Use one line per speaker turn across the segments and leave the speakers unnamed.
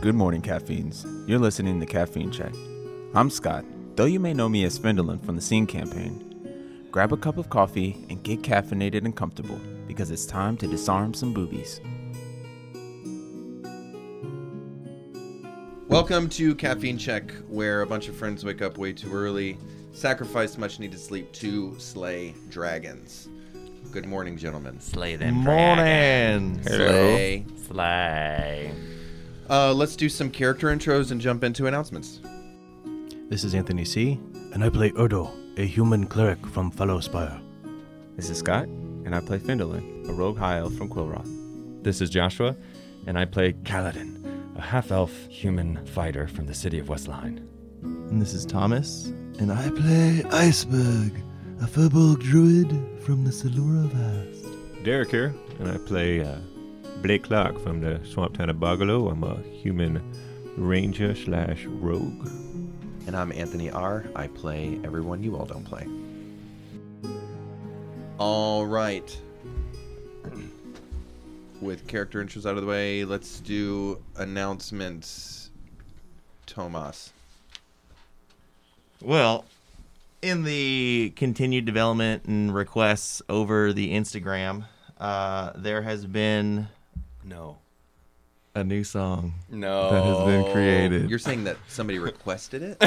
Good morning, caffeines. You're listening to Caffeine Check. I'm Scott, though you may know me as Fendelin from the Scene Campaign. Grab a cup of coffee and get caffeinated and comfortable because it's time to disarm some boobies.
Welcome to Caffeine Check, where a bunch of friends wake up way too early, sacrifice much needed sleep to slay dragons. Good morning, gentlemen.
Slay them. Morning.
Slay.
Slay.
Uh, let's do some character intros and jump into announcements.
This is Anthony C, and I play Erdo, a human cleric from Fellowspire.
This is Scott, and I play Fendelin, a rogue high elf from Quillroth.
This is Joshua, and I play Kaladin, a half elf human fighter from the city of Westline.
And this is Thomas, and I play Iceberg, a Furbolg druid from the Silura Vast.
Derek here, and I play uh, Blake Clark from the swamp town of Bogolo. I'm a human ranger slash rogue.
And I'm Anthony R. I play everyone you all don't play. All right. With character intros out of the way, let's do announcements. Tomas.
Well, in the continued development and requests over the Instagram, uh, there has been
No.
a new song.
No.
That has been created.
You're saying that somebody requested it?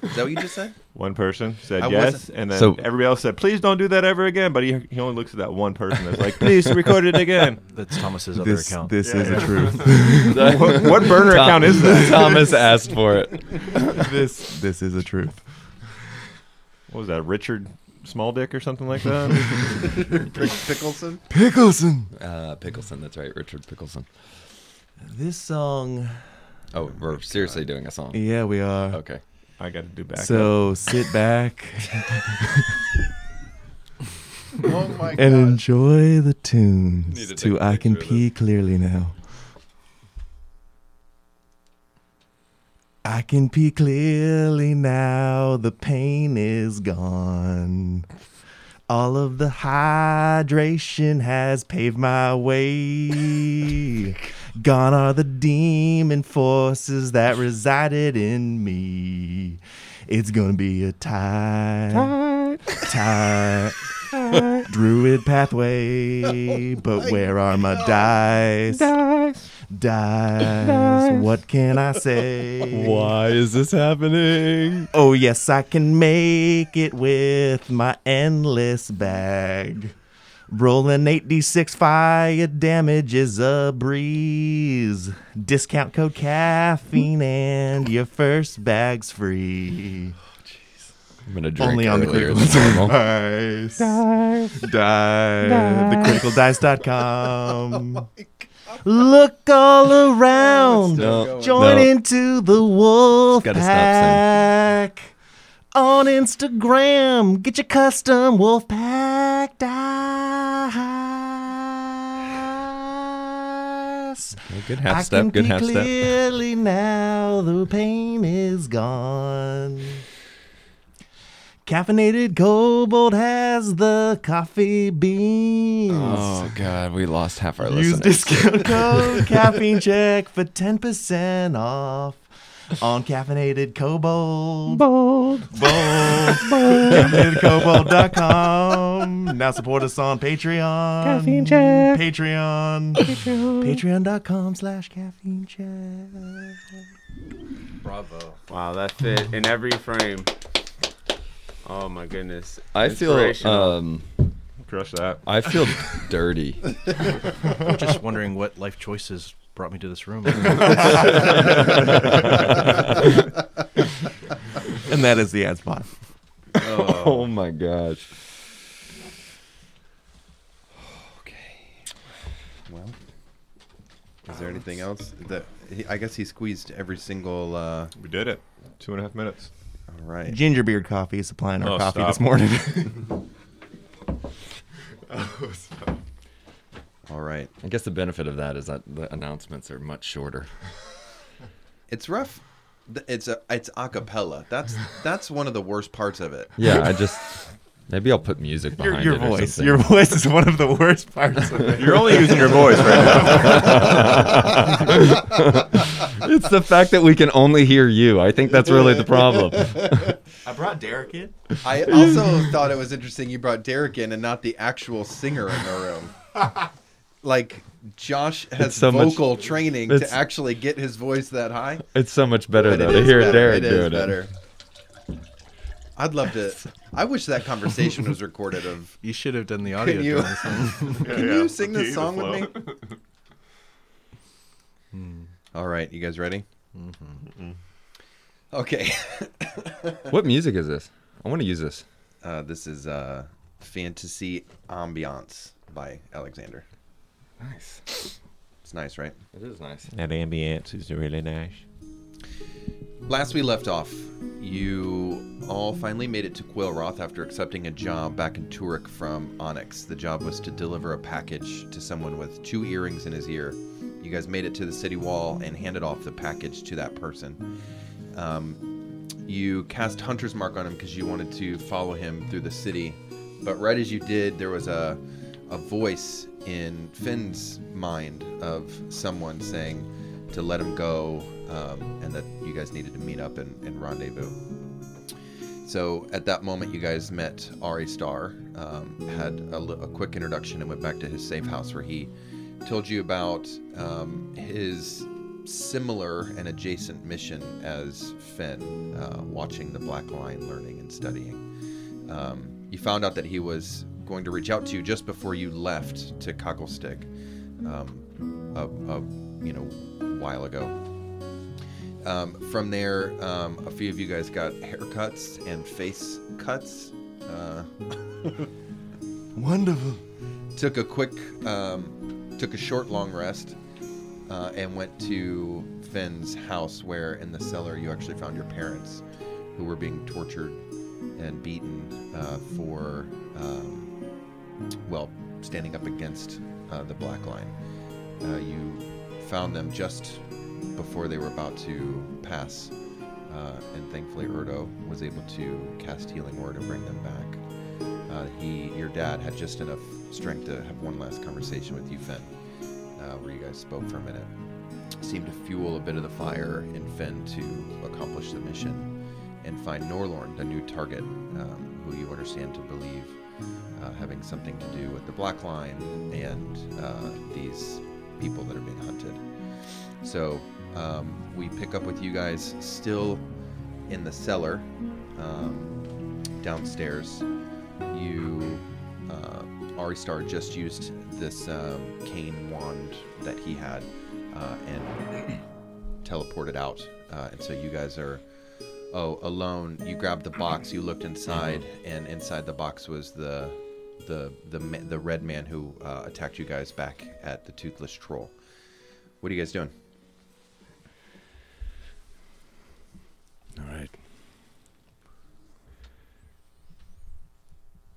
Is that what you just said?
One person said
I
yes,
wasn't-
and then
So-
everybody else said, please don't do that ever again. But he, he only looks at that one person that's like, please record it again.
That's Thomas's other account.
this is the truth.
what, what burner account is that?
Thomas asked for it.
this this is the truth.
What was that, Richard Smalldick or something like that?
Rick Pickleson?
Pickleson.
Uh, Pickleson. That's right. Richard Pickleson.
This song,
Oh, we're seriously doing a song.
Yeah, we are.
Okay.
I got to do back. up.
So sit back
Oh my
and enjoy the
Need to
tunes.
take
To
a
I can
picture of
pee clearly now. I can pee clearly now. The pain is gone. All of the hydration has paved my way. Gone are the demon forces that resided in me. It's gonna be a tie, tie, druid pathway. but where are my dice? Dice, dice. What can I say?
is this happening?
Oh, yes, I can make it with my endless bag. Rolling 8d6 fire damage is a breeze. Discount code caffeine and your first bag's free.
I'm gonna drink
Only on the
earlier
critical
than normal.
Dice. Dice. Thecriticaldice.com. Look all around.
No.
Join
No.
into the wolf
Gotta stop saying.
pack on Instagram. Get your custom wolf pack dice.
Well, good half
I can
step. Good
pee
half step.
clearly now. The pain is gone. Caffeinated kobold has the coffee beans.
Oh God, we lost half our
Use
listeners.
discount code caffeine check for 10% off on caffeinated kobold. Bold. Bold. CaffeinatedKobold.com. Now support us on Patreon. Caffeine check. Patreon. Patreon. Patreon.com slash caffeine check.
Bravo.
Wow, that fit in every frame. Oh my goodness.
I feel.
Inspirational.
Um,
Crush that.
I feel dirty.
I'm just wondering what life choices brought me to this room.
And that is the ad spot.
Oh my gosh.
Well, is there anything else that he, I guess he squeezed every single? Uh,
We did it. Two and a half minutes.
all right.
Gingerbeard Coffee is supplying our
Oh,
coffee
stop.
this morning.
All right.
I guess the benefit of that is that the announcements are much shorter.
It's rough. Th- It's a it's acapella. That's that's one of the worst parts of it.
Yeah, I just Maybe I'll put music
Your,
behind
your
it or
voice.
something.
Your voice is one of the worst parts of it.
You're only using your voice right now.
it's the fact that we can only hear you. I think that's really the problem.
I brought Derek in.
I also thought it was interesting you brought Derek in and not the actual singer in the room. Like Josh has
It's so much-
vocal training to
it's-
actually get his voice that high.
It's so much better
But
though
it
to
is
hear
better.
Derek
it is
doing
better.
it.
I'd love to. I wish that conversation was recorded. Of
You should have done the audio.
you-
during this one.
can you sing this song with me? All right, you guys ready? Okay,
Mm-hmm. What music is this? I want to use this.
uh, this is uh, "Fantasy Ambiance" by Alexander.
Nice.
It's nice, right?
It is nice.
That ambience is really nice.
Last we left off, you all finally made it to Quill Roth after accepting a job back in Turek from Onyx. The job was to deliver a package to someone with two earrings in his ear. You guys made it to the city wall and handed off the package to that person. Um, you cast Hunter's Mark on him because you wanted to follow him through the city. But right as you did, there was a, a voice in Finn's mind of someone saying, to let him go um, and that you guys needed to meet up and, and rendezvous. So at that moment, you guys met Ari Star, um, had a, li- a quick introduction, and went back to his safe house where he told you about um, his similar and adjacent mission as Finn, uh, watching the Black Line, learning and studying. Um, you found out that he was going to reach out to you just before you left to Cogglestick. Um, a, a you know while ago. Um, from there, um, a few of you guys got haircuts and face cuts. Uh,
Wonderful.
took a quick, um, took a short long rest, uh, and went to Finn's house, where in the cellar you actually found your parents, who were being tortured and beaten uh, for, um, well, standing up against uh, the Black Line. Uh, you found them just before they were about to pass, uh, and thankfully Erdo was able to cast Healing Word and bring them back uh, he, your dad, had just enough strength to have one last conversation with you, Finn, uh, where you guys spoke for a minute. Seemed to fuel a bit of the fire in Finn to accomplish the mission and find Norlorn, the new target, um, who you understand to believe uh, having something to do with the Black Line and uh, these people that are being hunted. So um, we pick up with you guys still in the cellar um, downstairs you uh, Ari Star just used this um, cane wand that he had uh, and teleported out, uh, and so you guys are oh alone. You grabbed the box, you
Uh-huh.
looked inside, and inside the box was the the the ma- the red man who uh, attacked you guys back at the Toothless Troll. What are you guys doing?
All right.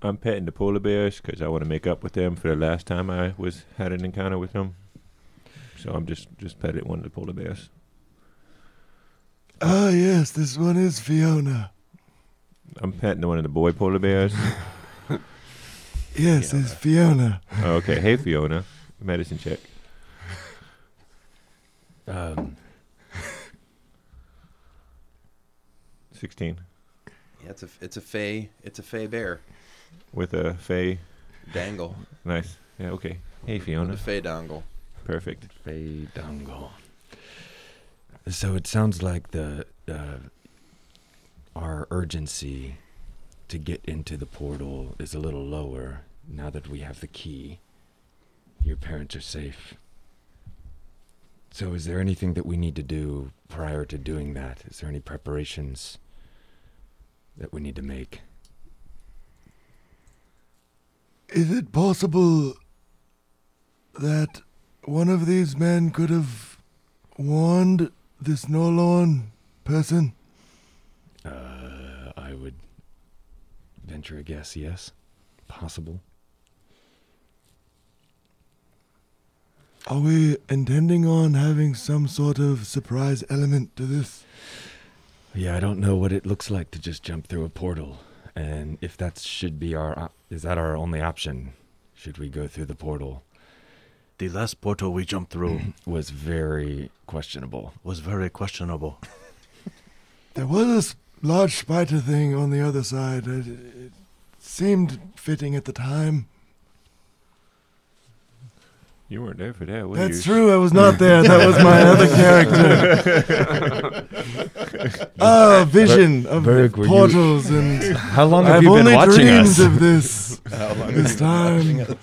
I'm petting the polar bears because I want to make up with them for the last time I was had an encounter with them. So I'm just just petting one of the polar bears.
Ah, yes, this one is Fiona.
I'm petting one of the boy polar bears.
Yes, it's Fiona.
oh, okay, hey Fiona, medicine check.
Um,
Sixteen
Yeah, it's a it's a fey it's a fey bear
with a fey.
dangle
Nice. Yeah. Okay. Hey
with a
Fiona.
fey dangle.
Perfect.
Fandango. So it sounds like the uh, our urgency to get into the portal is a little lower now that we have the key. Your parents are safe. So is there anything that we need to do prior to doing that? Is there any preparations that we need to make?
Is it possible that one of these men could have warned this Norlorn person?
Uh, I would venture a guess, yes. Possible.
Are we intending on having some sort of surprise element to this?
Yeah, I don't know what it looks like to just jump through a portal and if that should be our op- is that our only option? Should we go through the portal?
The last portal we jumped through
Was very questionable.
was very questionable.
There was this large spider thing on the other side. It, it seemed fitting at the time.
You weren't there for that, were
That's
you?
true. I was not there. That was my other character. Ah, vision of
Berg, were you-
portals and.
How long have
I've
you been
only
watching
dreamed
us?
of this.
How long
this
have you been
time.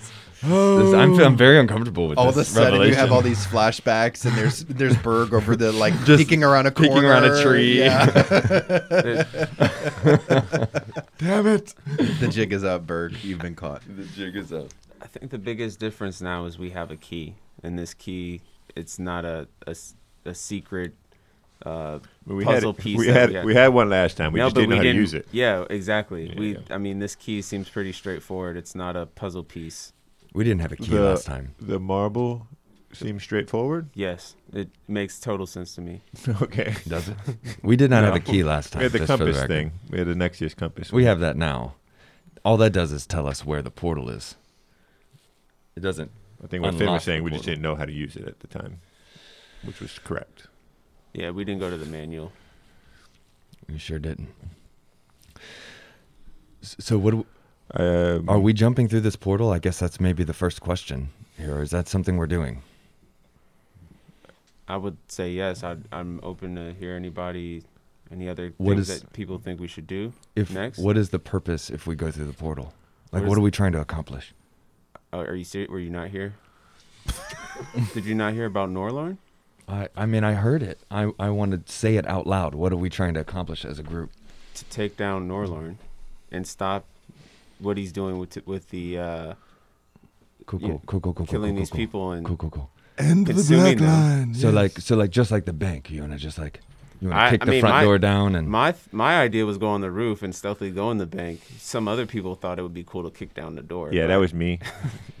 Oh,
This- I'm, I'm very uncomfortable with
all of a
this
sudden you have all
revelation.
these flashbacks and there's there's Berg over the like
Just
peeking around a corner,
peeking around a tree.
Yeah.
damn it!
the jig is up, Berg. You've been caught.
The jig is up.
I think the biggest difference now is we have a key, and this key, it's not a a s- a secret. Uh,
But we
puzzle
had,
piece
We
that
had,
we had.
we had one last time. We
no,
just
but
didn't
we
know how
didn't
to use it.
Yeah, exactly.
Yeah,
we,
yeah.
I mean, this key seems pretty straightforward. It's not a puzzle piece.
We didn't have a key
The-
last time.
The marble seems straightforward.
Yes, it makes total sense to me.
okay.
Does it? We did not have a
No.
key last time.
We had the
just for the
compass
record.
thing. We had the Nexius compass.
We have that now. All that does is tell us where the portal is. It doesn't.
I think what Finn
unlocked
was
the
saying, we just
portal.
didn't know how to use it at the time, which was correct.
Yeah, we didn't go to the manual.
You sure didn't. S- So what do-
Um,
are we jumping through this portal? I guess that's maybe the first question here. Or is that something we're doing?
I would say yes. i I'm open to hear anybody, any other
What
things
is-
that people think we should do.
If
Next.
what is the purpose if we go through the portal? Like
What
what
is-
are we trying to accomplish?
Uh, are you serious? Were you not here? Did you not hear about Norlorn?
I, I mean I heard it. I, I want to say it out loud. What are we trying to accomplish as a group?
to take down Norlorn and stop what he's doing with with the uh,
Cool,
Yeah,
cool, cool, cool, cool,
killing
cool,
these
cool,
people and
Cool, cool, cool.
End the
Consuming
black
them.
line.
So
yes.
like so like just like the bank, you wanna just like you wanna
I-
kick
I
the
mean,
front
my-
door down and
my th- my idea was go on the roof and stealthily go in the bank. Some other people thought it would be cool to kick down the door.
Yeah, that was me.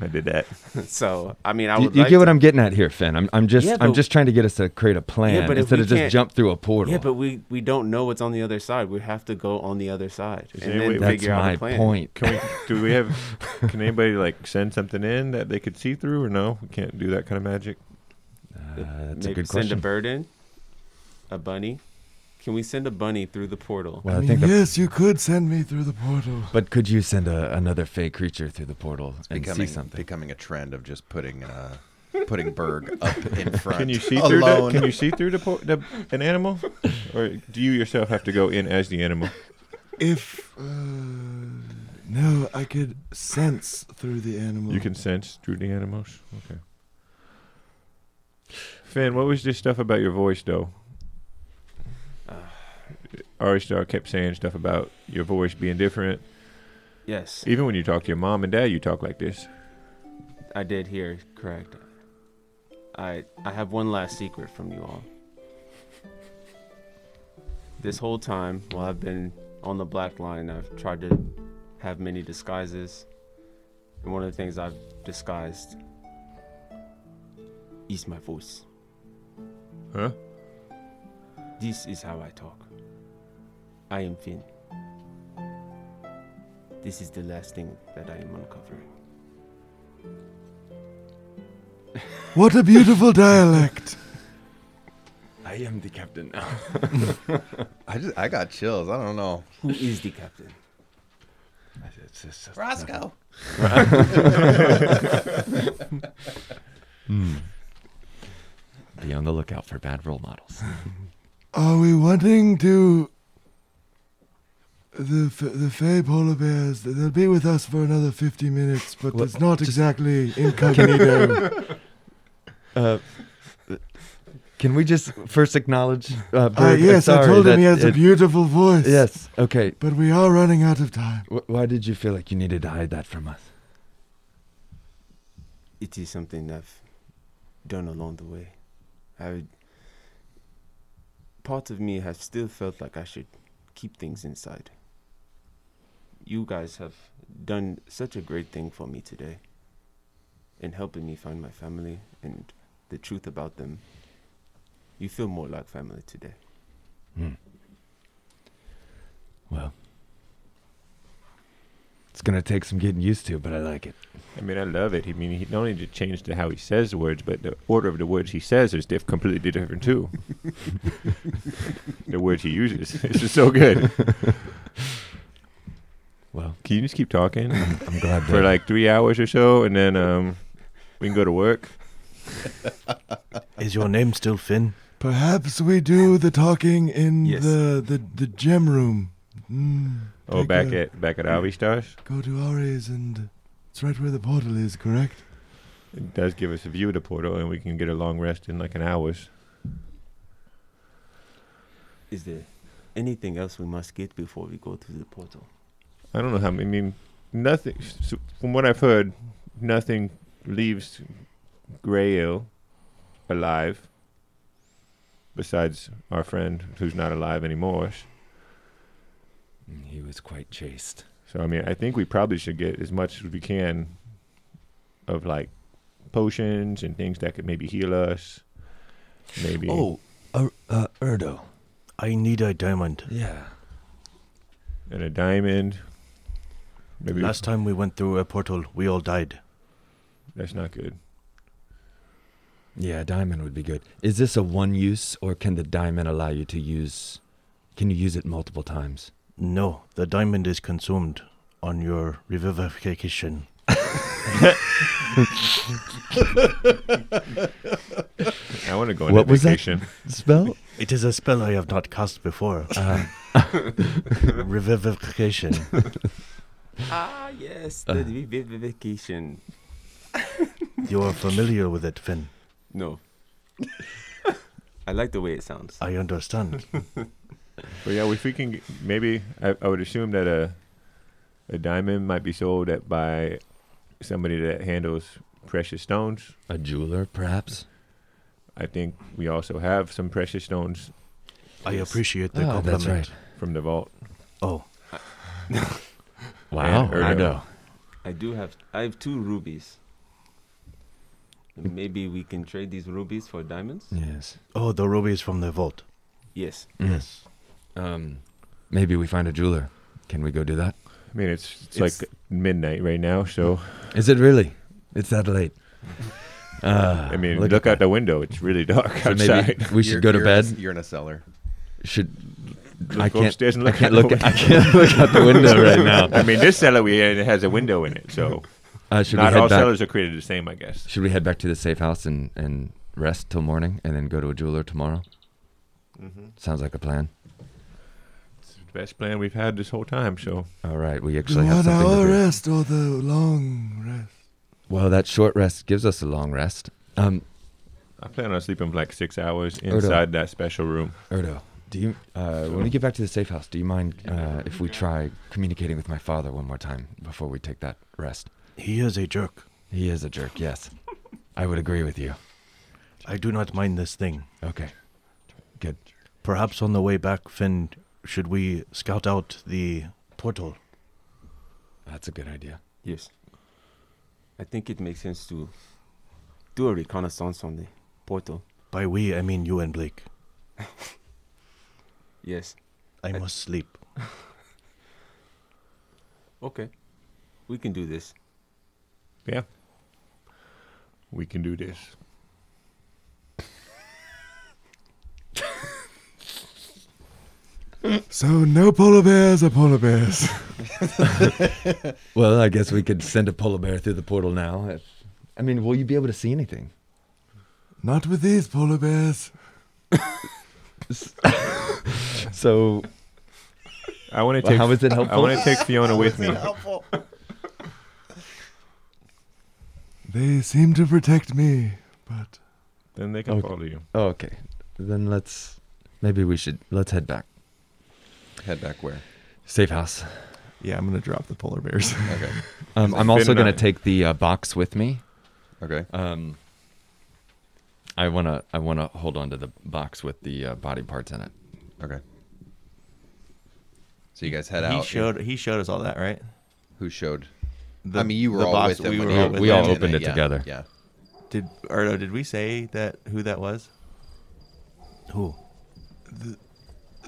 I did that.
was so. I mean, I
Do you,
would.
you
like
get what
to-
I'm getting at here, Finn. I'm, I'm just
Yeah,
I'm
but-
just trying to get us to create a plan
but if
instead
we
of just
can't-
jump through a portal.
Yeah, but we we don't know what's on the other side. We have to go on the other side
Is there
and
any way
then
we-
that's
figure out
my
a plan.
point.
Can we, do we have? Can anybody like send something in that they could see through, or no? We can't do that kind of magic.
Uh, that's a
Maybe
good
send
question.
a bird in, a bunny. Can we send a bunny through the portal?
well,
I
I,
mean,
think, the,
yes, you could send me through the portal.
but could you send a, another fey creature through the portal and
becoming,
see something?
becoming a trend of just putting uh, putting Berg up in front.
Can you see through? The,
alone?
can you see through the, po- the an animal, or do you yourself have to go in as the animal?
If uh, no, I could sense through the animal.
You can sense through the animals. Okay. Finn, what was this stuff about your voice, though? Ari Star kept saying stuff about your voice being different.
Yes,
Even when you talk to your mom and dad, you talk like this.
I did hear. Correct. I I have one last secret from you all. This whole time, while I've been on the black line, I've tried to have many disguises. And one of the things I've disguised is my voice.
Huh?
This is how I talk. I am Finn. This is the last thing that I am uncovering.
What a beautiful dialect.
I am the captain now.
I just I got chills. I don't know.
Who is the captain?
Roscoe.
Hmm. Be on the lookout for bad role models.
Are we wanting to the f- the Fey polar bears? They'll be with us for another fifty minutes, but
Well,
it's not
just-
exactly incognito.
Uh, can we just first acknowledge? Uh,
uh,
Berg, uh,
yes, I
sorry
told him
that
he has a
it-
beautiful voice.
Yes. Okay.
but we are running out of time.
Wh- why did you feel like you needed to hide that from us?
it is something I've done along the way. I part of me has still felt like I should keep things inside. You guys have done such a great thing for me today in helping me find my family and the truth about them. You feel more like family today.
Hmm. Well, It's gonna take some getting used to, but I like it.
I mean, I love it. I mean, he not only did change to how he says the words, but the order of the words he says is diff- completely different too. the words he uses. It's just so good.
Well,
can you just keep talking?
I'm glad
for
that-
like three hours or so, and then um, we can go to work.
Is your name still Finn?
Perhaps we do the talking in
Yes.
the, the the gem room. Mm,
Oh,
take
back
a-
at back at Avistar's.
Go to Ari's and it's right where the portal is, correct?
It does give us a view of the portal, and we can get a long rest in like an hour's.
Is there anything else we must get before we go through the portal?
I don't know how. many- I mean, nothing. s from what I've heard, nothing leaves Grail alive. Besides our friend, who's not alive anymore.
He was quite chaste.
So I mean, I think we probably should get as much as we can of like potions and things that could maybe heal us. Maybe.
Oh,
uh, uh,
er.
Erdo.
I need a diamond.
Yeah.
And a diamond. Maybe
Last time we went through a portal, we all died.
That's not good.
Yeah, diamond would be good. Is this a one use, or can the diamond allow you to use? Can you use it multiple times?
No, the diamond is consumed on your revivification.
I want to go on
What
a
was that?
vacation.
Spell? Ah.
It is a spell I have not cast before. revivification.
Ah, yes, the vacation.
You are familiar with it, Finn.
No. I like the way it sounds.
I understand.
But yeah, if we can, g- maybe I, I would assume that a a diamond might be sold at by somebody that handles precious stones.
A jeweler, perhaps.
I think we also have some precious stones
I appreciate the
Ah,
compliment.
that's right.
from the vault.
Oh,
Wow,
And Erdo.
I know.
I do have. I have two rubies. Maybe we can trade these rubies for diamonds.
Yes.
oh, the ruby is from the vault.
Yes.
Mm.
Yes. Um, maybe we find a jeweler. Can we go do that?
I mean, it's, it's
It's-
like midnight right now, so
Is it really? It's that late. Uh,
I mean,
look
look,
at
out the window; it's really dark
So maybe
outside.
we should
You're-
go to
you're in a-
bed.
you're in a cellar.
Should
Look
I can't?
upstairs and
I
look
can't
out the
look. I can't look out the window right now.
I mean, this cellar we in it has a window in it, so
Uh, should
not
we
all
head back?
cellars are created the same, I guess.
Should we head back to the safe house and and rest till morning, and then go to a jeweler tomorrow?
Mm-hmm.
Sounds like a plan.
It's the best plan we've had this whole time. So
All right, we
The
actually have
one
something to
hour
do.
rest or the long rest?
Well, that short rest gives us a long rest. Um,
I plan on sleeping for like six hours
Erdo.
inside that special room.
Erdo, do you? Uh, when we get back to the safe house, do you mind uh, if we try communicating with my father one more time before we take that rest?
He is a jerk.
He is a jerk. Yes, I would agree with you.
I do not mind this thing.
Okay. Good.
Perhaps on the way back, Finn, should we scout out the portal?
That's a good idea.
Yes. I think it makes sense to do a reconnaissance on the portal.
By we, I mean you and Blake.
Yes.
I must sleep.
Okay. We can do this.
Yeah, we can do this.
So no polar bears are polar bears.
Well, I guess we could send a polar bear through the portal now. If, I mean, will you be able to see anything?
Not with these polar bears.
So,
I want to
well,
take.
how is it
I
helpful?
want to take Fiona with me.
They seem to protect me, but
Then they can
Okay.
follow you.
Oh, okay. Then let's. Maybe we should. Let's head back.
Head back where?
Safe house.
Yeah, I'm gonna drop the polar bears.
Okay.
Um,
Is
I'm
it
also
Finn
going to
and I?
take the uh, box with me.
Okay.
Um, I wanna. I wanna hold on to the box with the uh, body parts in it.
Okay. So you guys head
He
out.
showed he showed us all that, right?
Who showed?
The,
I mean, you were
the
all
box
with them.
We
when
were
you-
all
We-
with
we
them.
all
Yeah,
opened it
yeah,
together.
Yeah.
Did Erdo? Did we say that who that was?
Who?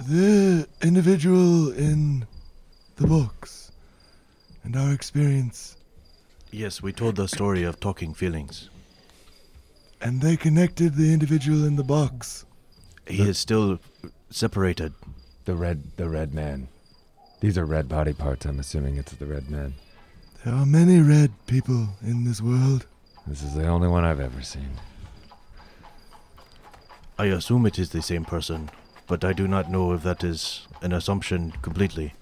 the individual in the box. and our experience,
Yes, we told the story of talking feelings.
and they connected the individual in the box.
He is still separated.
The red, the red man. These are red body parts. I'm assuming it's the red man.
There are many red people in this world.
This is the only one I've ever seen.
I assume it is the same person, but I do not know if that is an assumption completely.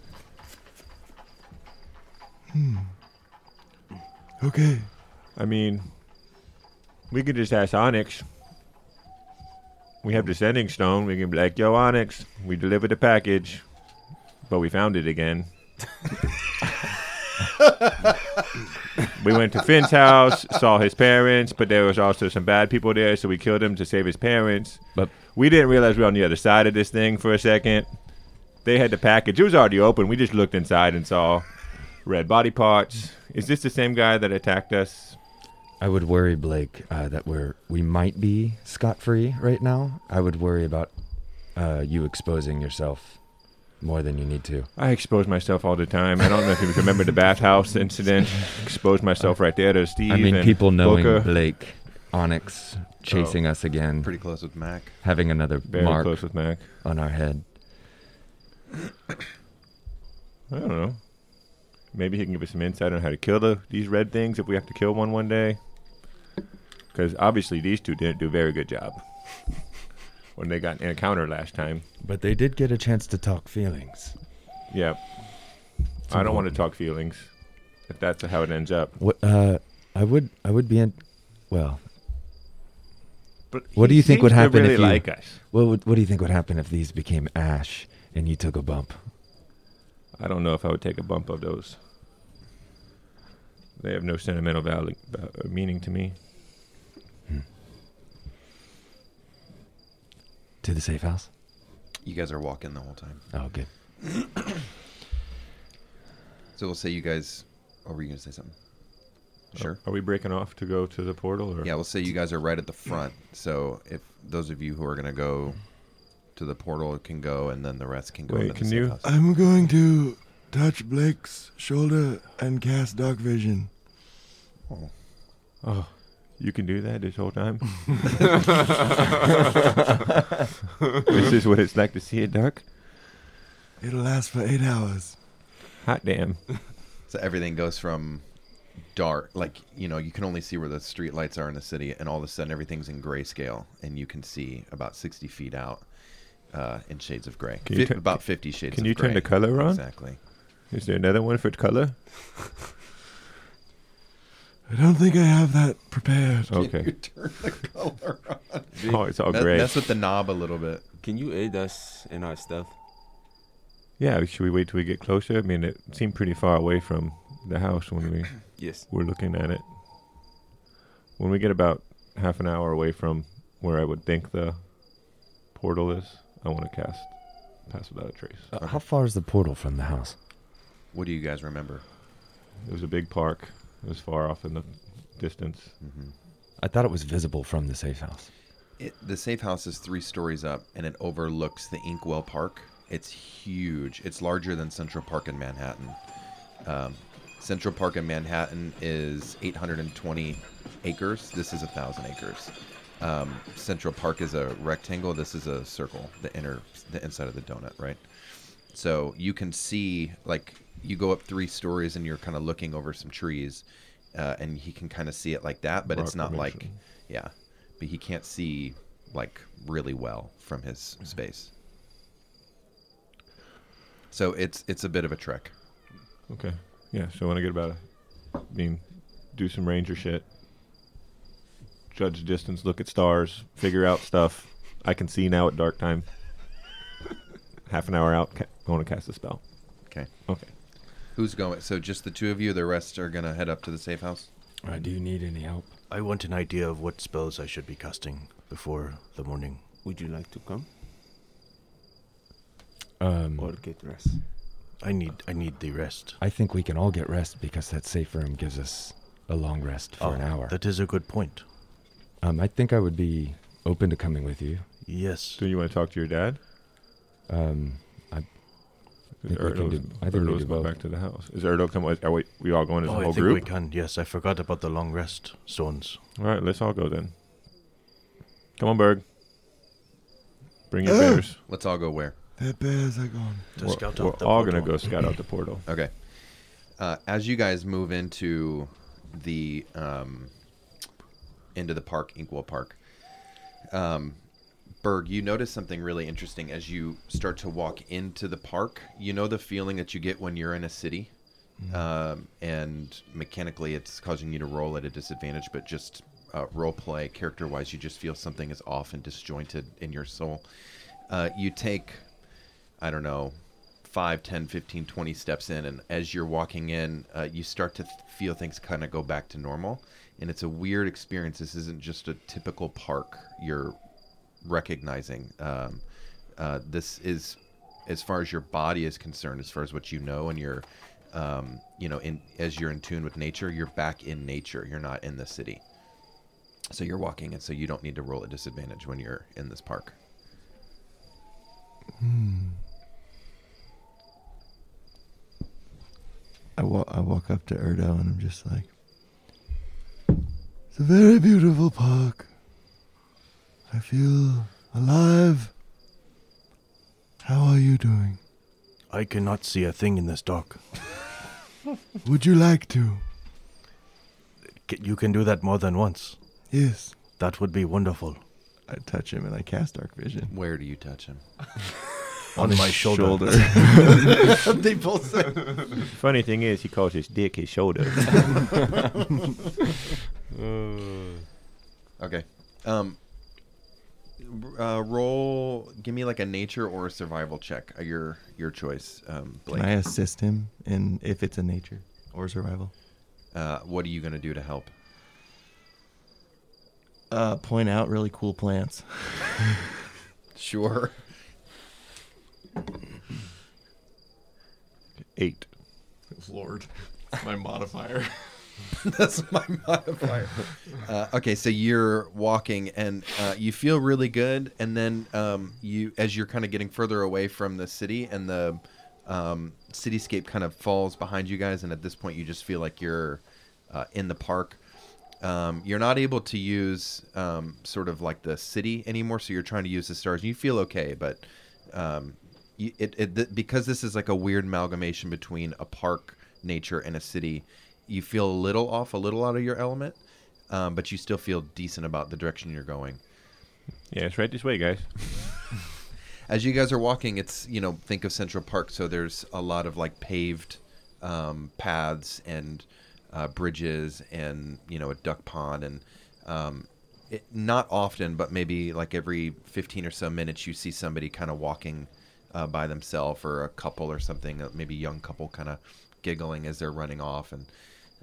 Hmm. Okay.
I mean, we could just ask Onyx. We have the sending stone. We can be like, "Yo, Onyx, we delivered the package, but we found it again. we went to Finn's house, saw his parents, but there was also some bad people there, so we killed him to save his parents.
But
we didn't realize we were on the other side of this thing for a second. They had the package; it was already open. We just looked inside and saw red body parts. Is this the same guy that attacked us?
I would worry, Blake, uh, that we're we might be scot free right now. I would worry about uh, you exposing yourself more than you need to.
I expose myself all the time. I don't know if you remember the bathhouse incident. Expose myself right there to Steve.
I mean,
and
people knowing
Booker. Oh.
Blake, Onyx chasing us again,
Pretty close with Mac.
having another
Very
mark
close with Mac.
on our head.
I don't know. Maybe he can give us some insight on how to kill the, these red things if we have to kill one one day. Because obviously these two didn't do a very good job when they got in encounter last time.
But they did get a chance to talk feelings.
Yeah. I don't want to talk feelings. If that's how it ends up.
What? Uh, I would. I would be in. Well,
But
What do
he
you think would
seems to
happen
really
if you
like us.
What would, what do you think would happen if these became ash and you took a bump?
I don't know if I would take a bump of those. They have no sentimental value, uh, meaning to me.
To the safe house?
You guys are walking the whole time.
Oh, good.
So we'll say you guys. Or were you gonna say something? Sure.
Are we breaking off to go to the portal? Or?
Yeah, we'll say you guys are right at the front. So if those of you who are gonna go to the portal can go, and then the rest can go.
Wait,
into the
can
safe
you-
house.
I'm going to touch Blake's shoulder and cast dark vision.
Oh, you can do that this whole time? this is what it's like to see a duck?
It'll last for eight hours.
Hot damn.
So everything goes from dark, like you know, you can only see where the street lights are in the city, and all of a sudden everything's in grayscale, and you can see about sixty feet out uh, in shades of gray.
Can you
Fif-
turn-
about fifty shades.
can
of
you turn
gray.
the color on?
Exactly.
Is there another one for color?
I don't think I have that prepared.
Okay.
You turn the color on.
Oh, it's all
That-
gray.
That's with the knob a little bit.
Can you aid us in our stealth?
Yeah, should we wait till we get closer? I mean, it seemed pretty far away from the house when we
Yes.
were looking at it. When we get about half an hour away from where I would think the portal is, I want to cast Pass Without a Trace.
Uh, How far is the portal from the house?
What do you guys remember?
It was a big park. It was far off in the distance.
hmm
I thought it was visible from the safe house.
It, the safe house is three stories up, and it overlooks the Inkwell Park. It's huge. It's larger than Central Park in Manhattan. Um, Central Park in Manhattan is 820 acres. This is a thousand acres. Um, Central Park is a rectangle. This is a circle. The inner, the inside of the donut, right? So you can see, like, you go up three stories, and you're kind of looking over some trees, uh, and he can kind of see it like that, but it's
Rock
not like,
formation.
yeah, but he can't see like really well from his space. So it's it's a bit of a trek.
Okay. Yeah, so when I get about, a- I mean, do some ranger shit, judge distance, look at stars, figure out stuff. I can see now at dark time. Half an hour out, ca- I want to cast a spell.
Okay.
Okay.
Who's going? So just the two of you. The rest are gonna head up to the safe house.
Uh, do you need any help?
I want an idea of what spells I should be casting before the morning.
Would you like to come or
Um,
get rest?
I need I need the rest.
I think we can all get rest because that safe room gives us a long rest for an
Oh,
hour.
That is a good point.
Um, I think I would be open to coming with you.
Yes.
Do you want to talk to your dad?
Um, I,
Is
think we can
Erdo's-
do- I think we
Erdo's
do
going
both.
back to the house. Is Erdo come? Are we, we all going as
Oh,
a
I
whole
think
group?
we can. Yes, I forgot about the long rest stones.
All right, let's all go then. Come on, Berg. Bring your
Ugh.
bears.
Let's all go where?
That bears are gone.
To
we're
scout out
we're
the
all going to
portal.
go scout out the portal.
Okay. Uh, as you guys move into the um, into the park, Inkwell Park, um, Berg, you notice something really interesting as you start to walk into the park. You know the feeling that you get when you're in a city,
Mm-hmm.
um, and mechanically, it's causing you to roll at a disadvantage. But just uh, role play, character wise, you just feel something is off and disjointed in your soul. Uh, you take I don't know, 5, 10, 15, 20 steps in. And as you're walking in, uh, you start to th- feel things kind of go back to normal. And it's a weird experience. This isn't just a typical park you're recognizing. Um, uh, this is, as far as your body is concerned, as far as what you know and your, um, you know, in, as you're in tune with nature, you're back in nature. You're not in the city. So you're walking, and so you don't need to roll a disadvantage when you're in this park.
I, wa- I walk up to Erdo and I'm just like, it's a very beautiful park. I feel alive. How are you doing?
I cannot see a thing in this dark.
Would you like to?
C- You can do that more than once.
Yes.
That would be wonderful.
I touch him and I cast Dark Vision.
Where do you touch him?
On my shoulder.
they both said.
Funny thing is, he calls his dick his shoulder.
Okay. Um, uh, roll. Give me like a nature or a survival check. Uh, Your your choice, um,
Can
Blake.
I assist him in if it's a nature or survival?
uh, what are you gonna do to help?
Uh, point out really cool plants.
Sure.
Eight.
Lord, my modifier.
That's my modifier. Uh, okay, so you're walking and uh, you feel really good, and then um, you, as you're kind of getting further away from the city, and the um, cityscape kind of falls behind you guys, and at this point, you just feel like you're uh, in the park. Um, you're not able to use um, sort of like the city anymore, so you're trying to use the stars. You feel okay, but um, you, it, it th- because this is like a weird amalgamation between a park, nature, and a city. You feel a little off, a little out of your element, um, but you still feel decent about the direction you're going.
Yeah, it's right this way, guys.
As you guys are walking, it's you know think of Central Park. So there's a lot of like paved um, paths and uh, bridges, and you know a duck pond, and um, it, not often, but maybe like every 15 or so minutes, you see somebody kind of walking uh, by themselves or a couple or something, uh, maybe young couple kind of giggling as they're running off. And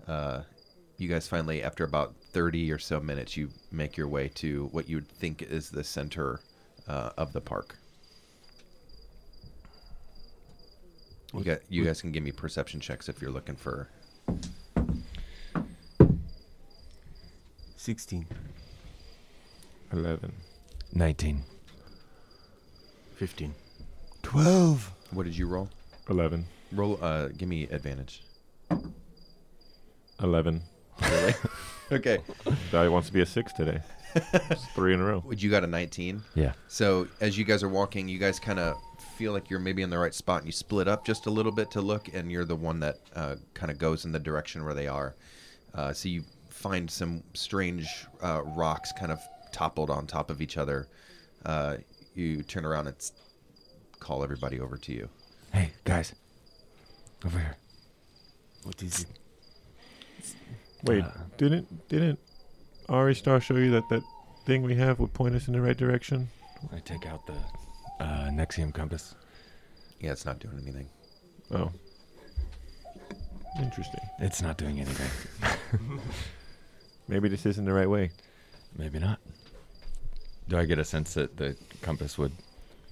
uh, you guys finally, after about 30 or so minutes, you make your way to what you would think is the center uh, of the park. You, got, you guys can give me perception checks if you're looking for
16.
11.
19.
15.
12.
what did you roll?
11.
Roll, uh, give me advantage.
11.
Really? okay.
Daddy wants to be a six today. It's three in a row.
Would you got a 19?
Yeah.
So as you guys are walking, you guys kind of feel like you're maybe in the right spot, and you split up just a little bit to look, and you're the one that uh, kind of goes in the direction where they are. Uh, so you find some strange uh, rocks kind of toppled on top of each other. Uh, you turn around and s- call everybody over to you.
Hey, guys. Over here.
What is it?
Wait,
Uh,
didn't didn't Ari Star show you that that thing we have would point us in the right direction?
I take out the uh, Nexium compass.
Yeah, it's not doing anything.
Oh. Interesting.
It's not doing anything.
Maybe this isn't the right way.
Maybe not. Do I get a sense that the compass would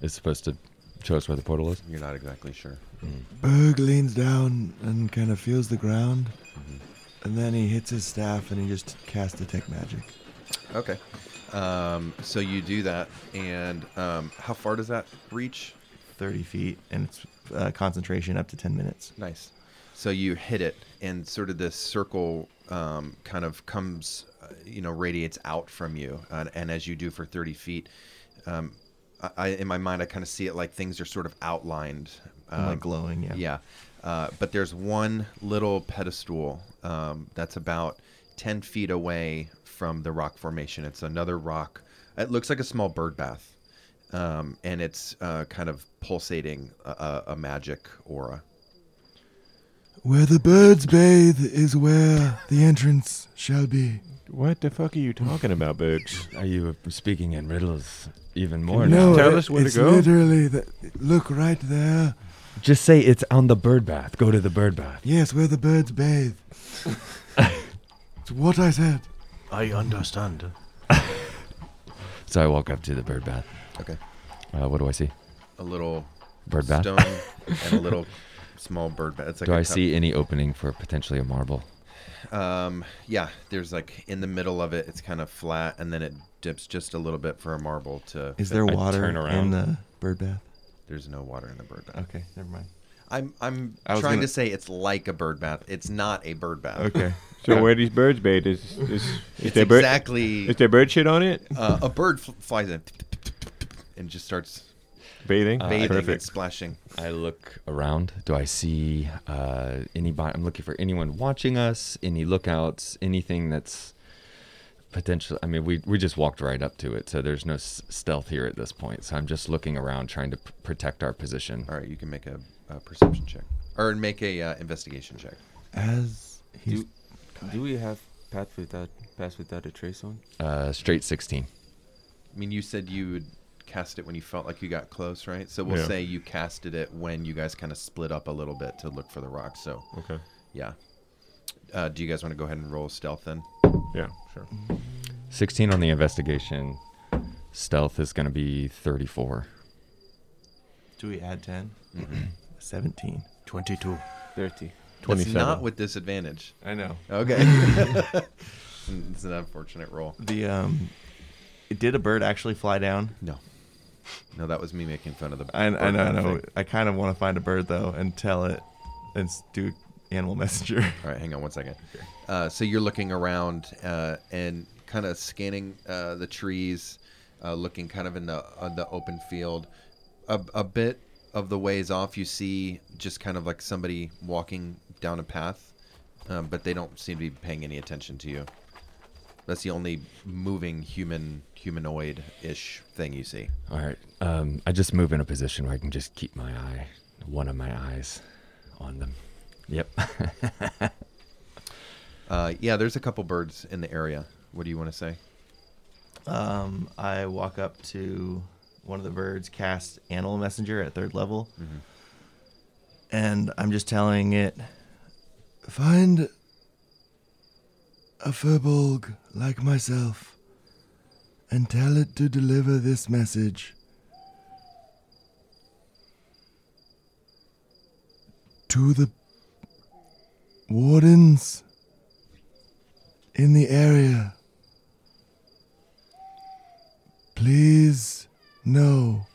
is supposed to show us where the portal is? Mm.
You're not exactly sure.
Berg leans down and kind of feels the ground. And then he hits his staff and he just casts Detect Magic.
Okay. Um, so you do that, and um, how far does that reach?
30 feet, and it's
uh, concentration up to 10 minutes.
Nice. So you hit it, and sort of this circle um, kind of comes, uh, you know, radiates out from you, and, and as you do for 30 feet, um, I, I in my mind I kind of see it like things are sort of outlined, um,
And, like, glowing, yeah.
yeah. Uh, but there's one little pedestal um, that's about 10 feet away from the rock formation. It's another rock. It looks like a small bird bath. Um, and it's uh, kind of pulsating a, a, a magic aura.
Where the birds bathe is where the entrance shall be.
What the fuck are you talking about, Birch? Are you speaking in riddles even more
no,
now?
it- it's literally the, look right there.
Just say it's on the bird bath. Go to the bird bath.
Yes, where the birds bathe. it's what I said.
I understand.
So I walk up to the bird bath.
Okay.
Uh, what do I see?
A little
Bird bath?
stone and a little small bird bath. It's like
do
I
I see any opening for potentially a marble?
Um, yeah, there's like in the middle of it, it's kind of flat, and then it dips just a little bit for a marble to.
Is there
I
water
turn
in
around.
the bird bath?
There's no water in the bird bath.
Okay, never mind.
I'm I'm
I
trying
was gonna-
to say it's like a bird bath. It's not a bird bath.
Okay. So where these birds bathe is is, is
It's
there bird,
exactly-
is there bird shit on it?
Uh, a bird fl- flies in and just starts
Bathing.
Uh,
bathing, and
perfect.
splashing.
I look around. Do I see uh, anybody? I'm looking for anyone watching us, any lookouts, anything that's potential. I mean, we, we just walked right up to it, so there's no s- stealth here at this point. So I'm just looking around, trying to p- protect our position.
All right, you can make a, a perception check or make a uh, investigation check.
As he's
Do, do we have path without pass without a trace on?
Uh, straight 16.
I mean, you said you would cast it when you felt like you got close, right? So we'll
Yeah.
say you casted it when you guys kind of split up a little bit to look for the rock. So,
Okay.
yeah. Uh, do you guys want to go ahead and roll stealth then?
Yeah. Sure.
Mm-hmm.
16 on the investigation. Stealth is going to be 34.
Do we add 10?
Mm-hmm.
17.
22.
30.
It's not with disadvantage.
I know.
Okay. it's an unfortunate roll.
The um, did a bird actually fly down?
No. No, that was me making fun of the.
I, I
bird
know, I
bath
know.
thing.
I kind of want to find a bird though and tell it and s- do animal messenger.
All right, hang on one second. Uh, so you're looking around uh, and kind of scanning uh, the trees, uh, looking kind of in the on the open field. A, a bit of the ways off, you see just kind of like somebody walking down a path, um, but they don't seem to be paying any attention to you. That's the only moving human humanoid-ish thing you see.
All right. Um, I just move in a position where I can just keep my eye, one of my eyes on them. Yep.
Uh, yeah, there's a couple birds in the area. What do you want to say?
Um, I walk up to one of the birds, cast Animal Messenger at third level,
Mm-hmm.
and I'm just telling it,
Find a furbolg like myself and tell it to deliver this message. To the wardens in the area. Please know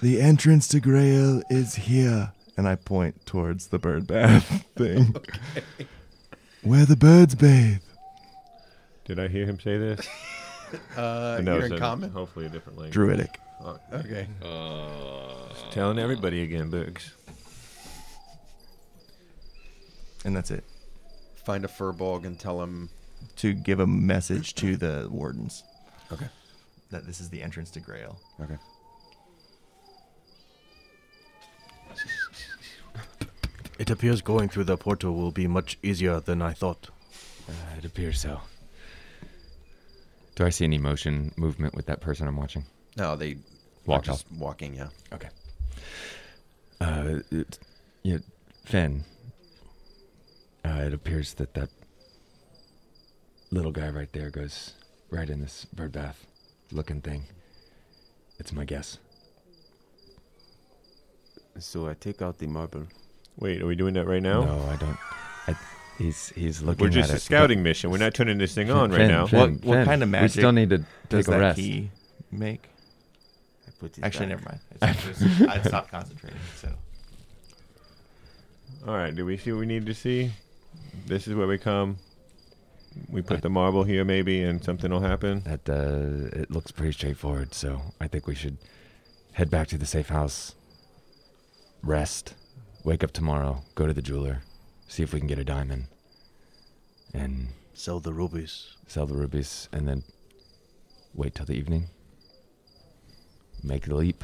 the entrance to Grail is here.
and I point towards the bird bath thing.
Where the birds bathe.
Did I hear him say this?
Uh,
No,
you're
it's
in common.
Hopefully a different language.
Druidic.
Oh,
Okay.
Uh,
telling everybody again, Biggs.
And that's it.
Find a furbolg and tell him
To give a message to the wardens.
Okay.
That this is the entrance to Grail.
Okay.
It appears going through the portal will be much easier than I thought.
Uh, it appears so. Do I see any motion movement with that person I'm watching?
No, they
Walked
are just walking. Yeah.
Okay. Uh, it, yeah, Finn. Uh, it appears that that little guy right there goes right in this bird bath looking thing. It's my guess.
So I take out the marble.
Wait, are we doing that right now?
No, I don't. I, he's he's looking.
We're just
at
a
it.
scouting mission. We're not turning this thing on right
Finn,
now.
Finn,
What- what
Finn,
kind of
We still
magic
need to
Does
take a
that
rest.
key make?
I put it
Actually,
back.
never mind. It's just, I stopped concentrating. So
All right. Do we see what we need to see? This is where we come. We put the marble here, maybe, and something will happen.
That uh, it looks pretty straightforward, so I think we should head back to the safe house, rest, wake up tomorrow, go to the jeweler, see if we can get a diamond, and
Sell the rubies.
sell the rubies, and then wait till the evening. Make the leap.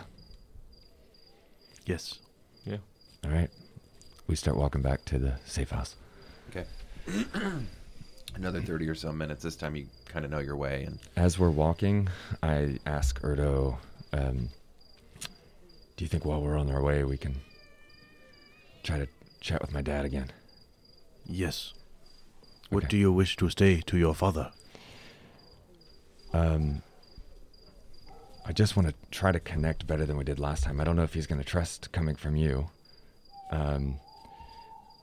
Yes.
Yeah.
All right. We start walking back to the safe house.
Okay. Another 30 or so minutes. This time you kind of know your way. And
As we're walking, I ask Erdo, um, do you think while we're on our way we can try to chat with my dad again?
Yes. What
Okay.
do you wish to say to your father?
Um, I just want to try to connect better than we did last time. I don't know if he's going to trust coming from you. Um,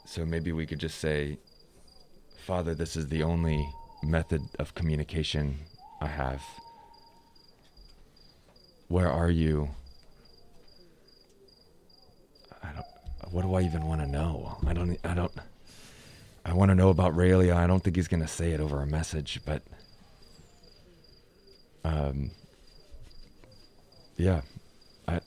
so maybe we could just say, Father, this is the only method of communication I have. Where are you? I don't. What do I even want to know? I don't. e, I don't. I want to know about Raylia. I don't think he's going to say it over a message, but um, yeah, I.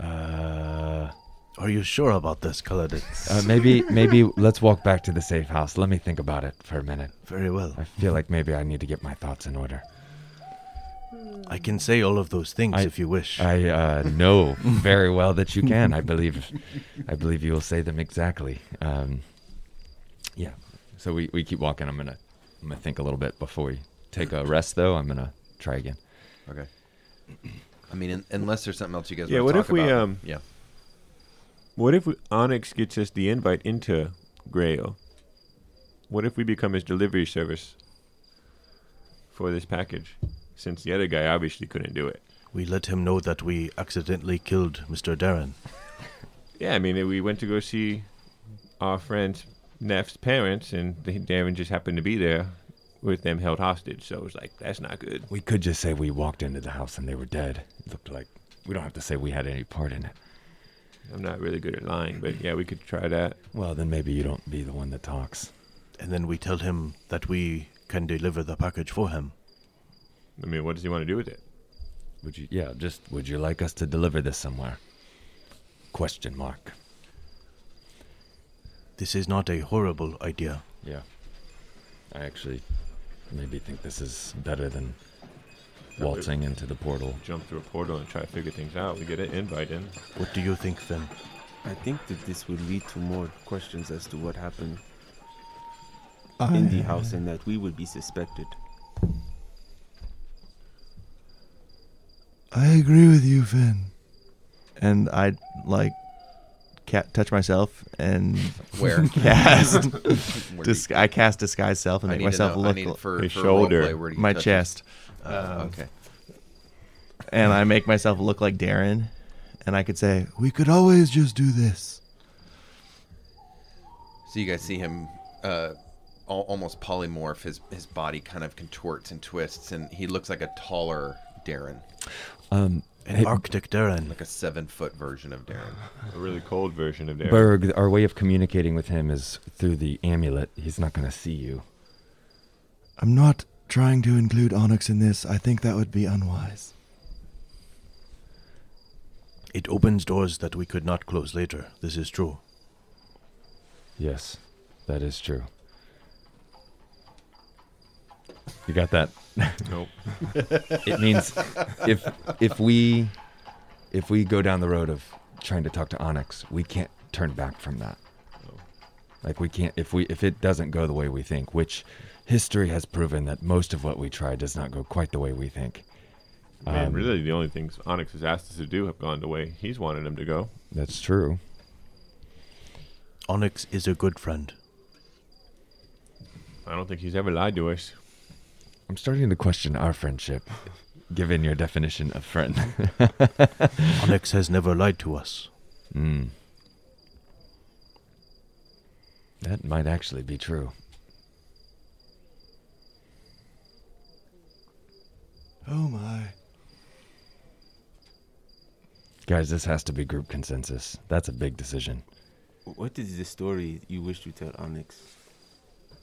Uh,
Are you sure about this, Kaladin?
uh, maybe, maybe let's walk back to the safe house. Let me think about it for a minute.
Very well.
I feel like maybe I need to get my thoughts in order.
I can say all of those things
I-
if you wish.
I uh, know very well that you can. I believe, I believe you will say them exactly. Um, yeah. So we, we keep walking. I'm gonna, I'm gonna think a little bit before we take a rest. Though I'm gonna try again.
okay. I mean, un- unless there's something else you guys
Yeah,
want to
what if
talk
we,
about.
um,
yeah.
What if we, Onyx gets us the invite into Grail? What if we become his delivery service for this package? Since the other guy obviously couldn't do it.
We let him know that we accidentally killed Mr. Darren.
Yeah, I mean, we went to go see our friend Neff's parents, and the Darren just happened to be there with them held hostage. So it was like, that's not good.
We could just say we walked into the house and they were dead. It looked like we don't have to say we had any part in it.
I'm not really good at lying, but yeah, we could try that.
Well, then maybe you don't be the one that talks.
And then we tell him that we can deliver the package for him.
I mean, what does he want to do with it?
Would you? Yeah, just would you like us to deliver this somewhere? Question mark.
This is not a horrible idea.
Yeah. I actually maybe think this is better than waltzing into the portal.
Jump through a portal and try to figure things out. We get an invite in.
What do you think, Finn?
I think that this will lead to more questions as to what happened in the house and that we would be suspected.
I agree with you, Finn.
and I like cat touch myself and
Where?
cast.
Where do you-
dis- I cast disguise self and
I
make
need
myself
to know, I
look
need
l-
for,
His
for role
shoulder.
play, where do you
my
touch it?
chest,
Uh,
Um,
okay.
and I make myself look like Darren, and I could say,
We could always just do this.
So you guys see him uh, al- almost polymorph. His his body kind of contorts and twists, and he looks like a taller Darren,
Um
An
hey,
Arctic Darren.
like a seven foot version of Darren.
A really cold version of Darren.
Berg, our way of communicating with him is through the amulet. He's not going to see you.
I'm not trying to include Onyx in this. I think that would be unwise.
It opens doors that we could not close later. This is true.
Yes. That is true. You got that?
Nope.
it means if if we if we go down the road of trying to talk to Onyx, we can't turn back from that.
Oh.
Like we can't if we if it doesn't go the way we think, which history has proven that most of what we try does not go quite the way we think.
Man,
Um,
really, the only things Onyx has asked us to do have gone the way he's wanted them to go.
That's true.
Onyx is a good friend.
I don't think he's ever lied to us.
I'm starting to question our friendship, given your definition of friend.
Onyx has never lied to us.
mm. That might actually be true.
Oh my.
Guys, this has to be group consensus. That's a big decision.
What is the story you wish to tell Onyx?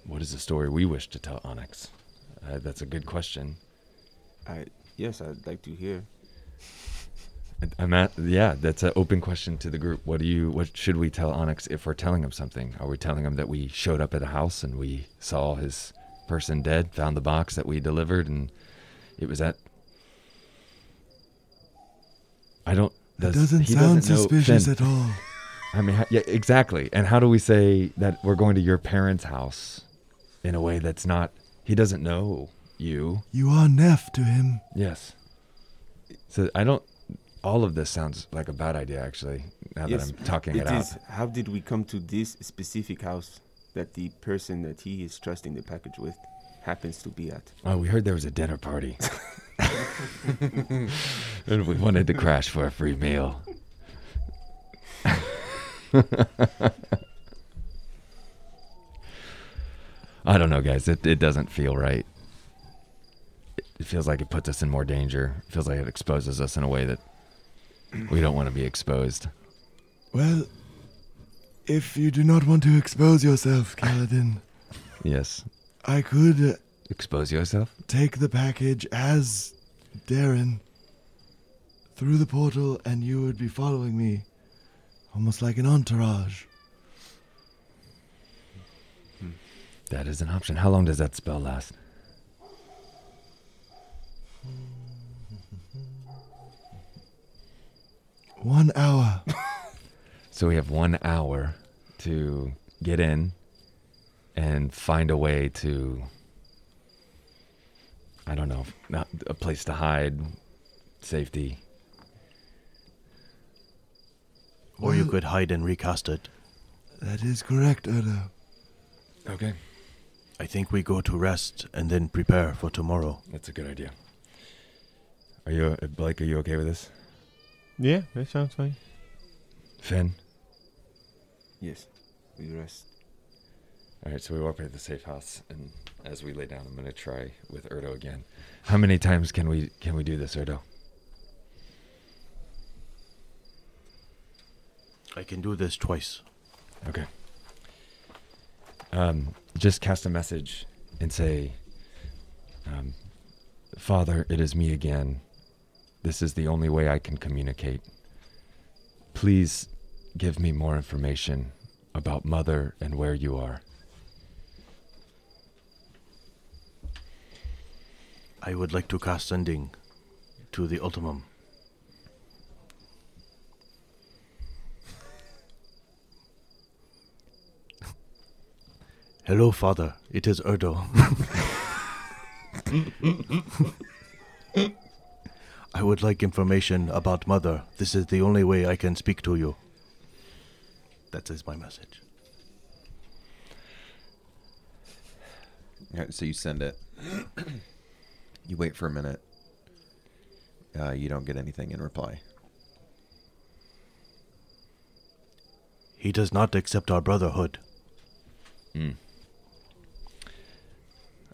What is the story we wish to tell Onyx? Uh, that's a good question.
I yes, I'd like to hear.
I'm at, yeah, that's an open question to the group. What do you? What should we tell Onyx if we're telling him something? Are we telling him that we showed up at a house and we saw his person dead, found the box that we delivered, and it was at? I don't.
That
does-
doesn't
he
sound
doesn't know-
suspicious
Finn,
at all.
I mean, ha- yeah, exactly. And how do we say that we're going to your parents' house in a way that's not? He doesn't know you.
You are Neff to him.
Yes. So I don't. All of this sounds like a bad idea, actually. Now
yes,
that I'm talking it,
it
out.
is. How did we come to this specific house that the person that he is trusting the package with happens to be at?
Oh, we heard there was a dinner party. and we wanted to crash for a free meal. I don't know, guys. It, it doesn't feel right. It, it feels like it puts us in more danger. It feels like it exposes us in a way that we don't want to be exposed.
Well, if you do not want to expose yourself, Kaladin,
Yes.
I could uh,
Expose yourself?
take the package as Darren through the portal, and you would be following me, almost like an entourage.
Hmm. That is an option. How long does that spell last?
One hour.
So we have one hour to get in and find a way to, I don't know, not a place to hide, safety.
Or you could hide and recast it.
That is correct, Odo.
Okay.
I think we go to rest and then prepare for tomorrow.
That's a good idea. Are you, uh, Blake, are you okay with this?
Yeah, that sounds fine.
Finn?
Yes, we rest.
All right, so we walk by the safe house, and as we lay down, I'm going to try with Erdo again. How many times can we can we do this, Erdo?
I can do this twice.
Okay. Um, just cast a message and say, um, Father, it is me again. This is the only way I can communicate. Please give me more information about Mother and where you are.
I would like to cast sending to the ultimum. Hello, Father. It is Erdo. I would like information about Mother. This is the only way I can speak to you. That is my message.
All right, so you send it. you wait for a minute. Uh, you don't get anything in reply.
He does not accept our brotherhood.
Mm.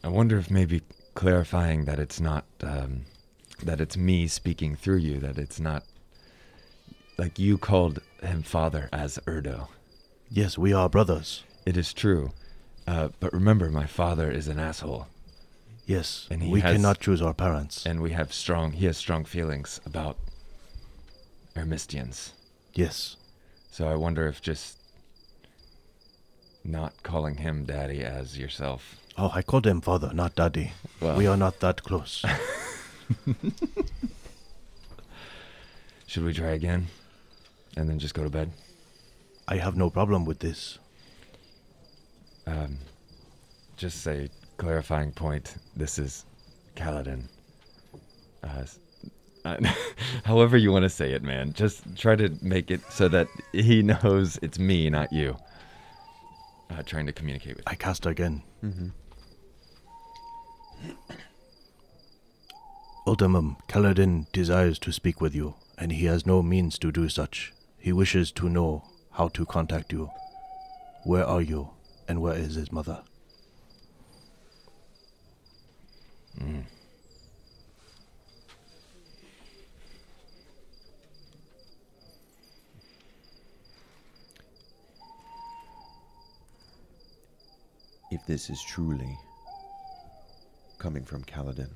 I wonder if maybe clarifying that it's not um, that it's me speaking through you, that it's not like you called him Father as Erdo.
Yes, we are brothers.
It is true. Uh, but remember, my father is an asshole,
Yes,
And he
we
has-
cannot choose our parents.
and we have strong. He has strong feelings about Ermistians.
yes.
So I wonder if just not calling him daddy as yourself.
Oh, I called him father, not daddy.
Well,
We are not that close.
should we try again, and then just go to bed?
I have no problem with this.
Um, just say clarifying point. This is Kaladin. Uh, s- I- however you want to say it, man. Just try to make it so that he knows it's me, not you. Uh, trying to communicate with.
I cast again. Ultimum, Kaladin desires to speak with you, and he has no means to do such. He wishes to know how to contact you. Where are you, and where is his mother?
if this is truly coming from Kaladin.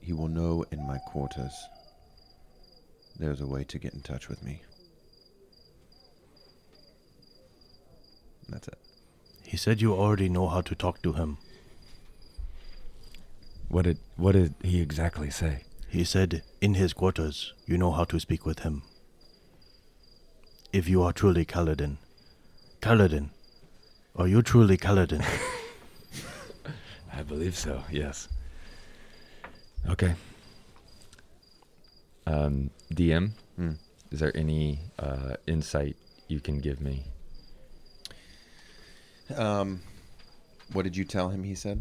He will know in my quarters there's a way to get in touch with me. That's it.
He said you already know how to talk to him.
What did what did he exactly say?
He said, in his quarters, you know how to speak with him. If you are truly Kaladin. Kaladin. Are you truly Kaladin?
I believe so. Yes. Okay. Um, DM,
Hmm.
is there any uh, insight you can give me?
Um, what did you tell him? He said.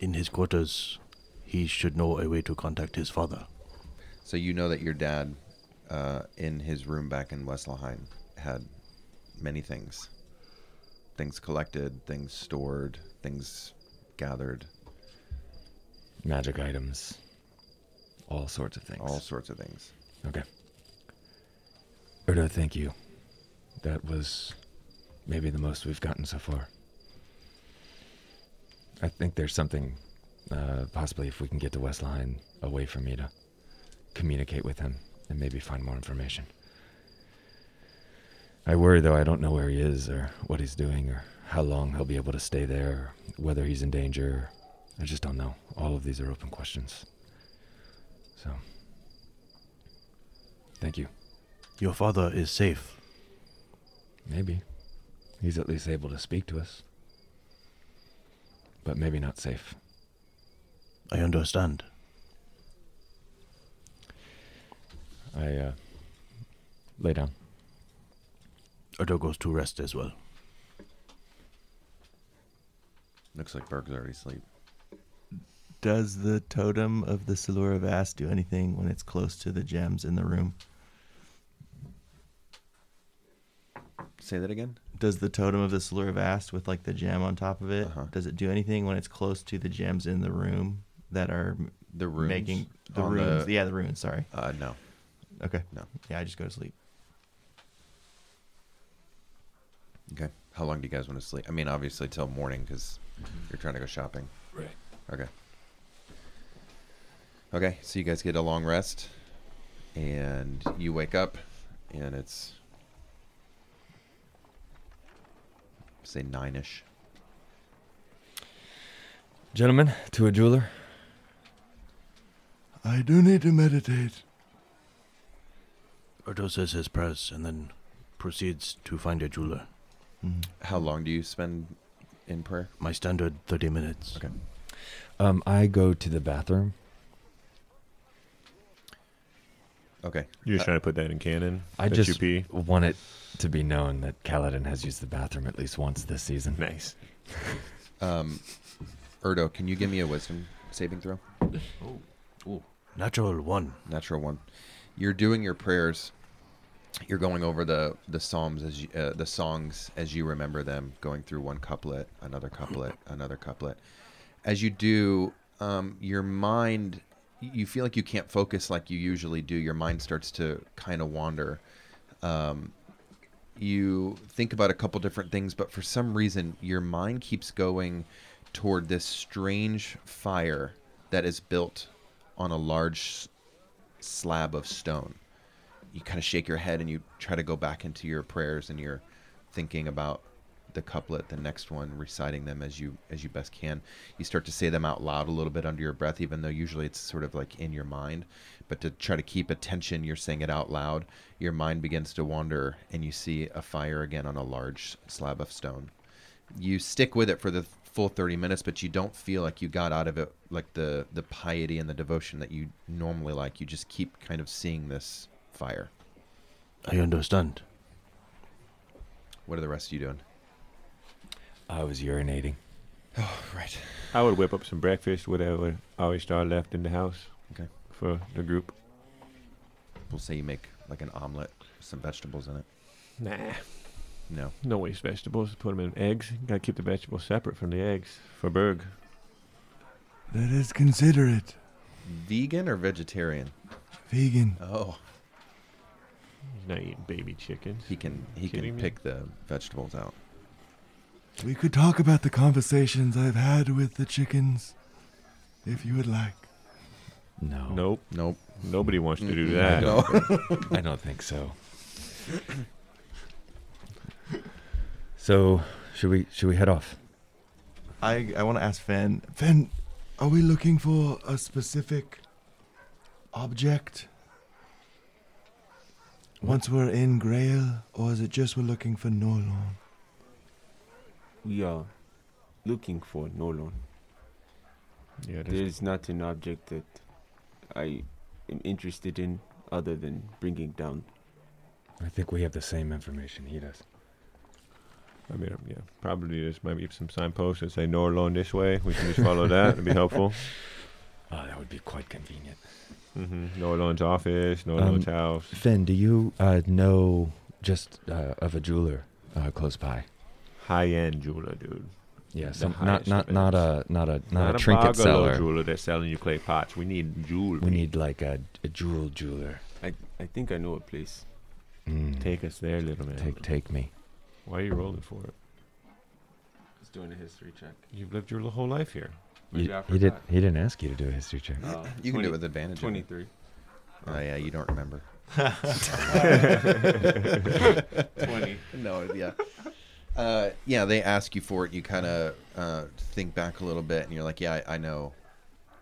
in his quarters, he should know a way to contact his father.
So you know that your dad, uh, in his room back in Wesselheim, had many things. Things collected, things stored, things gathered,
Magic items, all sorts of things.
all sorts of things.
Okay. Erdo, thank you. That was maybe the most we've gotten so far. I think there's something, uh, possibly if we can get to West Line away from me to communicate with him and maybe find more information. I worry though, I don't know where he is or what he's doing or how long he'll be able to stay there, or whether he's in danger. I just don't know. All of these are open questions. So, thank you.
Your father is safe.
Maybe. He's at least able to speak to us. But maybe not safe.
I understand.
I uh, lay down.
Erdo goes to rest as well.
Looks like Berg's already asleep.
Does the totem of the Silura Vast do anything when it's close to the gems in the room?
Say that again.
Does the totem of the Silura Vast with like the gem on top of it,
Uh-huh.
does it do anything when it's close to the gems in the room that are m-
The runes.
making the
on
runes? yeah, the runes. Sorry.
Uh, no.
Okay.
No.
Yeah, I just go to sleep.
Okay. How long do you guys want to sleep? I mean, obviously till morning because you're trying to go shopping.
Right.
Okay. Okay. So you guys get a long rest, and you wake up, and it's say nine ish.
Gentlemen, to a jeweler.
I do need to meditate.
Erdo says his prayers and then proceeds to find a jeweler.
How long do you spend in prayer?
My standard 30 minutes.
Okay.
Um, I go to the bathroom.
Okay.
You're just trying to put that in canon.
I
that
just
you pee?
want it to be known that Kaladin has used the bathroom at least once this season.
Nice.
Um, Erdo, can you give me a wisdom saving throw?
Natural one.
natural one. You're doing your prayers. You're going over the the psalms as you, uh, the songs as you remember them, going through one couplet, another couplet, another couplet. As you do, um, your mind you feel like you can't focus like you usually do. Your mind starts to kind of wander. Um, you think about a couple different things, but for some reason, your mind keeps going toward this strange fire that is built on a large slab of stone. You kind of shake your head and you try to go back into your prayers and you're thinking about the couplet, the next one, reciting them as you as you best can. You start to say them out loud a little bit under your breath, even though usually it's sort of like in your mind. But to try to keep attention, you're saying it out loud. Your mind begins to wander and you see a fire again on a large slab of stone. You stick with it for the full 30 minutes, but you don't feel like you got out of it like the the piety and the devotion that you normally like. You just keep kind of seeing this fire.
I understand.
What are the rest of you doing?
I was urinating.
Right.
I would whip up some breakfast, whatever Aristar left in the house.
Okay.
For the group.
We'll say you make like an omelet with some vegetables in it.
Nah.
No.
No waste vegetables. Put them in eggs. Gotta keep the vegetables separate from the eggs. For Berg.
That is considerate.
Vegan or vegetarian?
Vegan.
Oh.
He's not eating baby chickens.
He can he
Kidding
can
me?
pick the vegetables out.
We could talk about the conversations I've had with the chickens if you would like.
No.
Nope.
Nope.
Nobody wants to do
Mm-mm,
that.
no.
I don't think so. So, should we should we head off?
I I want to ask Finn.
Then, are we looking for a specific object? Once we're in Grail, or is it just we're looking for Norlon?
We are looking for Nolan.
Yeah, it
There
is.
is not an object that I am interested in other than bringing down.
I think we have the same information he does.
I mean, yeah, probably there's maybe some signposts that say no alone this way. We can just follow that. It'd be helpful.
Oh, that would be quite convenient.
hmm No alone's office.
Um,
No alone's house.
Finn, do you uh, know just uh, of a jeweler uh, close by?
High end jeweler, dude.
Yeah,
The
some, not
highest
not
of
not
ends.
a not a not, a
a
trinket
Bargalo
seller.
jeweler that's selling you clay pots. We need jewelry.
We need like a, a jewel jeweler.
I, I think I know a place.
Mm,
take us there, little man.
take take me.
Why are you rolling for it?
Just doing a history check.
You've lived your whole life here.
You,
Maybe I
he did
forgot.
he didn't ask you to do a history check.
Uh,
You can
20
do it with advantage. I think.
Twenty-three.
Oh yeah, you don't remember.
Twenty.
No, yeah. Uh, yeah, they ask you for it. You kind of uh, think back a little bit, and you're like, "Yeah, I, I know,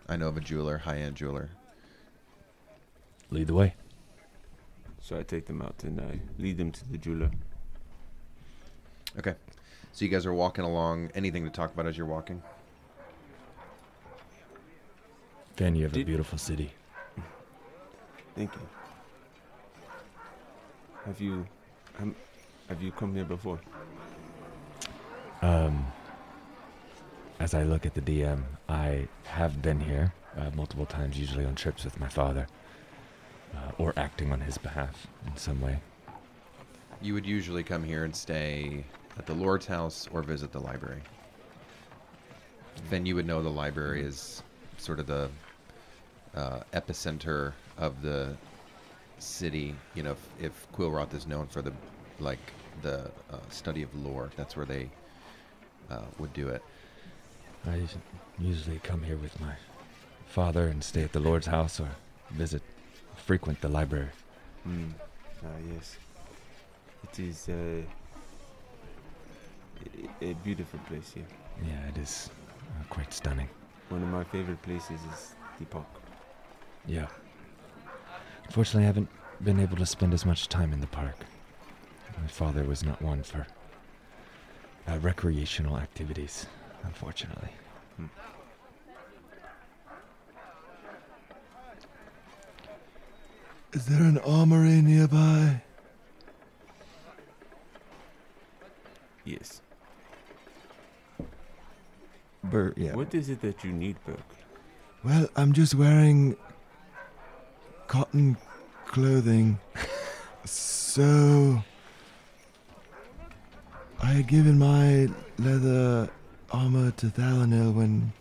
I know of a jeweler, high-end jeweler."
Lead the way.
So I take them out and I lead them to the jeweler.
Okay, so you guys are walking along. Anything to talk about as you're walking?
Finn, you have a
Did-
beautiful city.
Thank you. Have you, um, have you come here before?
Um, as I look at the DM, I have been here uh, multiple times, usually on trips with my father, uh, or acting on his behalf in some way.
You would usually come here and stay at the Lord's house or visit the library. Then you would know the library
Mm-hmm.
is sort of the uh, epicenter of the city. You know, if, if Quillroth is known for the like the uh, study of lore, that's where they uh, would do it.
I us- usually come here with my father and stay at the Lord's house or visit, frequent the library.
Hmm. Ah, yes. It is uh, a, a beautiful place here.
Yeah, it is uh, quite stunning.
One of my favorite places is the park.
Yeah. Unfortunately, I haven't been able to spend as much time in the park. My father was not one for uh, recreational activities, unfortunately.
Is there an armory nearby?
Yes.
Bert, yeah.
What is it that you need, Burke?
Well, I'm just wearing cotton clothing. so I had given my leather armor to Thalanil when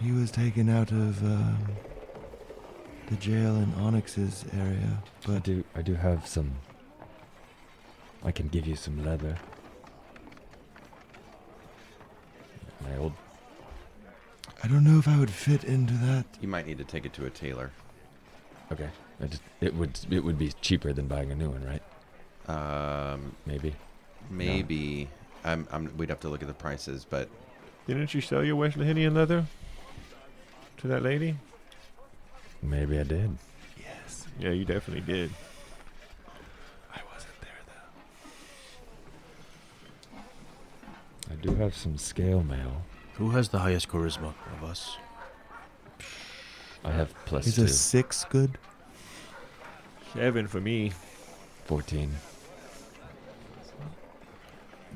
he was taken out of um, the jail in Onyx's area.
I
But
do. I do have some. I can give you some leather. My old.
I don't know if I would fit into that.
You might need to take it to a tailor.
Okay. I just, it would. It would be cheaper than buying a new one, right?
Um,
Maybe.
maybe I'm, I'm. We'd have to look at the prices, but
Didn't you sell your Wesleyan leather to that lady?
Maybe I did.
Yeah, you definitely did.
I do have some scale mail.
Who has the highest charisma of us?
I have plus
Is
two.
a six good?
Seven for me.
Fourteen.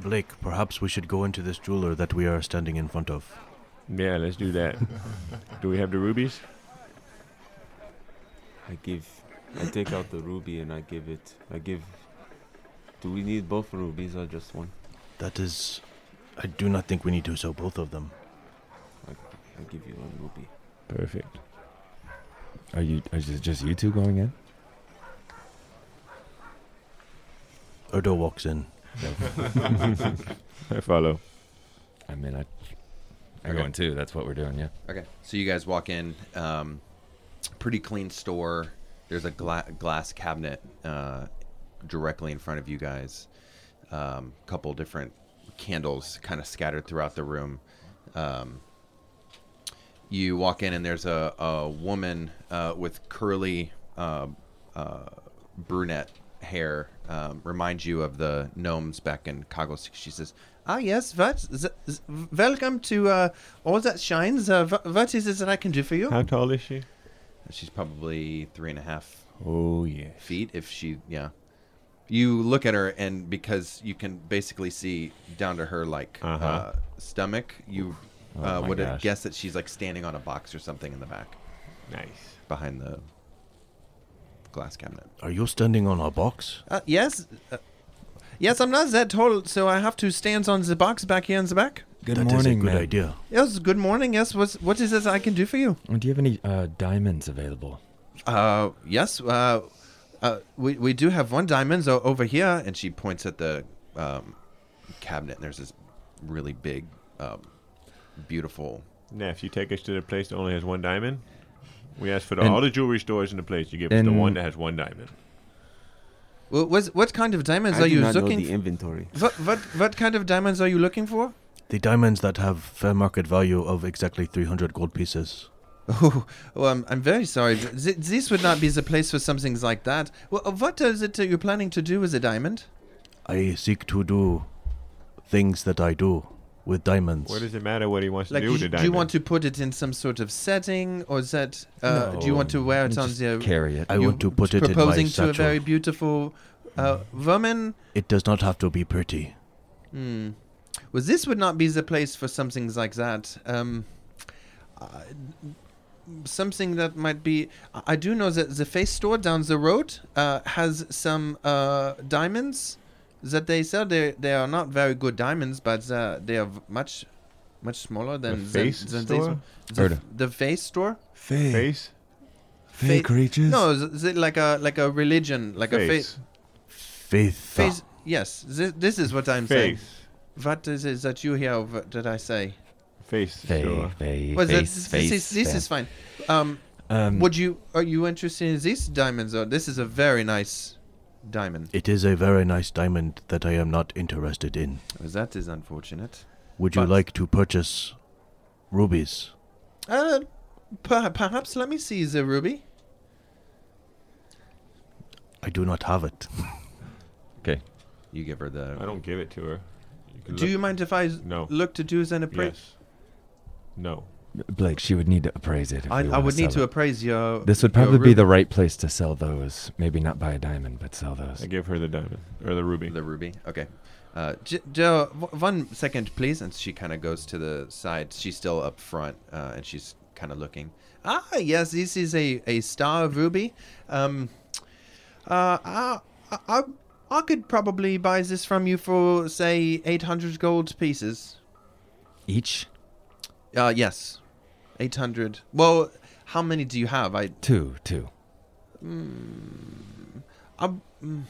Blake, perhaps we should go into this jeweler that we are standing in front of.
Yeah, let's do that. do we have the rubies?
I give. I take out the ruby and I give it. I give. Do we need both rubies or just one?
That is. I do not think we need to sell both of them.
I give you one ruby.
Perfect.
Are you? Are just just you two going in?
Erdo walks in.
I follow.
I mean, I, I
Okay.
go in too. That's what we're doing. Yeah.
Okay. So you guys walk in. Um, pretty clean store. There's a gla- glass cabinet uh, directly in front of you guys. Um, couple different candles kind of scattered throughout the room. Um, you walk in and there's a, a woman uh, with curly uh, uh, brunette hair. Um, reminds you of the gnomes back in Kagos. She says, Ah, yes, what? Z- z- welcome to uh, All That Shines. Uh, wha- what is it that I can do for you?
How tall is she?
She's probably three and a half
Oh yeah.
feet if she yeah you look at her and because you can basically see down to her like uh
Uh-huh.
stomach you
Oh
uh,
my
would have
gosh.
guessed that she's like standing on a box or something in the back
Nice.
behind the glass cabinet
Are you standing on a box?
uh, yes uh, yes i'm not that tall so i have to stand on the box back here in the back
Good
That is
morning,
a good
ma'am.
idea.
yes good morning yes what's, what is it i can do for you
Uh, Do you have any uh, diamonds available?
Uh, yes. Uh, uh, we we do have one diamond o- over here, and she points at the um, cabinet. And there's this really big, um, beautiful.
Now, if you take us to the place that only has one diamond, we ask for
And-
all the jewelry stores in the place. You give us the
and-
one that has one diamond.
Wha- What what kind of diamonds
I
are
do
you
not know
looking?
the inventory.
f- what what what kind of diamonds are you looking for?
The diamonds that have fair market value of exactly 300 gold pieces.
Oh, well, I'm, I'm very sorry. Th- th- this would not be the place for some things like that. Well, uh, what is it that you're planning to do with the diamond?
I seek to do things that I do with diamonds.
What does it matter what he wants
Like,
to do
do,
with
you,
the
do
diamond?
you want to put it in some sort of setting, or is that uh, do you
No,
want to wear it on
just
the
Carry it.
I
You
want to put it in my
proposing to a
satchel.
very beautiful uh, woman.
It does not have to be pretty.
Hmm. Well, this would not be the place for something like that. Um, uh, something that might be. I I do know that the face store down the road uh, has some uh, diamonds that they sell. They they are not very good diamonds, but uh, they are v- much much smaller than than-
face
than, these
store?
one. The,
Heard
f- the face store.
Fey.
face?
Fey
Fa-
creatures?
No, th- th- like a like a religion, like a face.
face.
Faith.
Face. Yes, this, this is what I'm saying.
Face.
What is it that you hear? Over, did I say?
Face.
Fey,
store.
fey,
Was that-
face,
this,
face,
is, this
fey.
is fine. Um,
Um,
would you? Are you interested in these diamonds? Though this is a very nice diamond.
It is a very nice diamond that I am not interested in.
that is unfortunate.
Would you
But-
like to purchase rubies?
Uh, per- perhaps let me see the ruby.
I do not have it.
You give her the.
I don't give it to her. You can
Do
look-
you mind if I
No.
look to do an appraise?
Yes. No.
Blake, she would need to appraise it. If
I,
we
I
wanna
would need
sell
to
it.
appraise
Uh,
your.
This would
your
probably be
ruby.
the right place to sell those. Maybe not buy a diamond, but sell those.
I give her the diamond or the ruby.
The ruby. Okay. Uh, J- Joe, w- one second, please. And she kind of goes to the side. She's still up front, uh, and she's kind of looking. Ah, yes, this is a, a star ruby. Um, uh, I, I- I, I could probably buy this from you for say eight hundred gold pieces.
Each
Uh, yes, eight hundred. Well, how many do you have? I Hmm,
two, two.
I'll, mm,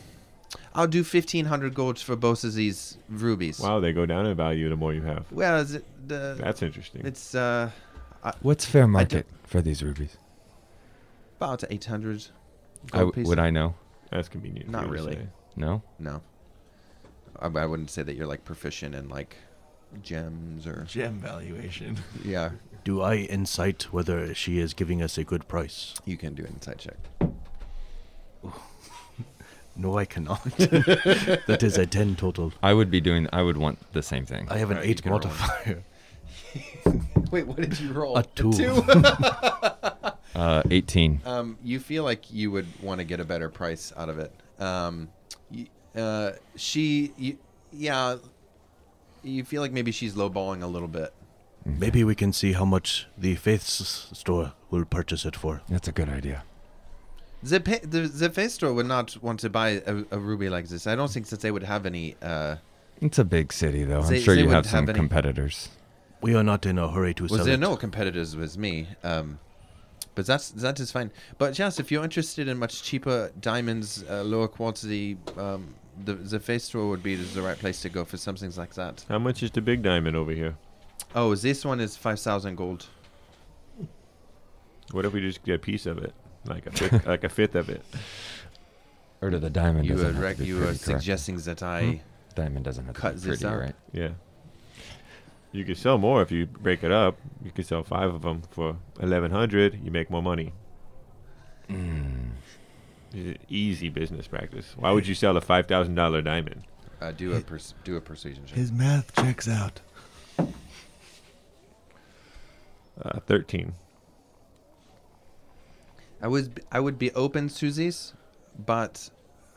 I'll do fifteen hundred gold for both of these rubies.
Wow, they go down in value the more you have.
Well, is it the
That's interesting.
It's uh,
What's fair
I do-
market for these rubies?
about 800 gold
I w-
pieces.
would I know?
That's convenient. for
Not
you to
really.
say.
No.
No. I, I wouldn't say that you're like proficient in like gems or
Gem valuation.
yeah.
Do I incite whether she is giving us a good price?
You can do an inside check.
No, I cannot. that is a 10 total.
I would be doing. I would want the same thing.
I have an
Alright, you
8
can roll.
modifier.
Wait, what did you roll?
A 2.
Uh, eighteen.
um, you feel like you would want to get a better price out of it. Um, y- uh, she, you, yeah, you feel like maybe she's lowballing a little bit. Mm-hmm.
Maybe we can see how much the faith s- store will purchase it for.
That's a good idea.
The, pa- the the face store would not want to buy a, a ruby like this. I don't think that they would have any. Uh,
It's a big city, though.
They-
I'm sure
they
you
wouldn't
have some
have any-
competitors.
We are not in a hurry to
Well,
sell
there are
it.
no competitors with me. Um, but that's that is fine. But yes, if you're interested in much cheaper diamonds, uh, lower quality um,
the the face store would be is the right place to go for some things like that.
How much is the big diamond over here?
Oh, this one is five thousand gold.
What if we just get a piece of it, like a fifth, like a fifth of it?
Or do the diamond
You
doesn't
are
have to
rec-
be
you
pretty,
are
correct? Hmm?
suggesting that I
Diamond doesn't have
cut
to be
this
pretty,
out?
right?
Yeah. You could sell more if you break it up. You could sell five of them for eleven hundred. You make more money.
Hmm.
It's easy business practice. Why would you sell a five thousand dollar diamond?
uh, do a pers- do a persuasion check.
His math checks out.
Uh, Thirteen.
I was I would be open to this, but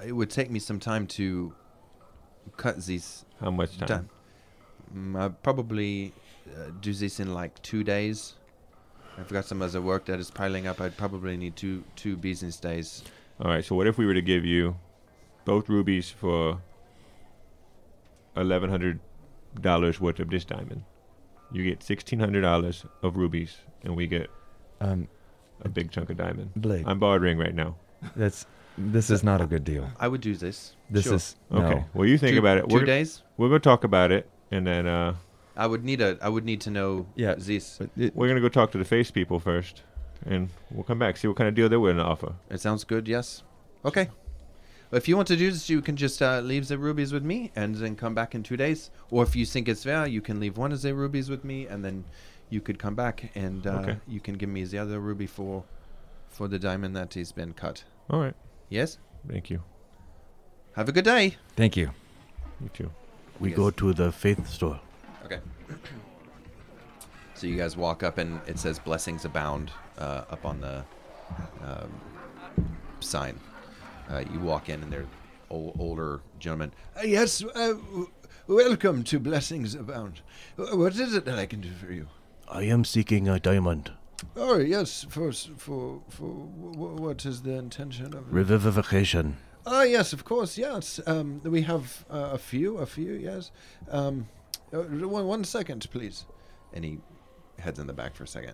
it would take me some time to cut this
How much time?
down. Mm, I probably uh, do this in like two days. I've got some other work that is piling up. I'd probably need two two business days.
All right. So what if we were to give you both rubies for eleven hundred dollars worth of this diamond? You get sixteen hundred dollars of rubies, and we get
Um,
a big chunk of diamond.
Blake,
I'm bartering right now.
that's
Uh,
this is not a good deal.
I would do this.
This
Sure.
is no.
Okay. Well, you think
two,
about it.
Two
We're,
days.
we're gonna talk about it, and then uh,
I would need a. I would need to know
Yeah.
this.
But it-
we're gonna go talk to the face people first, and we'll come back see what kind of deal they're willing to offer.
It sounds good. Yes. Okay. If you want to do this, you can just uh, leave the rubies with me and then come back in two days. Or if you think it's fair, you can leave one of the rubies with me and then you could come back and uh,
Okay.
you can give me the other ruby for for the diamond that has been cut.
All right.
Yes.
Thank you.
Have a good day.
Thank you.
You too.
We
Yes.
go to the faith store.
Okay. So you guys walk up and it says "Blessings abound" uh, up on the um, sign. Uh, you walk in and they're ol older gentlemen.
Uh, yes, uh, w- welcome to Blessings Abound. Uh, What is it that I can do for you?
I am seeking a diamond.
Oh, yes, for, s- for, for w- w- what is the intention of it?
Revivification.
Ah, yes, of course, yes. Um, we have uh, a few, a few, yes. Um, uh, one, one second, please.
and he heads in the back for a second.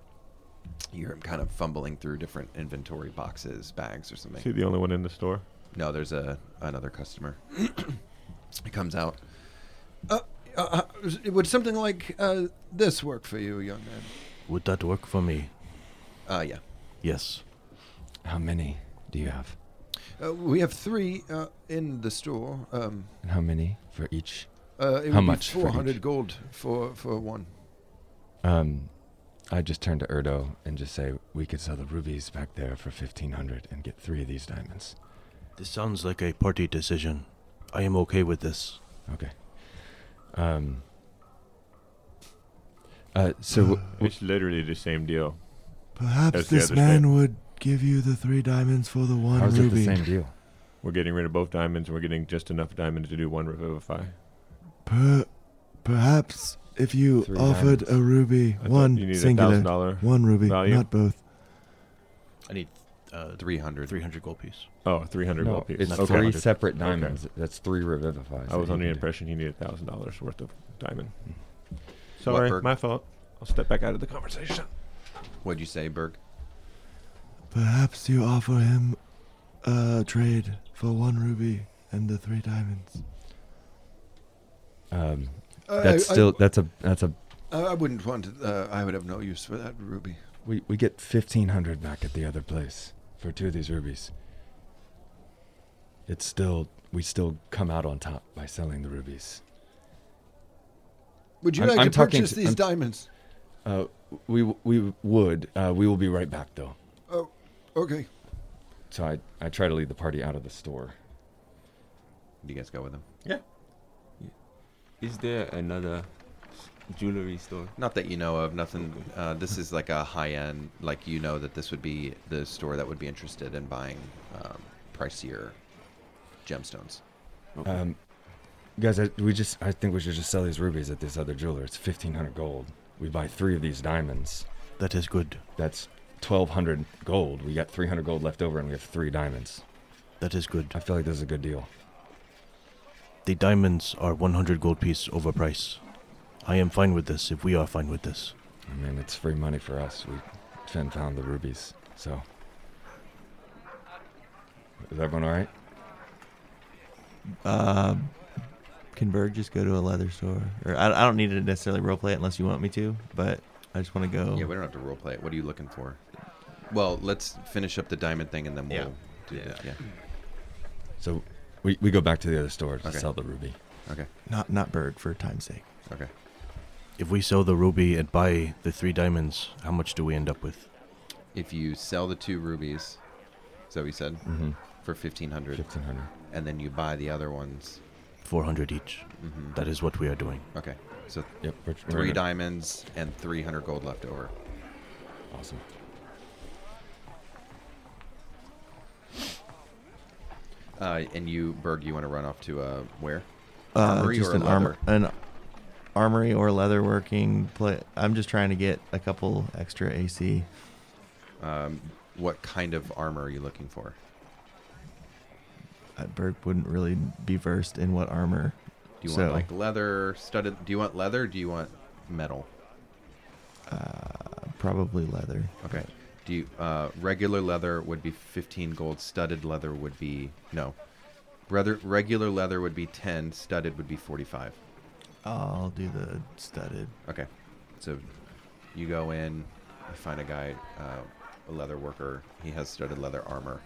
You hear him kind of fumbling through different inventory boxes, bags, or
Is
something.
he the only one in the store?
No, there's a another customer. he comes out.
Uh, uh, would something like uh, this work for you, young man?
Would that work for me?
Uh, yeah.
Yes.
How many do you have?
Uh, we have three uh, in the store. Um,
And how many for each?
uh, it
How
would
much
be
for each?
400 gold for, for one.
Um, I just turn to Erdo and just say we could sell the rubies back there for fifteen hundred and get three of these diamonds.
This sounds like a party decision. I am okay with this.
Um. Uh, so w-
It's literally the same deal.
Perhaps
That's the this other man
would give you the three diamonds for the one
how is it the same deal?
We're getting rid of both diamonds. We're getting just enough diamonds to do one revivify.
Per- perhaps if you
Three offered diamonds. a
ruby,
I thought you need a thousand dollar.
one ruby,
value. not
both.
I need uh,
300.
300 gold piece.
Oh, three hundred
No,
gold piece.
it's
Not
three
400.
separate diamonds. That's three revivifies.
I was under
that
the
you can do.
impression he needed thousand dollars worth of diamond.
Sorry,
Sorry,
Berg?
my fault. I'll step back out of the conversation.
What'd you say, Berg?
Perhaps you offer him a trade for one ruby and the three diamonds.
Um,
Uh,
that's still that's a that's a
I, I wouldn't want. Uh, I would have no use for that ruby.
we we get fifteen hundred back at the other place for two of these rubies. It's still we still come out on top by selling the rubies.
Would you
I'm-
like
I'm
to
talking
purchase
to-
these
I'm-
diamonds?
Uh, we we would uh, we will be right back though.
Okay.
So I I try to lead the party out of the store.
Do you guys go with him?
Is there another jewelry store?
Not that you know of. Nothing. Uh, this is like a high end. Like you know that this would be the store that would be interested in buying um, pricier gemstones.
Um, guys, I, we just I think we should just sell these rubies at this other jeweler. It's fifteen hundred gold. We buy three of these diamonds.
That is good.
That's twelve hundred gold. We got three hundred gold left over, and we have three diamonds.
That is good.
I feel like this is a good deal.
The diamonds are 100 gold piece overpriced. I am fine with this if we are fine with this.
I mean, it's free money for us. We Finn found the rubies, so is everyone all right?
Uh, can Berg just go to a leather store? Or I, I don't need to necessarily roleplay it unless you want me to, but I just want to go.
Yeah, we don't have to role play it. What are you looking for? Well, let's finish up the diamond thing and then we'll
Yeah.
do
Yeah.
that. Yeah.
So we, we go back to the other store to
Okay.
sell the ruby.
Okay.
Not not Berg for time's sake.
Okay.
If we sell the ruby and buy the three diamonds, how much do we end up with?
If you sell the two rubies, is that what you said?
Mm-hmm.
For fifteen hundred,
Fifteen hundred.
and then you buy the other ones.
400 each.
hmm
That is what we are doing.
Okay. So
Yep. We're,
3
we're gonna-
diamonds and three hundred gold left over.
Awesome.
Uh, and you, Berg, you want to run off to uh, where?
Uh,
Armory
just
or
an armor, an armory or leather working. Play. I'm just trying to get a couple extra AC.
Um, what kind of armor are you looking for?
Uh, Berg wouldn't really be versed in what armor.
Do you
So-
want like leather studded? Do you want leather? Or do you want metal?
Uh, probably leather.
Okay. Do you uh, regular leather would be fifteen gold. Studded leather would be no. Rather, regular leather would be ten. Studded would be forty-five.
I'll do the studded.
Okay. So you go in, you find a guy, uh, a leather worker. He has studded leather armor.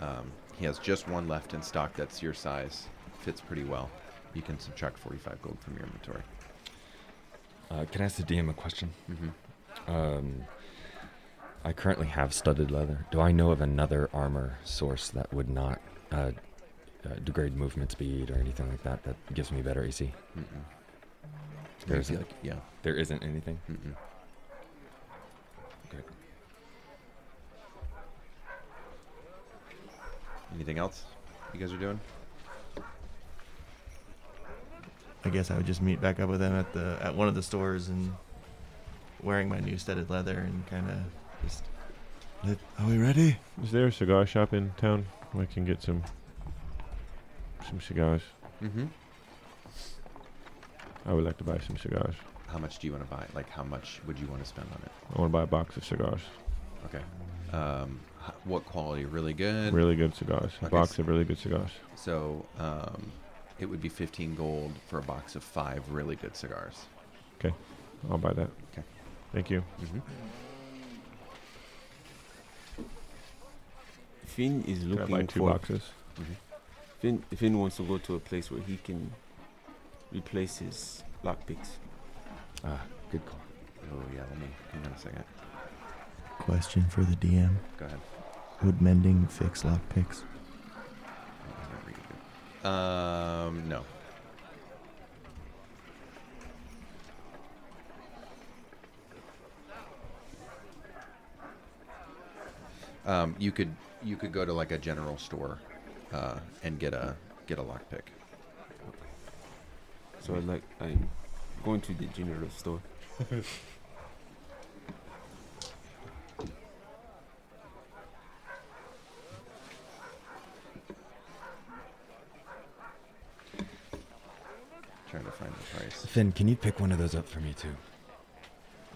Um, he has just one left in stock that's your size. Fits pretty well. You can subtract 45 gold from your inventory.
Uh, can I ask the DM a question?
Mm-hmm.
Um, I currently have studded leather. Do I know of another armor source that would not uh, uh, degrade movement speed or anything like that that gives me better AC?
Mm-mm.
There
You feel
isn't,
like, yeah.
there isn't anything.
Mm-mm.
Okay.
Anything else you guys are doing?
I guess I would just meet back up with them at the at one of the stores and wearing my new studded leather and kind of just
Let- Are we ready?
Is there a cigar shop in town? I can get some some cigars.
Mm-hmm.
I would like to buy some cigars.
How much do you want to buy? Like, how much would you want to spend on it?
I want to buy a box of cigars.
Okay. Um, h- what quality? Really good.
Really good cigars. A
Okay,
box
so-
of really good cigars.
So um, it would be 15 gold for a box of five really good cigars.
I'll buy that.
Okay.
Thank you.
Mm-hmm.
Finn is
Can I buy
looking
two
for
boxes?
Finn, Finn wants to go to a place where he can replace his lockpicks.
Ah, good call.
Oh, yeah, let me hang on a second.
question for the DM.
Go ahead.
Would mending fix lockpicks?
Oh, I don't read it. Um, no. Um, you could you could go to like a general store uh, and get a get a lockpick.
So I like I'm going to the general store.
Trying to find the price.
Finn, can you pick one of those up for me too?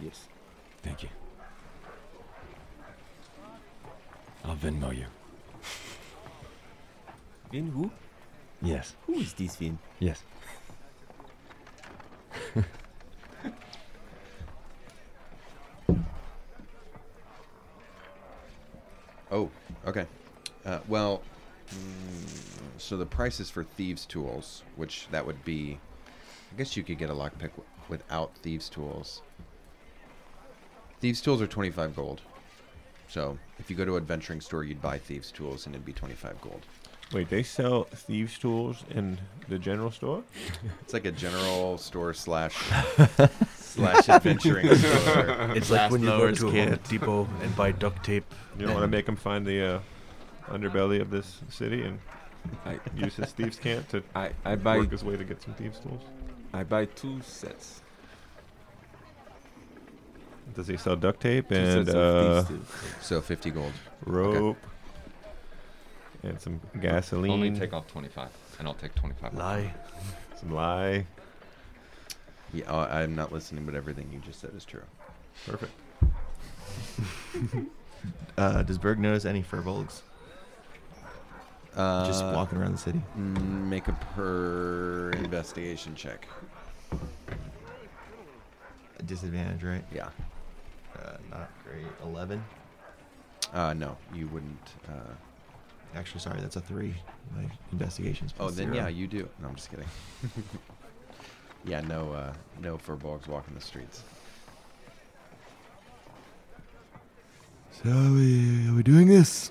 Yes.
Thank you. I'll Venmo you.
Finn, who?
Yes.
Who is this Finn?
Yes.
Oh, okay. Uh, well, mm, so the price is for thieves' tools, which that would be. I guess you could get a lockpick w- without thieves' tools. Thieves' tools are twenty-five gold. So if you go to adventuring store, you'd buy thieves' tools, and it'd be twenty-five gold.
Wait, they sell thieves' tools in the general store?
It's like a general store slash slash adventuring store.
It's like when you go
lowers
to
kid.
Home Depot and buy duct tape.
You don't want to make them find the uh, underbelly of this city and
I-
use his thieves' cant to
I, I buy
work his way to get some thieves' tools.
I buy two sets.
Does he sell duct tape
Two
and
sets
uh,
of these two.
So fifty gold.
rope and some gasoline?
Only take off 25, and I'll take 25.
Lie.
some lye.
Yeah, uh, I'm not listening, but everything you just said is true.
Perfect.
Uh, does Berg notice any furbolgs?
Uh,
Just walking around the city.
mm, Make a per investigation check.
Disadvantage, right?
Yeah.
Uh, not great. 11.
Uh, no, you wouldn't. Uh,
Actually, sorry, that's a 3. My investigations.
oh,
plus
then
zero.
yeah, you do. No, I'm just kidding. yeah, no, uh, no furbogs walking the streets.
So are we, are we doing this?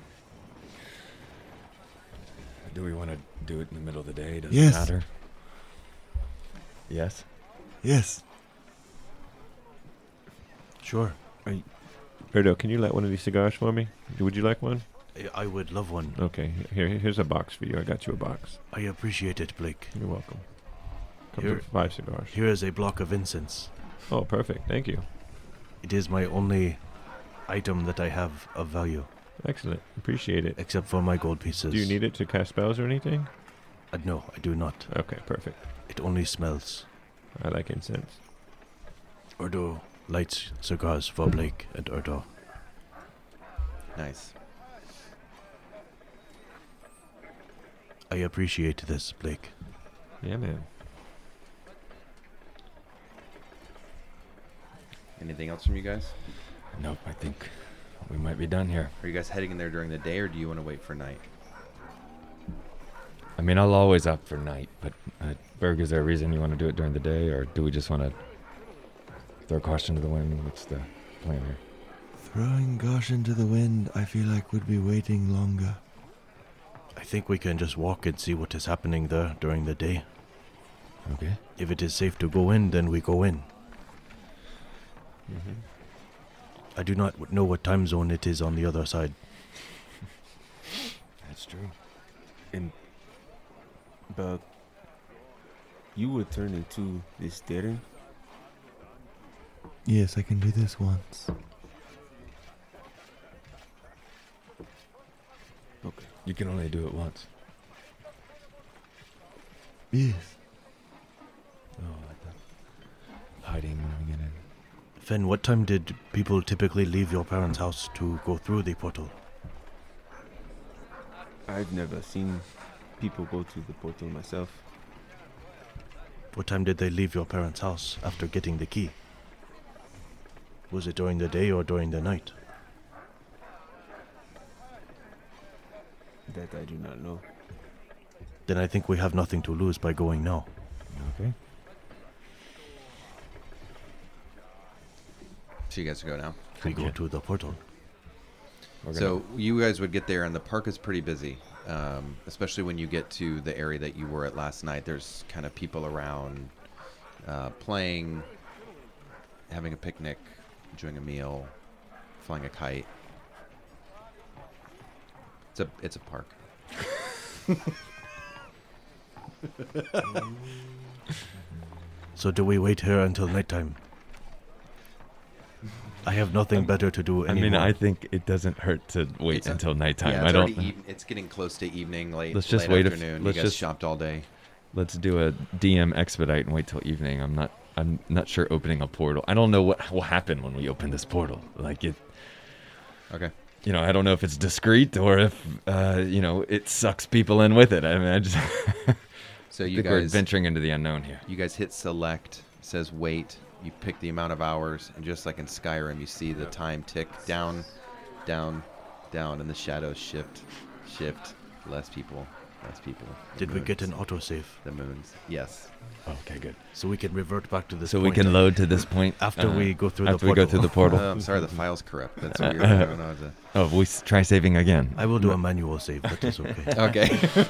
Do we want to do it in the middle of the day? Does
Yes.
it matter?
Yes.
Yes.
Sure.
Erdo, can you light one of these cigars for me? Would you like one?
I- I would love one.
Okay, here, here's a box for you. I got you a box.
I appreciate it, Blake.
You're welcome. Comes
Here-
with five cigars.
Here is a block of incense.
Oh, perfect. Thank you.
It is my only item that I have of value,
Excellent. Appreciate it.
except for my gold pieces.
Do you need it to cast spells or anything?
Uh, no, I do not.
Okay, perfect.
It only smells.
I like incense.
Urdo lights cigars for Blake and Urdo.
Nice.
I appreciate this, Blake.
Yeah, man.
Anything else from you guys?
Nope. I think we might be done here.
Are you guys heading in there during the day, or do you want to wait for night?
I mean, I'll always opt for night, but uh, Berg, is there a reason you want to do it during the day, or do we just want to throw caution to the wind? What's the plan here?
Throwing caution to the wind, I feel like would be waiting longer.
I think we can just walk and see what is happening there during the day.
Okay.
If it is safe to go in, then we go in.
Mm-hmm.
I do not w- know what time zone it is on the other side.
That's true.
But you would turn into this Darren.
Yes, I can do this once.
You can only do it once.
Yes.
Oh, like that. Hiding when we get in.
Fen, what time did people typically leave your parents' house to go through the portal?
I've never seen people go to the portal myself.
What time did they leave your parents' house after getting the key? Was it during the day or during the night?
That I do not know.
Then I think we have nothing to lose by going now.
Okay.
So you guys go now.
We go
Okay.
to the portal.
We're gonna-
So you guys would get there, and the park is pretty busy, um, especially when you get to the area that you were at last night. There's kind of people around uh, playing, having a picnic, enjoying a meal, flying a kite. It's a it's a park.
So do we wait here until nighttime? I have nothing
Um,
better to do
I mean,
anymore.
I think it doesn't hurt to wait
It's a-
until nighttime.
yeah,
I
it's
don't.
already even- it's getting close to evening, late,
Let's just
late
wait a f-
afternoon.
let's
you guys
just-
shopped all day.
Let's do a DM expedite and wait till evening. I'm not. I'm not sure opening a portal. I don't know what will happen when we open this portal. Like it,
Okay.
you know, I don't know if it's discreet or if, uh, you know, it sucks people in with it. I mean, I just
So you
think we're
guys
venturing into the unknown here.
You guys hit select, says wait. You pick the amount of hours, and just like in Skyrim, you see the time tick down, down, down, and the shadows shift, shift. Less people, less people. The
Did we get an
moons,
autosave?
The moons. Yes.
Okay, good.
So we can revert back to this
so we
point
can load to this point
after
uh,
we go through the
after we
portal.
go through the portal. Uh,
Uh, I'm sorry, the file's corrupt. That's weird. I don't know how to-
oh, we s- try saving again.
I will do a manual save, but it's okay.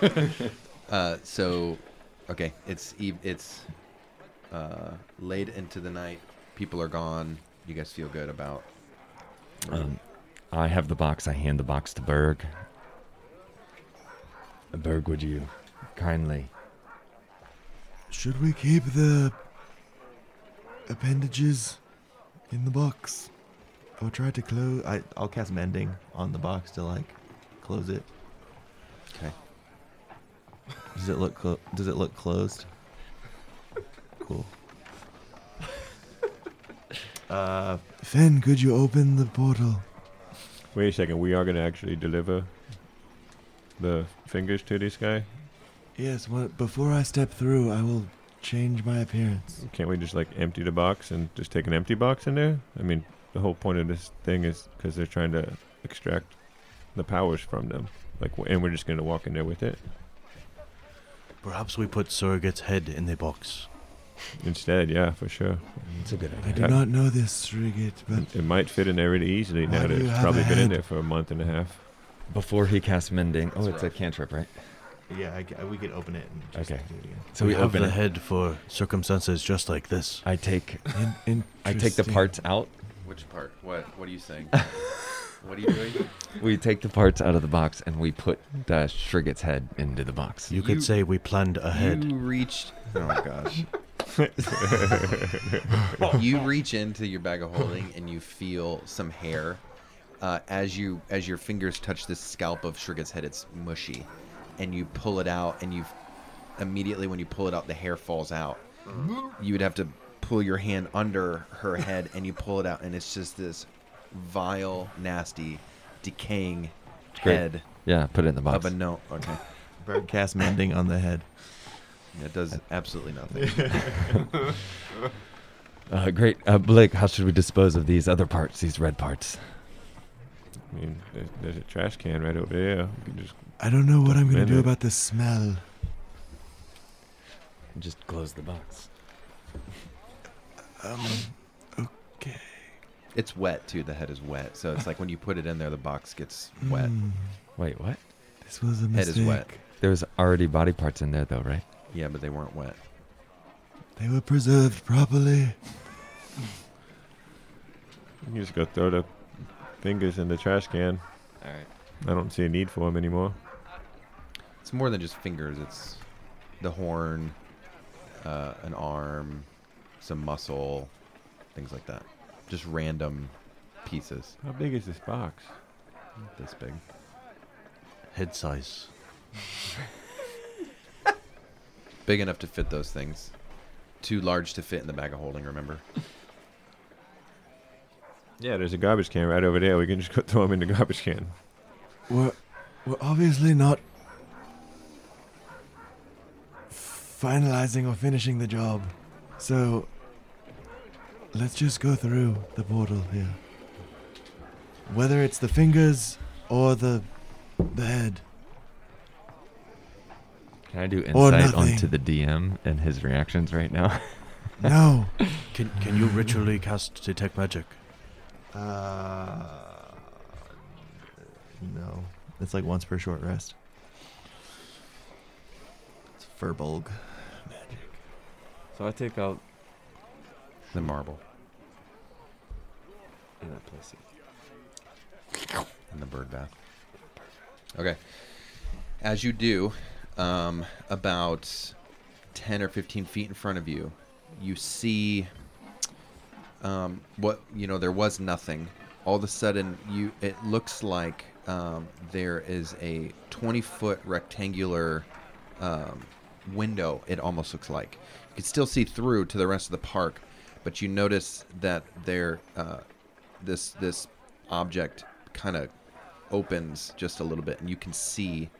Okay. uh, so, okay, it's eve- it's uh, late into the night. People are gone. You guys feel good about.
Um, I have the box. I hand the box to Berg. Uh, Berg, would you kindly?
Should we keep the appendages in the box?
Oh,
I'll try to close.
I, I'll cast Mending on the box to, like, close it.
Okay.
Does it look clo- Does it look closed? Cool. Uh,
Fen, could you open the portal?
Wait a second. We are going to actually deliver the fingers to this guy?
Yes, well, before I step through, I will change my appearance.
Can't we just like empty the box and just take an empty box in there? I mean, the whole point of this thing is because they're trying to extract the powers from them. Like, w- and we're just gonna walk in there with it
Perhaps we put Surrogate's head in the box.
instead. Yeah, for sure.
It's a good idea.
I do
Okay.
not know this, Srigit, but
It might fit in there really easily
Why
now.
do
That
you
it's
have
probably
a
been in
head?
there for a month and a half.
Before he casts mending. Oh, it's a cantrip, right?
Yeah, I, I- we could open it and just
Okay.
do it again.
So
we
we
have
open
the
it.
head for circumstances just like this.
I take
in-
I take the
interesting.
parts out.
Which part? What? What are you saying? what are you doing?
We take the parts out of the box and we put the Shriget's head into the box.
You could
You-
say we planned ahead.
You reached. Oh gosh. you reach into your bag of holding and you feel some hair. Uh, as you as your fingers touch the scalp of Shriga's head, it's mushy, and you pull it out, and you immediately when you pull it out, the hair falls out. You would have to pull your hand under her head, and you pull it out, and it's just this vile, nasty, decaying
Great.
head
Yeah, put it in the
of
box.
a no. Okay,
Bird cast mending on the head.
it does absolutely nothing.
Uh, great. Uh, Blake, how should we dispose of these other parts, these red parts?
I mean, there's, there's a trash can right over there. We can just
I don't know what I'm going to do
Minute.
about the smell.
Just close the box.
Um,
It's wet too. The head is wet, so it's like when you put it in there, the box gets wet.
Hmm.
mm,
Wait, what?
this was a
Head
mistake.
is wet.
There was already body parts in there, though, right?
Yeah, but they weren't wet.
They were preserved properly.
you just go throw the fingers in the trash can.
All right.
I don't see a need for them anymore.
It's more than just fingers. It's the horn, uh, an arm, some muscle, things like that. Just random pieces.
How big is this box?
This big.
Head size.
Big enough to fit those things. Too large to fit in the bag of holding. Remember?
Yeah, there's a garbage can right over there. We can just go throw them in the garbage can.
We're, we're obviously not finalizing or finishing the job. So let's just go through the portal here. Whether it's the fingers or the the head.
Can I do
Or
insight
nothing.
onto the DM and his reactions right now?
No.
Can, can you ritually cast detect magic?
Uh, no, it's like once per short rest. It's furbolg.
So I take out
The marble
and I place it.
and the bird bath. Okay. As you do, um, about 10 or 15 feet in front of you, you see um, what, you know, there was nothing. All of a sudden, you it looks like um, there is a 20 foot rectangular um, window, it almost looks like. You can still see through to the rest of the park, but you notice that there, uh, this, this object kind of opens just a little bit, and you can see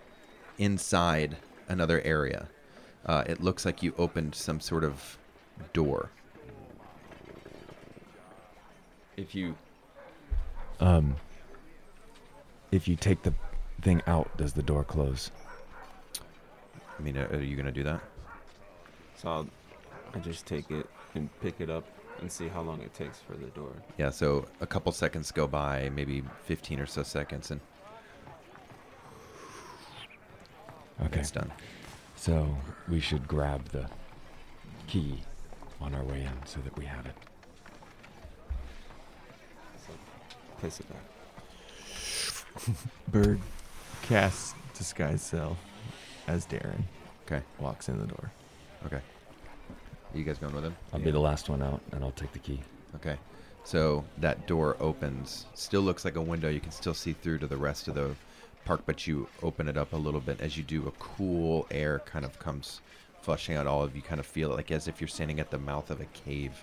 inside another area. Uh, it looks like you opened some sort of door.
if you
Um, if you take the thing out, does the door close?
I mean, are, are you gonna do that?
So I'll, I just take it and pick it up and see how long it takes for the door.
Yeah. So a couple seconds go by, maybe fifteen or so seconds, and
Okay.
it's done.
So we should grab the key on our way in so that we have it.
Place it back.
Bird casts disguise self as Darren.
'Kay.
Walks in the door.
Are you guys going with him?
I'll be the last one out and I'll take the key.
Okay. So that door opens. Still looks like a window. You can still see through to the rest of the park, but you open it up a little bit. As you do, a cool air kind of comes flushing out all of you. Kind of feel it like as if you're standing at the mouth of a cave.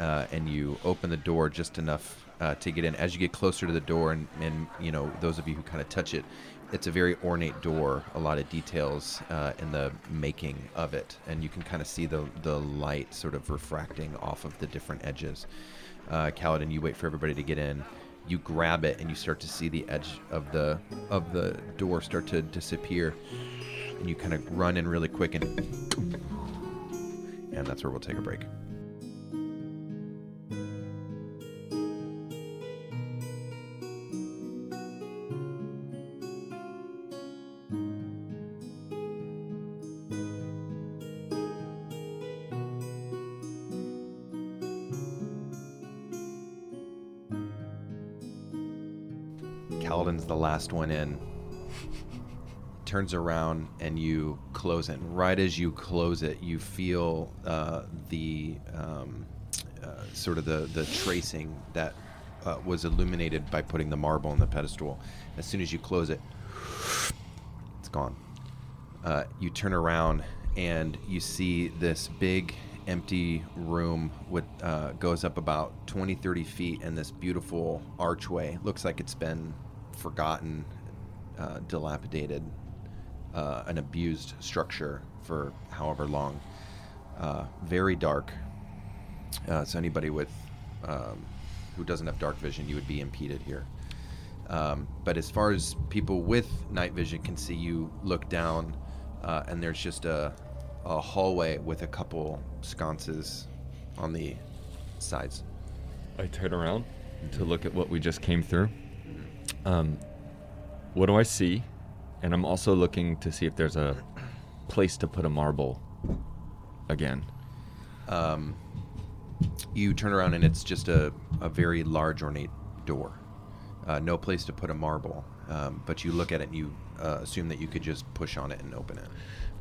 Uh, and you open the door just enough uh, to get in. As you get closer to the door, and, and you know those of you who kind of touch it, It's a very ornate door, a lot of details uh, in the making of it, and you can kind of see the the light sort of refracting off of the different edges. Uh, Kaladin, you wait for everybody to get in. You grab it, and you start to see the edge of the of the door start to disappear, and you kind of run in really quick, and and that's where we'll take a break. Kaladin's the last one in. Turns around and you close it. And right as you close it, you feel uh, the um, uh, sort of the, the tracing that uh, was illuminated by putting the marble on the pedestal. As soon as you close it, it's gone. Uh, you turn around and you see this big empty room with uh, goes up about 20 30 feet and this beautiful archway looks like it's been forgotten uh, dilapidated uh, an abused structure for however long uh, very dark uh, so anybody with um, who doesn't have dark vision you would be impeded here um, but as far as people with night vision can see, you look down, uh, and there's just a, a hallway with a couple sconces on the sides.
I turn around to look at what we just came through. Um, what do I see? And I'm also looking to see if there's a place to put a marble again.
Um, you turn around, and it's just a, a very large, ornate door. Uh, no place to put a marble, um, but you look at it and you uh, assume that you could just push on it and open it.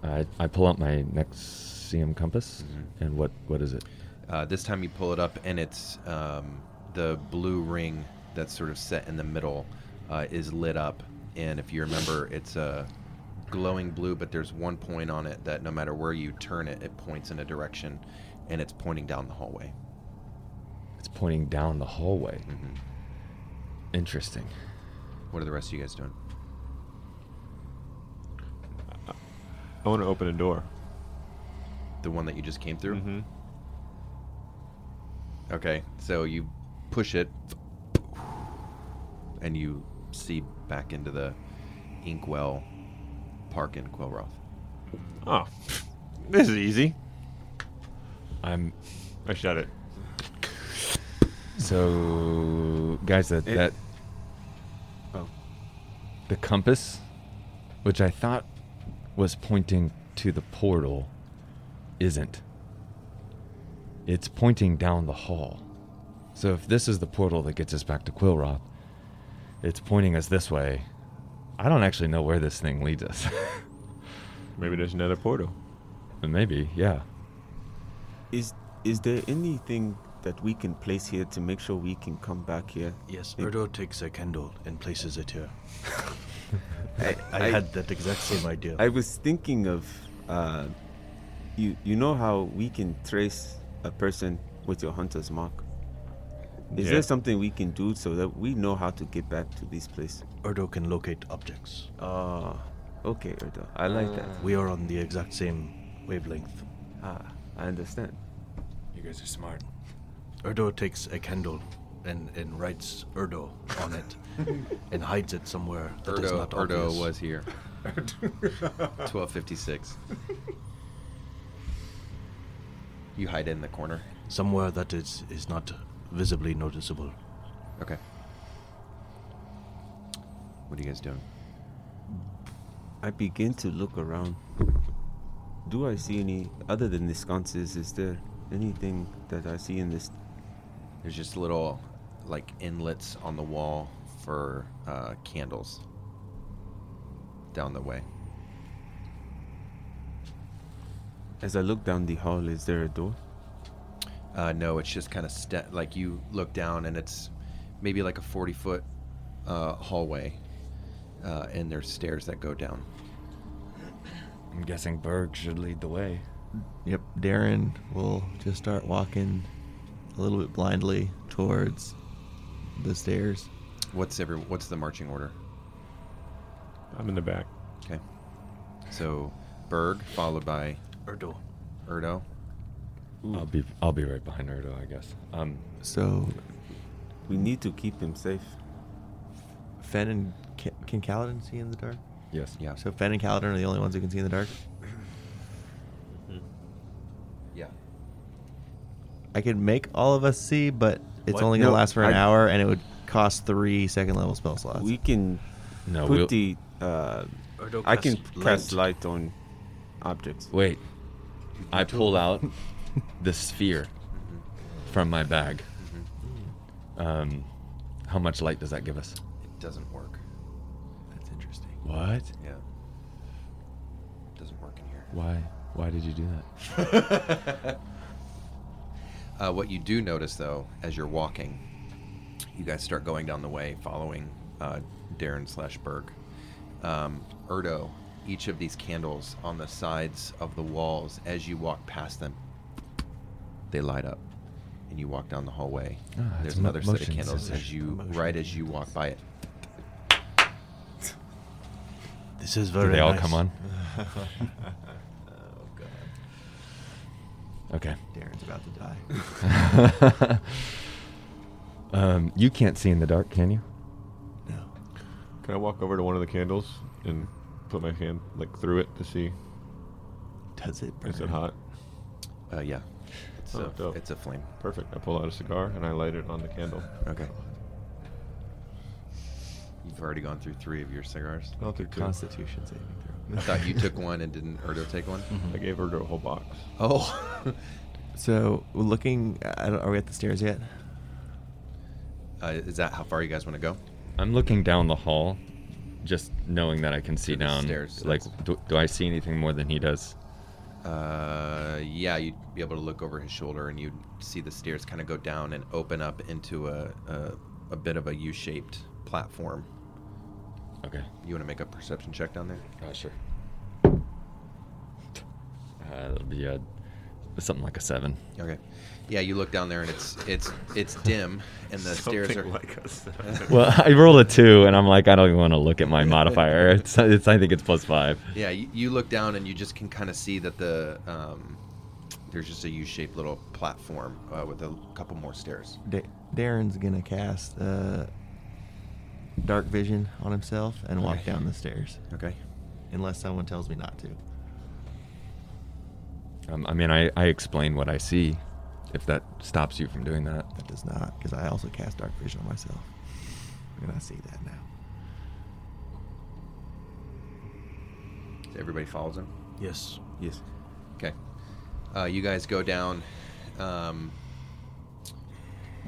I, I pull out my Nexium compass,
Mm-hmm.
and what, what is it?
Uh, this time you pull it up, and it's um, the blue ring that's sort of set in the middle uh, is lit up. And if you remember, it's a glowing blue, but there's one point on it that no matter where you turn it, it points in a direction, and it's pointing down the hallway.
It's pointing down the hallway.
Mm-hmm.
Interesting.
What are the rest of you guys doing?
I want to open a door.
The one that you just came through?
Mhm.
Okay, so you push it, and you see back into the Inkwell Park in Quillroth.
Oh, this is easy.
I'm
I shut it.
So, guys, that
It-
that
Oh.
the compass, which I thought was pointing to the portal, isn't. It's pointing down the hall. So if this is the portal that gets us back to Quillroth, it's pointing us this way. I don't actually know where this thing leads us.
Maybe there's another portal.
Maybe, yeah.
Is is there anything that we can place here to make sure we can come back here?
Yes,
It-
Birdo takes a candle and places it here.
I,
I, had that exact same idea.
I was thinking of, uh, you you know how we can trace a person with your hunter's mark. Is
Yeah.
there something we can do so that we know how to get back to this place?
Erdo can locate objects.
Ah, okay, Erdo. I like that.
We are on the exact same wavelength.
Ah, I understand.
You guys are smart.
Erdo takes a candle and, and writes Erdo on it and hides it somewhere that is
Erdo,
not
Erdo
obvious.
was here. 1256. You hide in the corner.
Somewhere that is, is not visibly noticeable.
Okay. What are you guys doing?
I begin to look around. Do I see any other than the sconces? Is there anything that I see in this?
There's just little, uh, like, inlets on the wall for uh, candles down the way.
As I look down the hall, is there a door?
Uh, no, it's just kind of ste- like you look down and it's maybe like a 40 foot uh, hallway, uh, and there's stairs that go down.
I'm guessing Berg should lead the way.
Yep, Darren will just start walking a little bit blindly towards the stairs.
What's every? What's the marching order?
I'm in the back.
Okay. So Berg followed by
Erdo.
Erdo.
I'll be I'll be right behind Erdo, I guess. Um,
So
We need to keep him safe.
Fen and Ca- can Kaladin see in the dark?
yes.
Yeah.
So Fen and Kaladin are the only ones who can see in the dark.
Yeah.
I could make all of us see, but it's
What?
only gonna
No,
last for an
I-
hour, and it would cost three second level spell slots.
We can
No.
put
We'll,
the. Uh,
Erdo
I can
casts
cast light on objects.
wait. I pull out the sphere from my bag. Um, how much light does that give us?
It doesn't work.
That's interesting.
What?
Yeah. Doesn't work in here.
Why? Why did you do that?
Uh, what you do notice, though, as you're walking, you guys start going down the way, following uh, Darren slash Berg. Um, Erdo, each of these candles on the sides of the walls, as you walk past them, they light up, and you walk down the hallway.
Ah, it's
There's
mo-
another set of
motion
candles
sensor.
as you right as you walk by it.
This is
Did
very
they all
nice.
come on?
oh,
Okay.
Darren's about to die.
um, you can't see in the dark, can you?
Can I walk over to one of the candles and put my hand like through it to see?
Does it burn?
Is it hot?
Uh, yeah, it's,
Oh,
a,
dope.
it's a flame.
Perfect. I pull out a cigar and I light it on the candle.
Okay. You've already gone through three of your cigars.
I'll take two.
Constitution saving throw.
I thought you took one and didn't Erdo take one.
I gave her a whole box.
Oh,
So we're looking. I don't, are we at the stairs yet?
uh, is that how far you guys want to go?
I'm looking down the hall, just knowing that I can see
To the
down.
stairs,
Like,
that's-
do, do I see anything more than he does?
Uh, yeah, you'd be able to look over his shoulder and you'd see the stairs kind of go down and open up into a, a, a bit of a U shaped platform.
Okay.
You want to make a perception check down there?
Uh, sure. that'll be uh, something like a seven.
Okay. Yeah, you look down there and it's it's it's dim and the stairs are
well, I rolled a two, and I'm like, I don't even want to look at my modifier. It's, it's I think it's plus five.
Yeah, you, you look down and you just can kind of see that the um, there's just a U-shaped little platform uh, with a couple more stairs.
Da- Darren's gonna cast uh, dark vision on himself and walk
Okay.
down the stairs,
Okay.
unless someone tells me not to.
Um, I mean, I, I explain what I see, if that stops you from doing that.
That does not, because I also cast dark vision on myself, and I see that now.
So everybody follows him.
Yes.
Yes.
Okay. Uh, you guys go down. Um,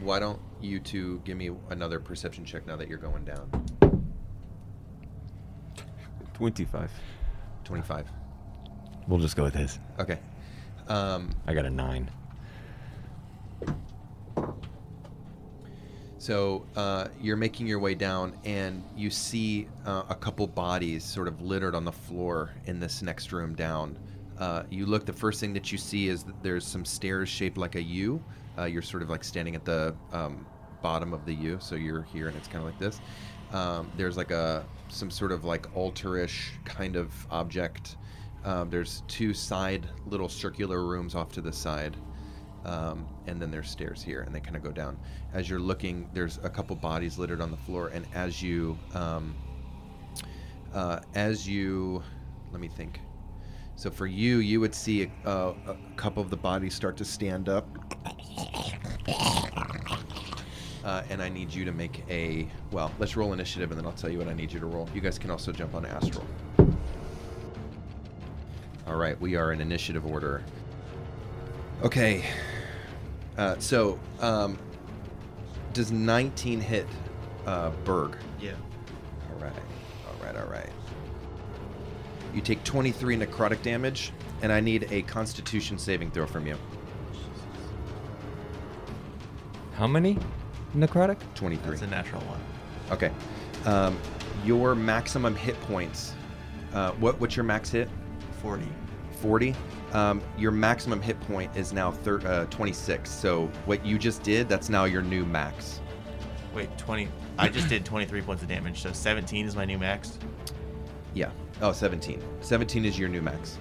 why don't you two give me another perception check now that you're going down?
25.
25.
We'll just go with his.
Okay. Um,
I got a nine.
So uh, you're making your way down, and you see uh, a couple bodies sort of littered on the floor in this next room down. Uh, you look. The first thing that you see is that there's some stairs shaped like a U. Uh, you're sort of like standing at the um, bottom of the U, so you're here, and it's kind of like this. Um, there's like a some sort of like altarish kind of object. Um, there's two side little circular rooms off to the side um, and then there's stairs here, and they kind of go down. As you're looking, there's a couple bodies littered on the floor, and as you, um, uh, as you, let me think. So for you, you would see a, a, a couple of the bodies start to stand up, uh, and I need you to make a well. Let's roll initiative, and then I'll tell you what I need you to roll. You guys can also jump on astral. All right, we are in initiative order. Okay. Uh, so, um, does 19 hit uh, Berg?
Yeah.
All right. All right. All right. You take 23 necrotic damage, and I need a Constitution saving throw from you.
How many? Necrotic?
23.
That's a natural one.
Okay. Um, your maximum hit points. Uh, what? What's your max hit?
Forty.
40. Um, your maximum hit point is now thir- uh, 26. So what you just did, that's now your new max.
Wait, twenty. I just did twenty-three points of damage, so seventeen is my new max.
Yeah. Oh, 17. 17 is your new max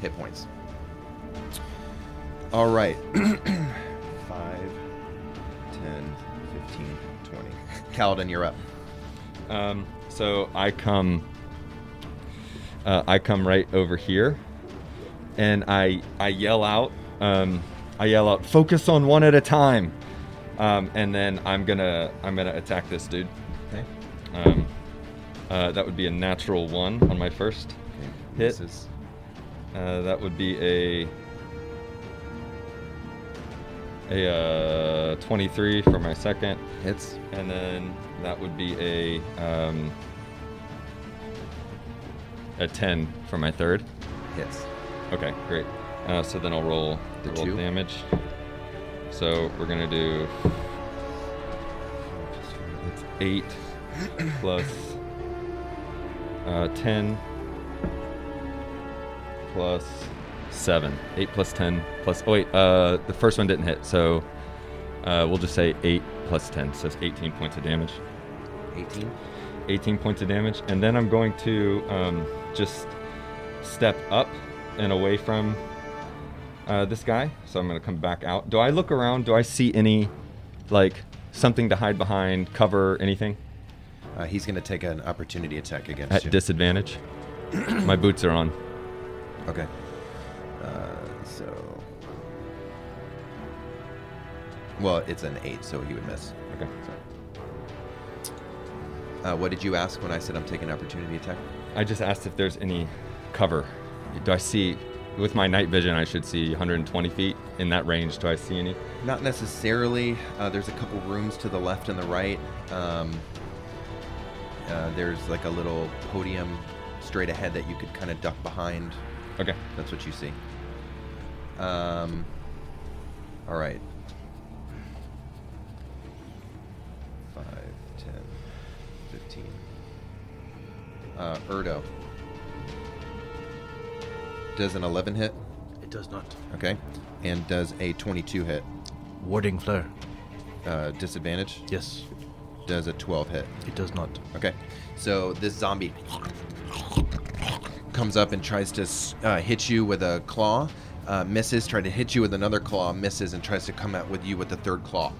hit points. All right. 5, 10, 15, 20. Kaladin, you're up.
Um, so I come, uh, I come right over here, and I I yell out, um, I yell out, focus on one at a time, um, and then I'm gonna I'm gonna attack this dude. Okay. Um, uh, that would be a natural one on my first hit.
Misses.
Uh, that would be a a uh, 23 for my second
Hits.
and then that would be a um, a 10 for my third.
Hits.
Okay, great. Uh, so then I'll roll
The
roll
two.
damage. So we're gonna do it's eight plus uh, ten plus seven. Eight plus ten plus oh wait, uh, the first one didn't hit, so uh, we'll just say eight plus ten, so it's eighteen points of damage.
18.
18 points of damage, and then I'm going to um, just step up and away from uh, this guy. So I'm going to come back out. Do I look around? Do I see any, like, something to hide behind, cover, anything
Uh, he's going to take an opportunity attack against
at
you.
disadvantage? My boots are on.
Okay. Uh, so. Well, it's an 8, so he would miss.
Okay.
Uh, what did you ask when I said I'm taking opportunity attack?
I just asked if there's any cover. Do I see, with my night vision, I should see 120 feet in that range. Do I see any?
Not necessarily. Uh, there's a couple rooms to the left and the right. Um, uh, there's like a little podium straight ahead that you could kind of duck behind.
Okay.
That's what you see. Um, all right. 5, 10, 15. Uh, Erdo. Does an 11 hit?
It does not.
Okay. And does a 22 hit?
Warding flare.
uh, disadvantage
Yes.
does a 12 hit.
It does not.
Okay, so this zombie comes up and tries to uh, hit you with a claw, uh, misses, tried to hit you with another claw, misses, and tries to come at with you with the third claw.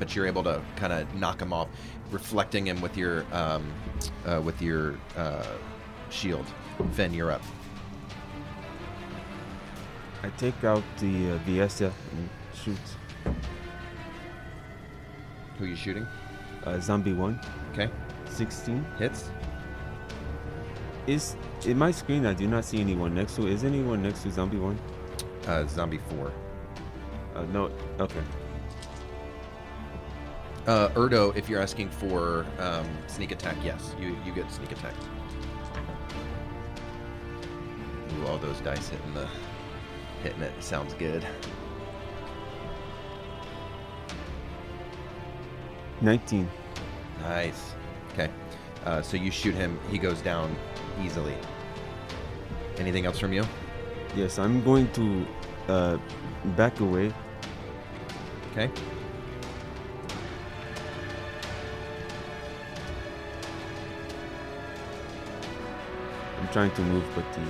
But you're able to kind of knock him off, reflecting him with your um, uh, with your uh, shield. Fen, you're up.
I take out the uh, Viesta and shoot
Who are you shooting?
uh, Zombie 1.
Okay,
16.
hits.
Is in my screen, I do not see anyone next to. Is anyone next to Zombie 1?
Uh, zombie four.
Uh, no. Okay.
Uh, Erdo, if you're asking for um, sneak attack, yes, you, you get sneak attack. Ooh, all those dice hitting the hitting it sounds good.
19.
Nice. Okay, uh, so you shoot him. He goes down easily. Anything else from you?
Yes, I'm going to uh, back away.
Okay.
I'm trying to move, but the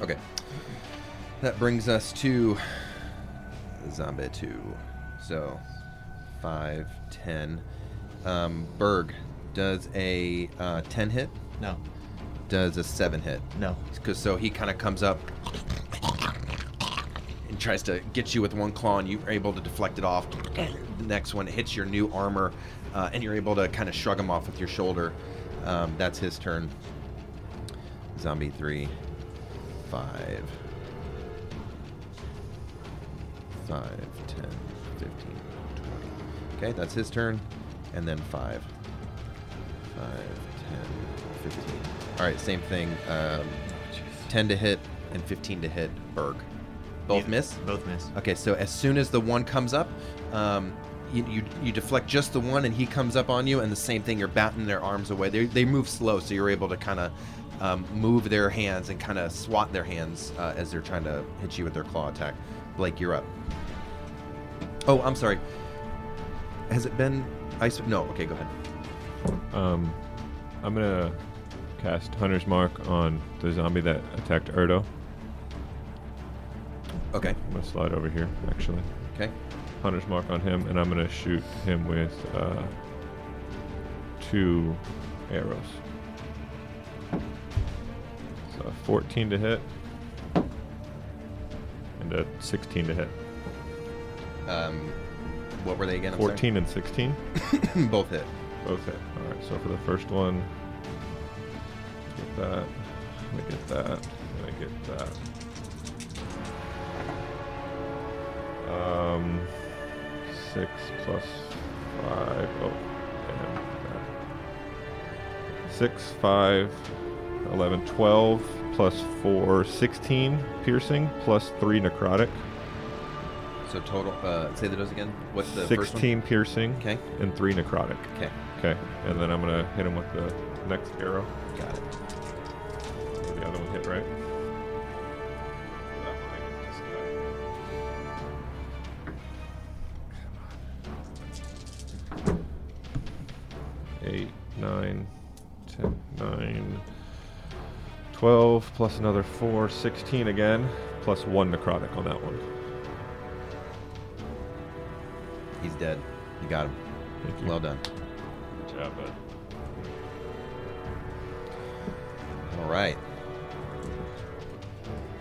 Okay. That brings us to Zombie 2. So, 5, 10. Um, Berg, does a uh, 10 hit?
No.
Does a 7 hit?
No.
Cause so he kind of comes up and tries to get you with one claw, and you're able to deflect it off. The next one hits your new armor, uh, and you're able to kind of shrug him off with your shoulder. Um, that's his turn. Zombie three, five, five, ten, fifteen, twenty. Okay, that's his turn, and then five, five, ten, fifteen. All right, same thing. Um, ten to hit and fifteen to hit. Berg, both
Yeah,
miss.
Both miss.
Okay, so as soon as the one comes up, um, you, you you deflect just the one, and he comes up on you, and the same thing. You're batting their arms away. They they move slow, so you're able to kind of um, move their hands and kind of swat their hands uh, as they're trying to hit you with their claw attack. Blake, you're up. Oh, I'm sorry. Has it been? I s- no. Okay, go ahead.
Um, I'm gonna cast Hunter's Mark on the zombie that attacked Erdo.
Okay.
I'm gonna slide over here, actually.
Okay.
Hunter's Mark on him, and I'm gonna shoot him with uh, two arrows. So a 14 to hit, and a 16 to hit.
Um, what were they again? I'm sorry.
14 and 16.
Both hit.
Both hit. All right. So for the first one, get that. I get that. I get that. Um, six plus five. Oh, damn. that. Six, five, 11, 12, plus four, 16 piercing, plus three necrotic.
So total. Uh, say those again. What's the first one?
16 piercing
Okay.
and three necrotic.
Okay.
Okay, and then I'm gonna hit him with the next arrow.
Got it.
The other one hit right. Eight, nine, ten, nine, twelve, plus another four, sixteen again, plus one necrotic on that one.
He's dead. You got him.
Thank you.
Well done.
Good job, bud.
All right.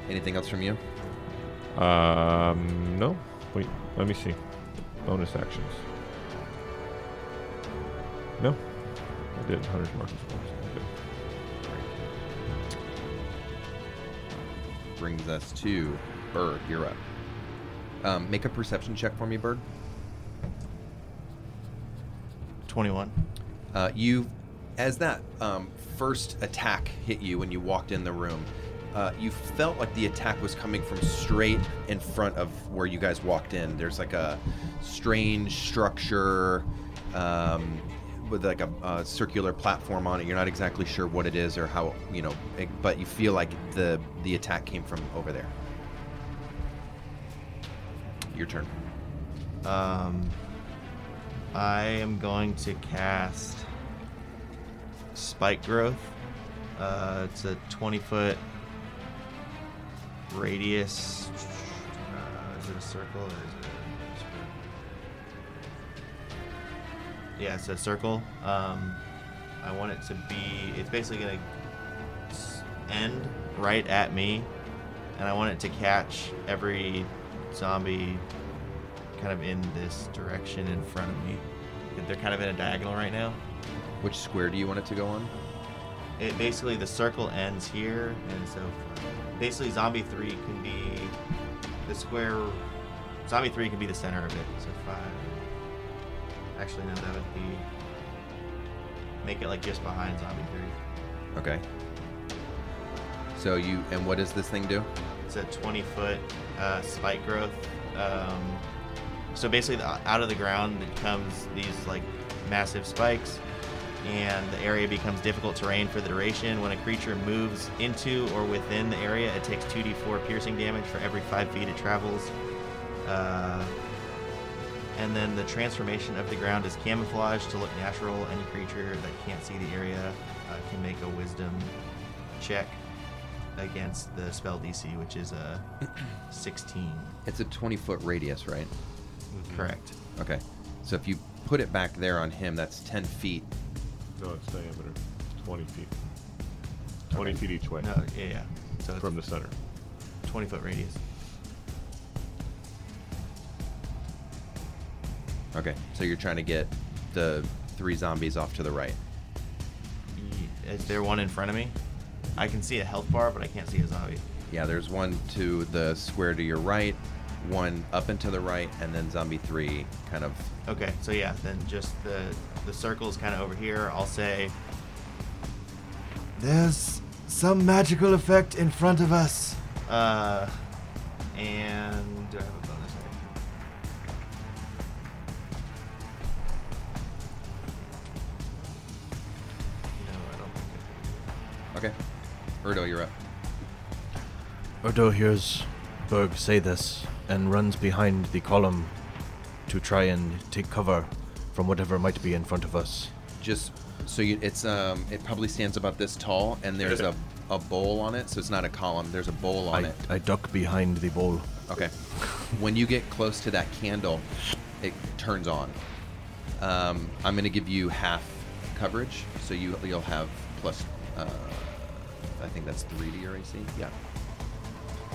Anything else from you?
Um, no. Wait, let me see. Bonus actions. No. I did Hunter's Mark as well. so I'm good.
Brings us to Bird. You're up. Um, make a perception check for me, Bird.
21.
Uh, you, as that um, first attack hit you when you walked in the room, uh, you felt like the attack was coming from straight in front of where you guys walked in. There's like a strange structure um, with like a, a circular platform on it. You're not exactly sure what it is or how you know, it, but you feel like the the attack came from over there. Your turn.
Um, I am going to cast Spike Growth. Uh, it's a 20 foot radius. Uh, is it a circle or is it a square? Yeah, it's a circle. Um, I want it to be. It's basically going to end right at me, and I want it to catch every zombie kind of in this direction in front of me. They're kind of in a diagonal right now.
Which square do you want it to go on?
It basically the circle ends here, and so basically zombie three can be the square. Zombie three can be the center of it. So five. Actually, no, that would be make it like just behind zombie three.
Okay. So you and what does this thing do?
It's a 20 foot uh, spike growth. Um, so basically, the, out of the ground it comes these like massive spikes, and the area becomes difficult terrain for the duration. When a creature moves into or within the area, it takes 2d4 piercing damage for every five feet it travels. Uh, and then the transformation of the ground is camouflage to look natural. Any creature that can't see the area uh, can make a wisdom check against the spell DC, which is a 16.
It's a 20 foot radius, right?
Mm-hmm.
Correct.
Okay. So if you put it back there on him, that's 10 feet.
No, it's diameter. 20 feet. 20 feet each way
No, yeah, yeah. So it's
from the center.
20 foot radius.
Okay. So you're trying to get the three zombies off to the right.
Ye- Is there one in front of me? I can see a health bar, but I can't see a zombie.
Yeah, there's one to the square to your right, one up and to the right, and then zombie three kind of.
Okay, so yeah, then just the the circle's kind of over here. I'll say
There's some magical effect in front of us.
Uh, and do I have a bonus action? No, I don't think
Okay. Erdo, you're up.
Erdo hears Berg say this and runs behind the column to try and take cover from whatever might be in front of us.
Just so you, it's um, it probably stands about this tall, and there's a a bowl on it, so it's not a column. There's a bowl on
I,
it.
I duck behind the bowl.
Okay. When you get close to that candle, it turns on. Um, I'm going to give you half coverage, so you you'll have plus. Uh, I think that's three to your AC. Yeah.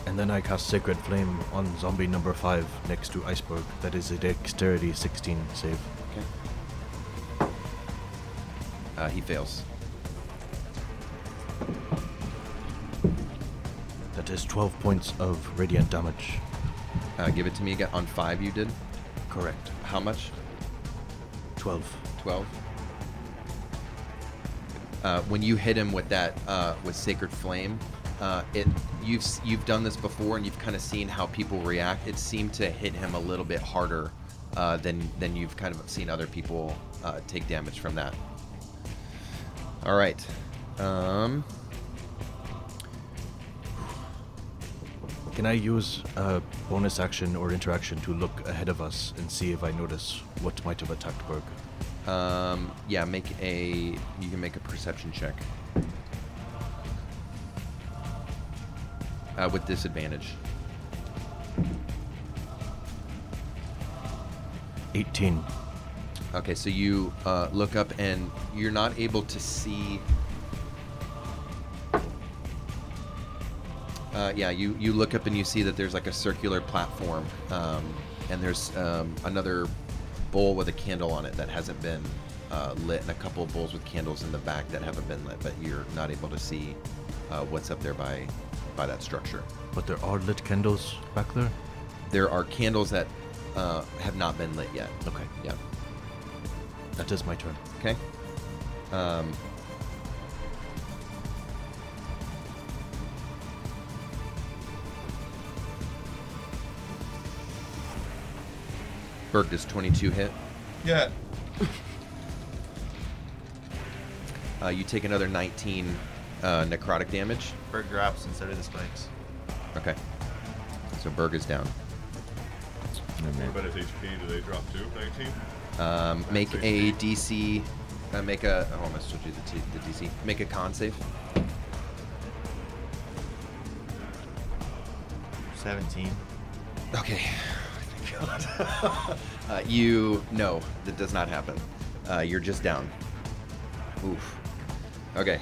And then I cast Sacred Flame on zombie number 5 next to Iceberg. That is a dexterity 16 save.
Okay. Uh, he fails.
That is 12 points of radiant damage.
Uh, give it to me again on five. You did.
Correct.
How much?
12.
12. Uh, when you hit him with that uh, with sacred flame, uh, it you've s- you've done this before and you've kind of seen how people react. It seemed to hit him a little bit harder uh, than than you've kind of seen other people uh, take damage from that. All right. Um,
Can I use a bonus action or interaction to look ahead of us and see if I notice what might have attacked Berg?
um, yeah, make a you can make a perception check uh, with disadvantage.
18.
Okay, so you uh, look up and you're not able to see. Uh, yeah, you, you look up and you see that there's like a circular platform, um, and there's um, another bowl with a candle on it that hasn't been uh, lit, and a couple of bowls with candles in the back that haven't been lit, but you're not able to see uh, what's up there by by that structure.
But there are lit candles back there?
There are candles that uh, have not been lit yet.
Okay.
Yeah.
That is my turn.
Okay. Um, Berg does 22 hit.
Yeah.
Uh, you take another 19 uh, necrotic damage.
Bird drops and so do the spikes.
Okay. So Berg is down.
But his HP, do they drop to 19?
Um, make a DC. Uh, make a. Oh, I almost told you the, t- the DC. Make a con save.
17.
Okay. uh, you no, that does not happen. Uh, you're just down. Oof. Okay.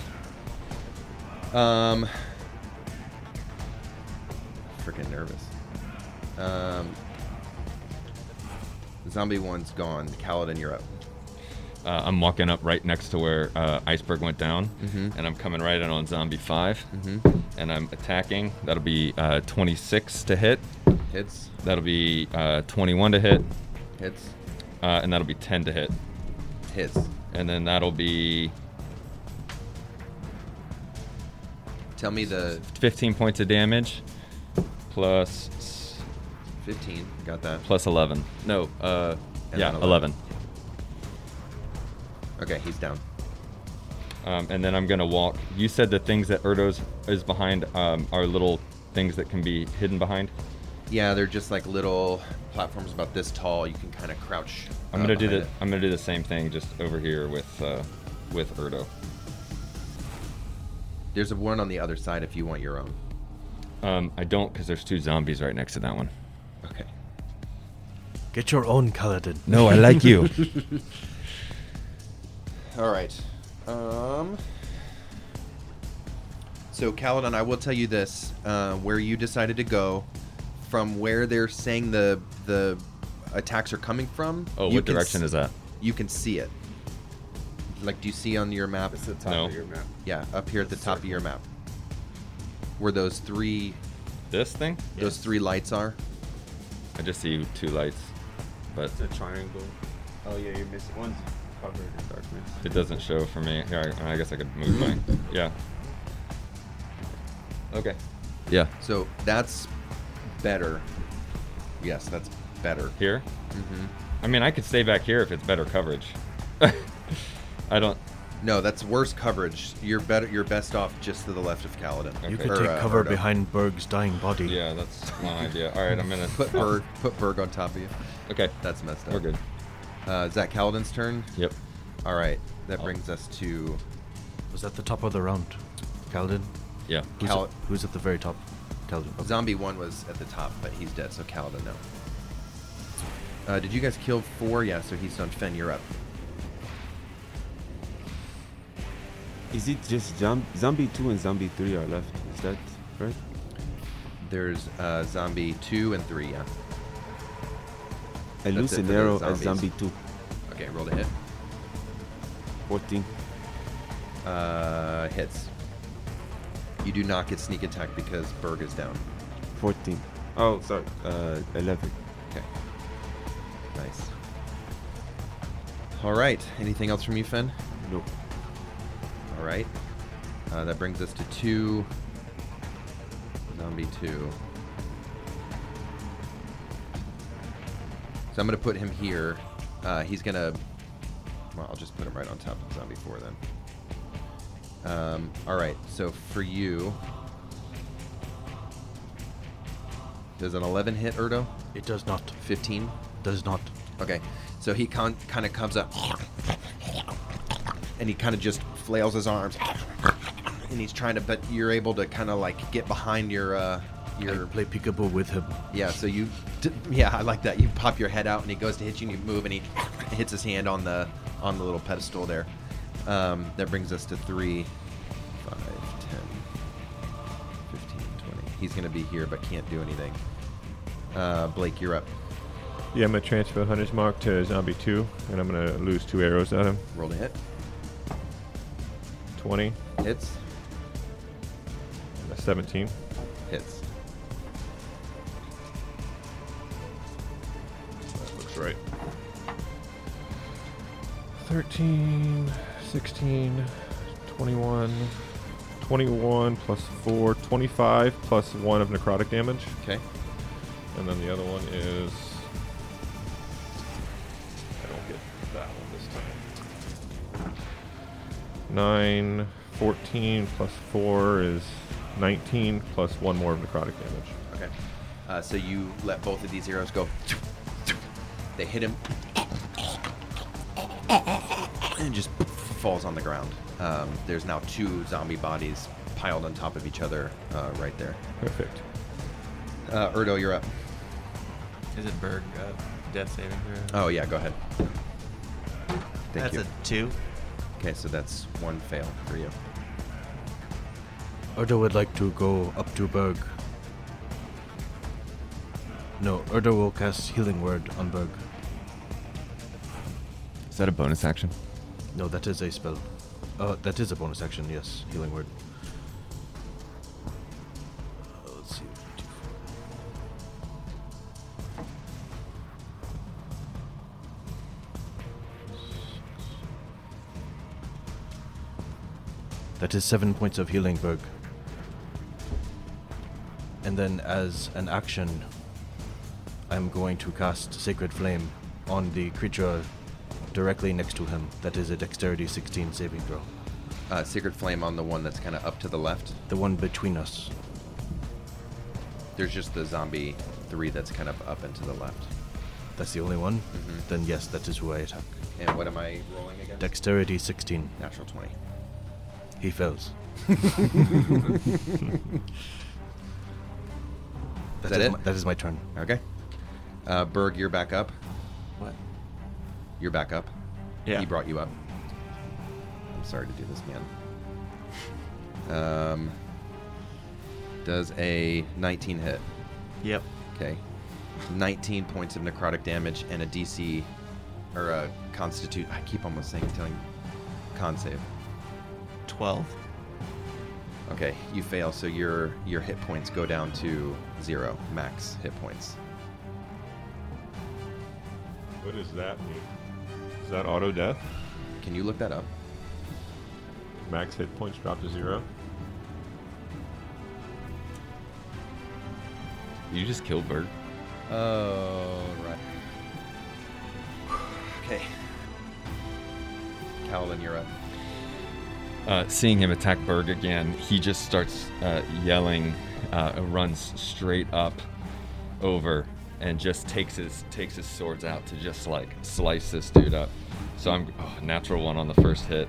Um. Freaking nervous. Um. Zombie one's gone. Kaladin, you're up.
Uh, I'm walking up right next to where uh, Iceberg went down,
Mhm.
and I'm coming right in on Zombie 5,
Mm-hmm.
and I'm attacking. That'll be uh, 26 to hit.
Hits.
That'll be uh, 21 to hit,
Hits.
uh, and that'll be 10 to hit.
Hits.
And then that'll be
Tell me the
15 points of damage, plus s-
15. Got that.
plus 11. No, uh,
And
yeah,
then
11.
Okay, he's down.
Um, and then I'm gonna walk. You said the things that Erdos is behind um, are little things that can be hidden behind.
Yeah, they're just like little platforms about this tall. You can kind of crouch.
I'm
uh,
gonna do
behind
the
it.
I'm gonna do the same thing just over here with uh, with Erdo.
There's a one on the other side if you want your own.
Um, I don't because there's two zombies right next to that one.
Okay.
Get your own, Kaladin.
No, I like you.
All right. Um. So, Kaladin, I will tell you this: uh, where you decided to go, from where they're saying the the attacks are coming from.
Oh,
you
what
can
direction
s-
is that?
You can see it. Like, do you see on your map?
It's the top
No.
of your map.
Yeah, up here at the top of your map, where those three
This thing?
those three lights are.
I just see two lights, but
It's a triangle. Oh yeah, you're missing one's covered in darkness.
it doesn't show for me. Here, I, I guess I could move mine. Yeah. Okay. Yeah.
So that's better. Yes, that's better.
Here.
Mm-hmm.
I mean, I could stay back here if it's better coverage. I don't.
No, that's worse coverage. You're better. You're best off just to the left of Kaladin.
You could
Or,
take
uh,
cover
Erdo.
behind Berg's dying body.
Yeah, that's my idea. All right, I'm gonna
Put
I'll-
Berg, put Berg on top of you.
Okay,
That's messed up.
we're good.
Uh, is that Kaladin's turn?
Yep.
All right. That brings us to
Was that the top of the round? Kaladin?
Yeah.
Who's,
Kal-
at, who's at the very top? Kaladin. Okay.
Zombie one was at the top, but he's dead, so Kaladin no. Uh, did you guys kill four? Yeah, so he's done. Fen, you're up.
Is it just zom- zombie two and zombie three are left? Is that right?
There's uh, zombie two and three. Yeah.
I
That's
loose
it
an
for the
arrow at
zombies.
zombie two.
Okay, roll to hit.
14.
Uh, hits. You do not get sneak attack because Berg is down.
14. Oh, sorry. Uh, 11.
Okay. Nice. All right. Anything else from you, Fen?
No.
All right. Uh, that brings us to two. Zombie two. So I'm gonna put him here. Uh, he's gonna. Well, I'll just put him right on top of zombie four then. Um, all right. So for you, does an 11 hit, Erdo?
It does not.
15.
Does not.
Okay, so he con- kind of comes up, and he kind of just flails his arms, and he's trying to. But you're able to kind of like get behind your uh, your.
Play peekaboo with him.
Yeah, so you. D- yeah, I like that. You pop your head out, and he goes to hit you, and you move, and he hits his hand on the on the little pedestal there. Um, that brings us to three, five, ten, fifteen, twenty. He's gonna be here, but can't do anything. Uh, Blake, you're up.
Yeah, I'm gonna transfer Hunter's Mark to Zombie Two, and I'm gonna lose two arrows at him.
Roll to hit.
Twenty
Hits.
and a seventeen.
Hits.
That looks right.
13, 16, 21, 21 plus 4, 25 plus 1 of necrotic damage.
Okay.
And then the other one is. I don't get that one this time. 9, 14 plus 4 is 19 plus 1 more of necrotic damage.
Okay. Uh, so you let both of these arrows go. They hit him. And just falls on the ground. Um, there's now two zombie bodies piled on top of each other uh, right there.
Perfect.
Uh, Erdo, you're up.
Is it Berg uh, death saving
Uh,
throw?
Oh, yeah, go ahead. Thank
That's
you.
a two.
Okay, so that's one fail for you.
Erdo would like to go up to Berg. No, Erdo will cast Healing Word on Berg.
Is that a bonus action?
No, that is a spell. Uh, that is a bonus action, yes. Healing Word. Uh, let's see. That is seven points of healing, Berg. And then, as an action, I'm going to cast Sacred Flame on the creature directly next to him. That is a Dexterity 16 saving throw.
Uh, Secret Flame on the one that's kind of up to the left.
The one between us.
There's just the zombie three that's kind of up and to the left.
That's the only one?
Mhm.
Then, yes, that is who I attack.
And what am I rolling against?
Dexterity 16.
Natural 20.
He fails.
Is that it?
My, that is my turn.
Okay. Uh, Berg, you're back up.
What?
You're back up.
Yeah.
He brought you up. I'm sorry to do this, man. Um, does a 19 hit?
Yep.
Okay. 19 points of necrotic damage and a DC or a constitute. I keep almost saying telling con save.
Twelve.
Okay, you fail, so your your hit points go down to zero max hit points.
What does that mean?
Is that auto death?
Can you look that up?
Max hit points drop to 0.
You just killed Berg.
Oh, right. Okay. Kaladin, you're up.
Uh, seeing him attack Berg again, he just starts uh, yelling, uh, runs straight up over, and just takes his takes his swords out to just like slice this dude up. So I'm oh, natural one on the first hit.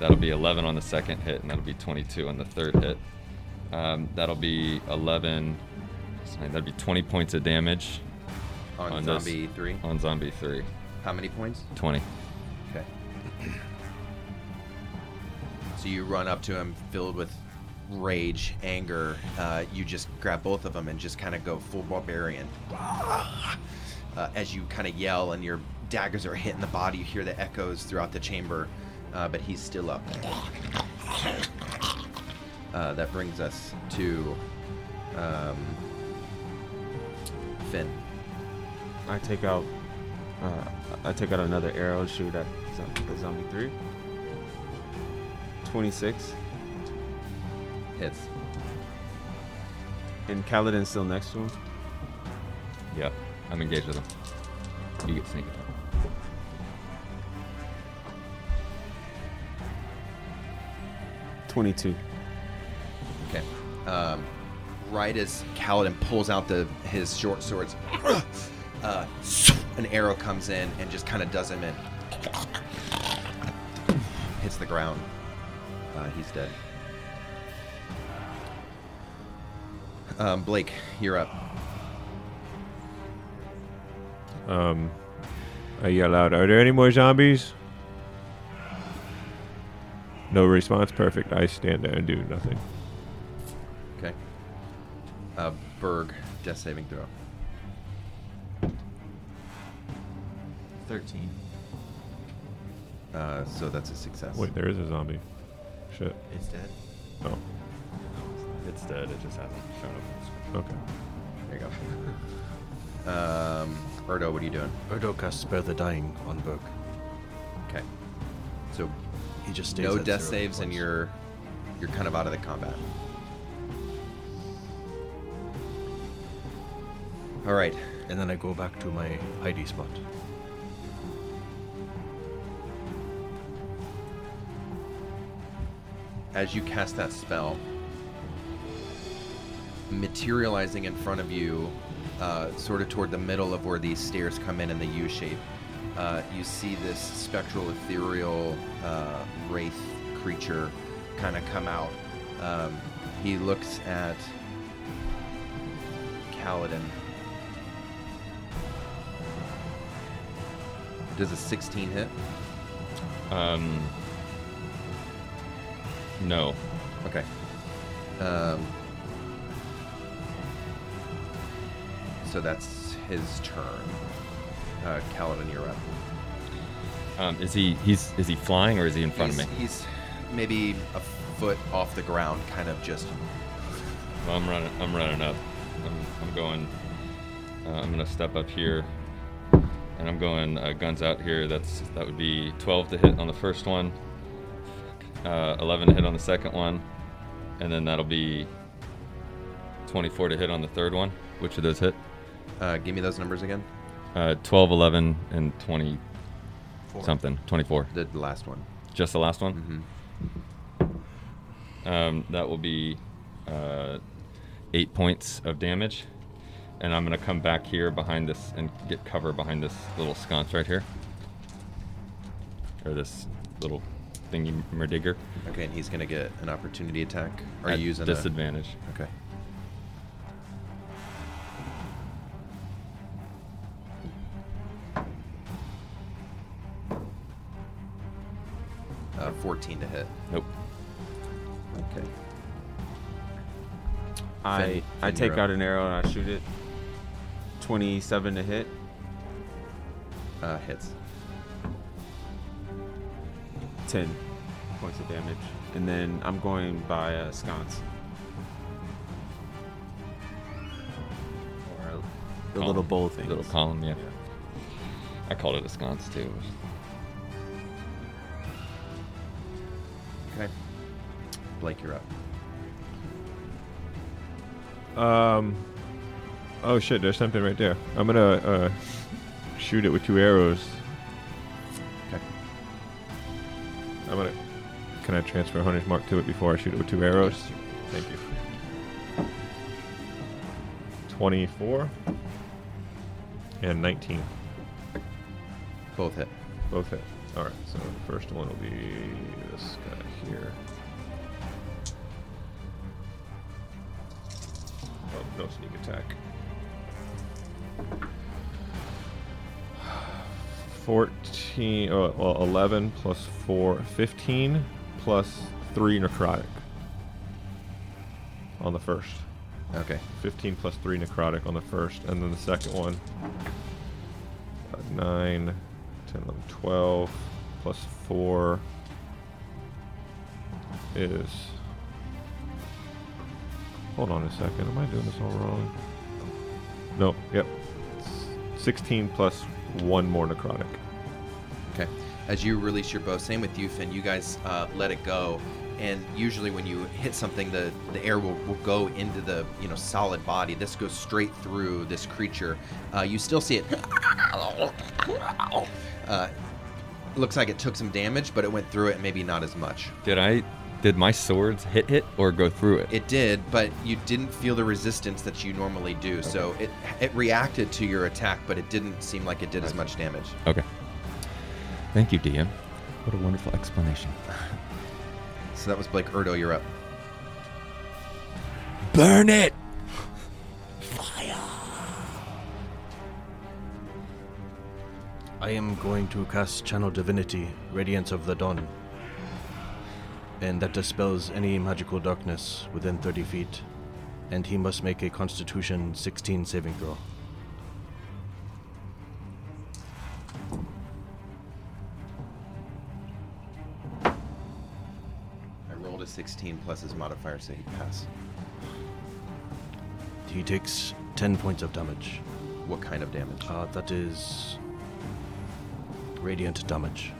That'll be 11 on the second hit, and that'll be 22 on the third hit. Um, that'll be 11. Sorry, that'd be 20 points of damage.
On
this-
zombie three?
On zombie three.
How many points?
20.
Okay. So you run up to him, filled with rage, anger. Uh, you just grab both of them and just kind of go full barbarian.
Ah,
Uh, as you kind of yell and your daggers are hitting the body, you hear the echoes throughout the chamber, uh, but he's still up. Uh, that brings us to um, Finn.
I take out. Uh, I take out another arrow, shoot at zom- the zombie three. Twenty-six,
Hits.
and Kaladin's still next to him.
Yeah, I'm engaged with him. You get sneak attack.
Twenty-two.
Okay. Um, right as Kaladin pulls out the his short swords, uh, an arrow comes in and just kind of does him in. Hits the ground. Uh, he's dead. Um, Blake, you're up.
Um, I yell out, "Are there any more zombies?" No response. Perfect. I stand there and do nothing.
Okay. Uh, Berg, death saving throw.
13.
Uh, so that's a success.
Wait, there is a zombie. Shit.
It's dead.
Oh.
It's dead. It just hasn't shown up. on the screen.
Okay.
There you go. Um, Erdo, what are you doing?
Erdo casts Spare the Dying on Berg.
Okay. So
He just stays
no
at
death
zero
saves, and
points.
you're you're kind of out of the combat. All right.
And then I go back to my ID spot.
As you cast that spell, materializing in front of you, uh, sort of toward the middle of where these stairs come in in the U shape, uh, you see this spectral, ethereal uh, wraith creature kind of come out. Um, he looks at Kaladin. Does a 16 hit?
Um, no.
Okay. Um, so that's his turn. Uh, Kaladin, you're up.
Um, is he he's is he flying or is he in front
he's,
of me?
he's maybe a foot off the ground, kind of just.
Well, I'm running. I'm running up. I'm, I'm going. Uh, I'm gonna step up here, and I'm going uh, guns out here. That's that would be 12 to hit on the first one, uh, 11 to hit on the second one, and then that'll be 24 to hit on the third one. Which of those hit?
Uh, give me those numbers again.
Uh, 12, 11, and 20 something. 24.
The the last one.
Just the last one.
hmm
Um, that will be uh, eight points of damage. And I'm going to come back here behind this and get cover behind this little sconce right here. Or this little thingy merdigger.
Okay, and he's gonna get an opportunity attack. Are
At
you using a-
disadvantage.
Okay. Uh, 14 to hit.
Nope.
Okay.
I
Finn-
I
Finn,
take
you're up.
out an arrow and I shoot it. Twenty-seven to hit.
Uh, hits.
Ten points of damage, and then I'm going by uh, sconce. Or a- the
Column.
little bowl thing.
Little column, yeah. I called it a sconce too.
Okay. Blake, you're up.
Um. Oh shit! There's something right there. I'm gonna uh, shoot it with two arrows.
Okay.
I'm gonna Can I transfer Hunter's Mark to it before I shoot it with two arrows? Thank you. 24 and 19.
Both hit.
Both hit. All right, so the first one will be this guy here. Oh, no sneak attack. 14, oh, well, 11 plus 4, 15 plus 3 necrotic on the first.
Okay.
15 plus 3 necrotic on the first, and then the second one. uh, 9, 10, 11, 12, plus 4 is. Hold on a second. Am I doing this all wrong? No, yep. S- 16 plus 1 more necrotic.
Okay. As you release your bow, same with you, Finn. You guys uh, let it go, and usually when you hit something, the the air will, will go into the you know solid body. This goes straight through this creature. Uh, you still see it. Uh, looks like it took some damage, but it went through it, maybe not as much.
Did I? Did my swords hit it or go through it?
It did, but you didn't feel the resistance that you normally do. So it it reacted to your attack, but it didn't seem like it did as much damage.
Okay. Thank you, DM. What a wonderful explanation.
So that was Blake Erdo. You're up.
Burn it!
I am going to cast Channel Divinity, Radiance of the Dawn. And that dispels any magical darkness within 30 feet. And he must make a Constitution 16 saving throw.
I rolled a 16 plus his modifier, so he passed.
He takes 10 points of damage.
What kind of damage?
Uh, that is radiant damage.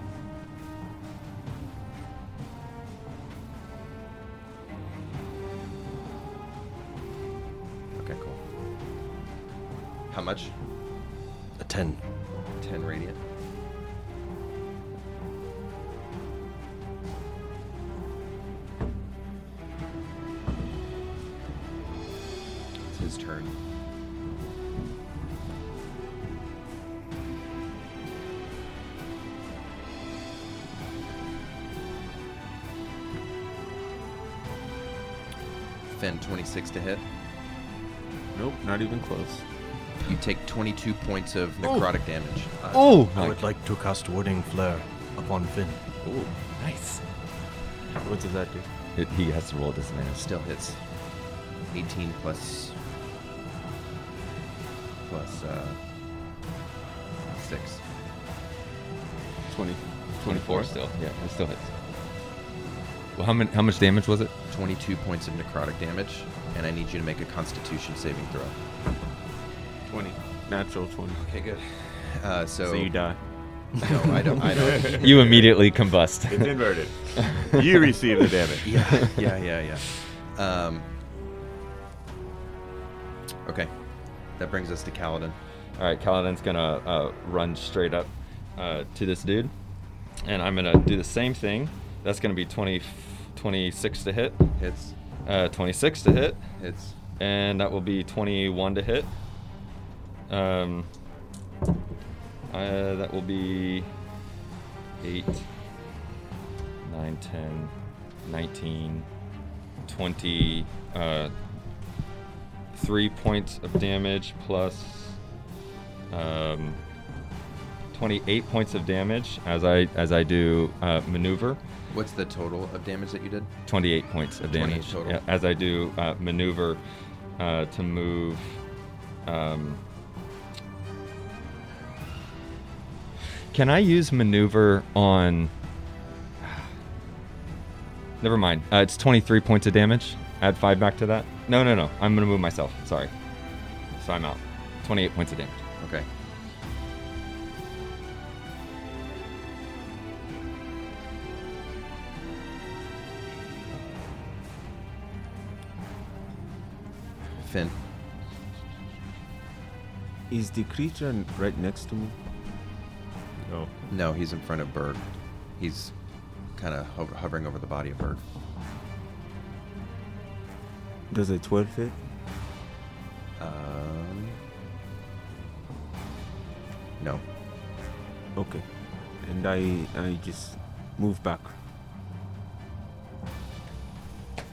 Okay, cool. How much?
A 10.
10 radiant. It's his turn. Finn, 26 to hit.
Nope, not even close.
You take 22 points of necrotic damage. Uh,
Oh! I would like to cast Warding Flare upon Finn.
Ooh, nice.
What does that do?
It, he has to roll disadvantage.
Still hits. 18 plus. Plus, uh. 6.
20.
24 still. Yeah, it still hits. Well, how, many, how much damage was it?
22 points of necrotic damage, and I need you to make a constitution saving throw.
20. Natural 20.
Okay, good. Uh, so,
So you die.
No, I don't. I don't.
You immediately combust.
It's inverted.
You receive the damage.
yeah, yeah, yeah, yeah. Um, okay, that brings us to Kaladin.
All right, Kaladin's gonna uh, run straight up uh, to this dude, and I'm gonna do the same thing. That's gonna be 20, 26 to hit,
Hits,
uh, 26 to hit,
hits.
and that will be 21 to hit. Um, uh, that will be 8, 9, 10, 19, 20, uh, 3 points of damage plus um, 28 points of damage as I as I do uh, maneuver.
What's the total of damage that you did?
28 points of
28
damage
total.
yeah, as I do uh, maneuver uh, to move. Um, can I use maneuver on. Never mind. Uh, it's 23 points of damage. Add 5 back to that. No, no, no. I'm going to move myself. Sorry. So I'm out. 28 points of damage.
Okay. Finn,
Is the creature n- right next to me?
No.
no, he's in front of Berg. He's kind of ho- hovering over the body of Bird.
Does a 12 fit?
Um, no.
Okay. And I I just move back.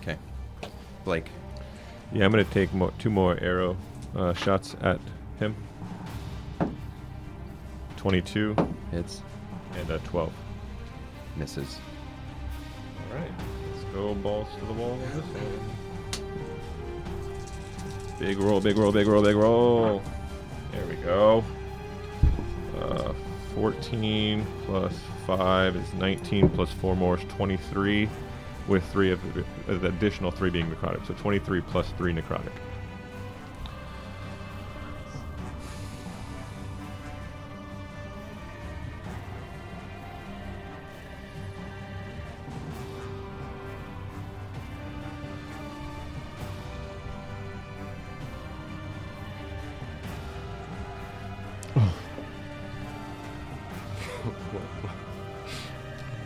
Okay. Blake.
Yeah, I'm gonna take more, two more arrow uh, shots at him. Twenty-two
Hits.
and a twelve.
Misses.
All right, let's go balls to the wall. on this one. Big roll, big roll, big roll, big roll. There we go. Uh, 14 plus 5 is 19 plus 4 more is 23 with 3 of uh, the additional 3 being necrotic. So 23 plus 3 necrotic.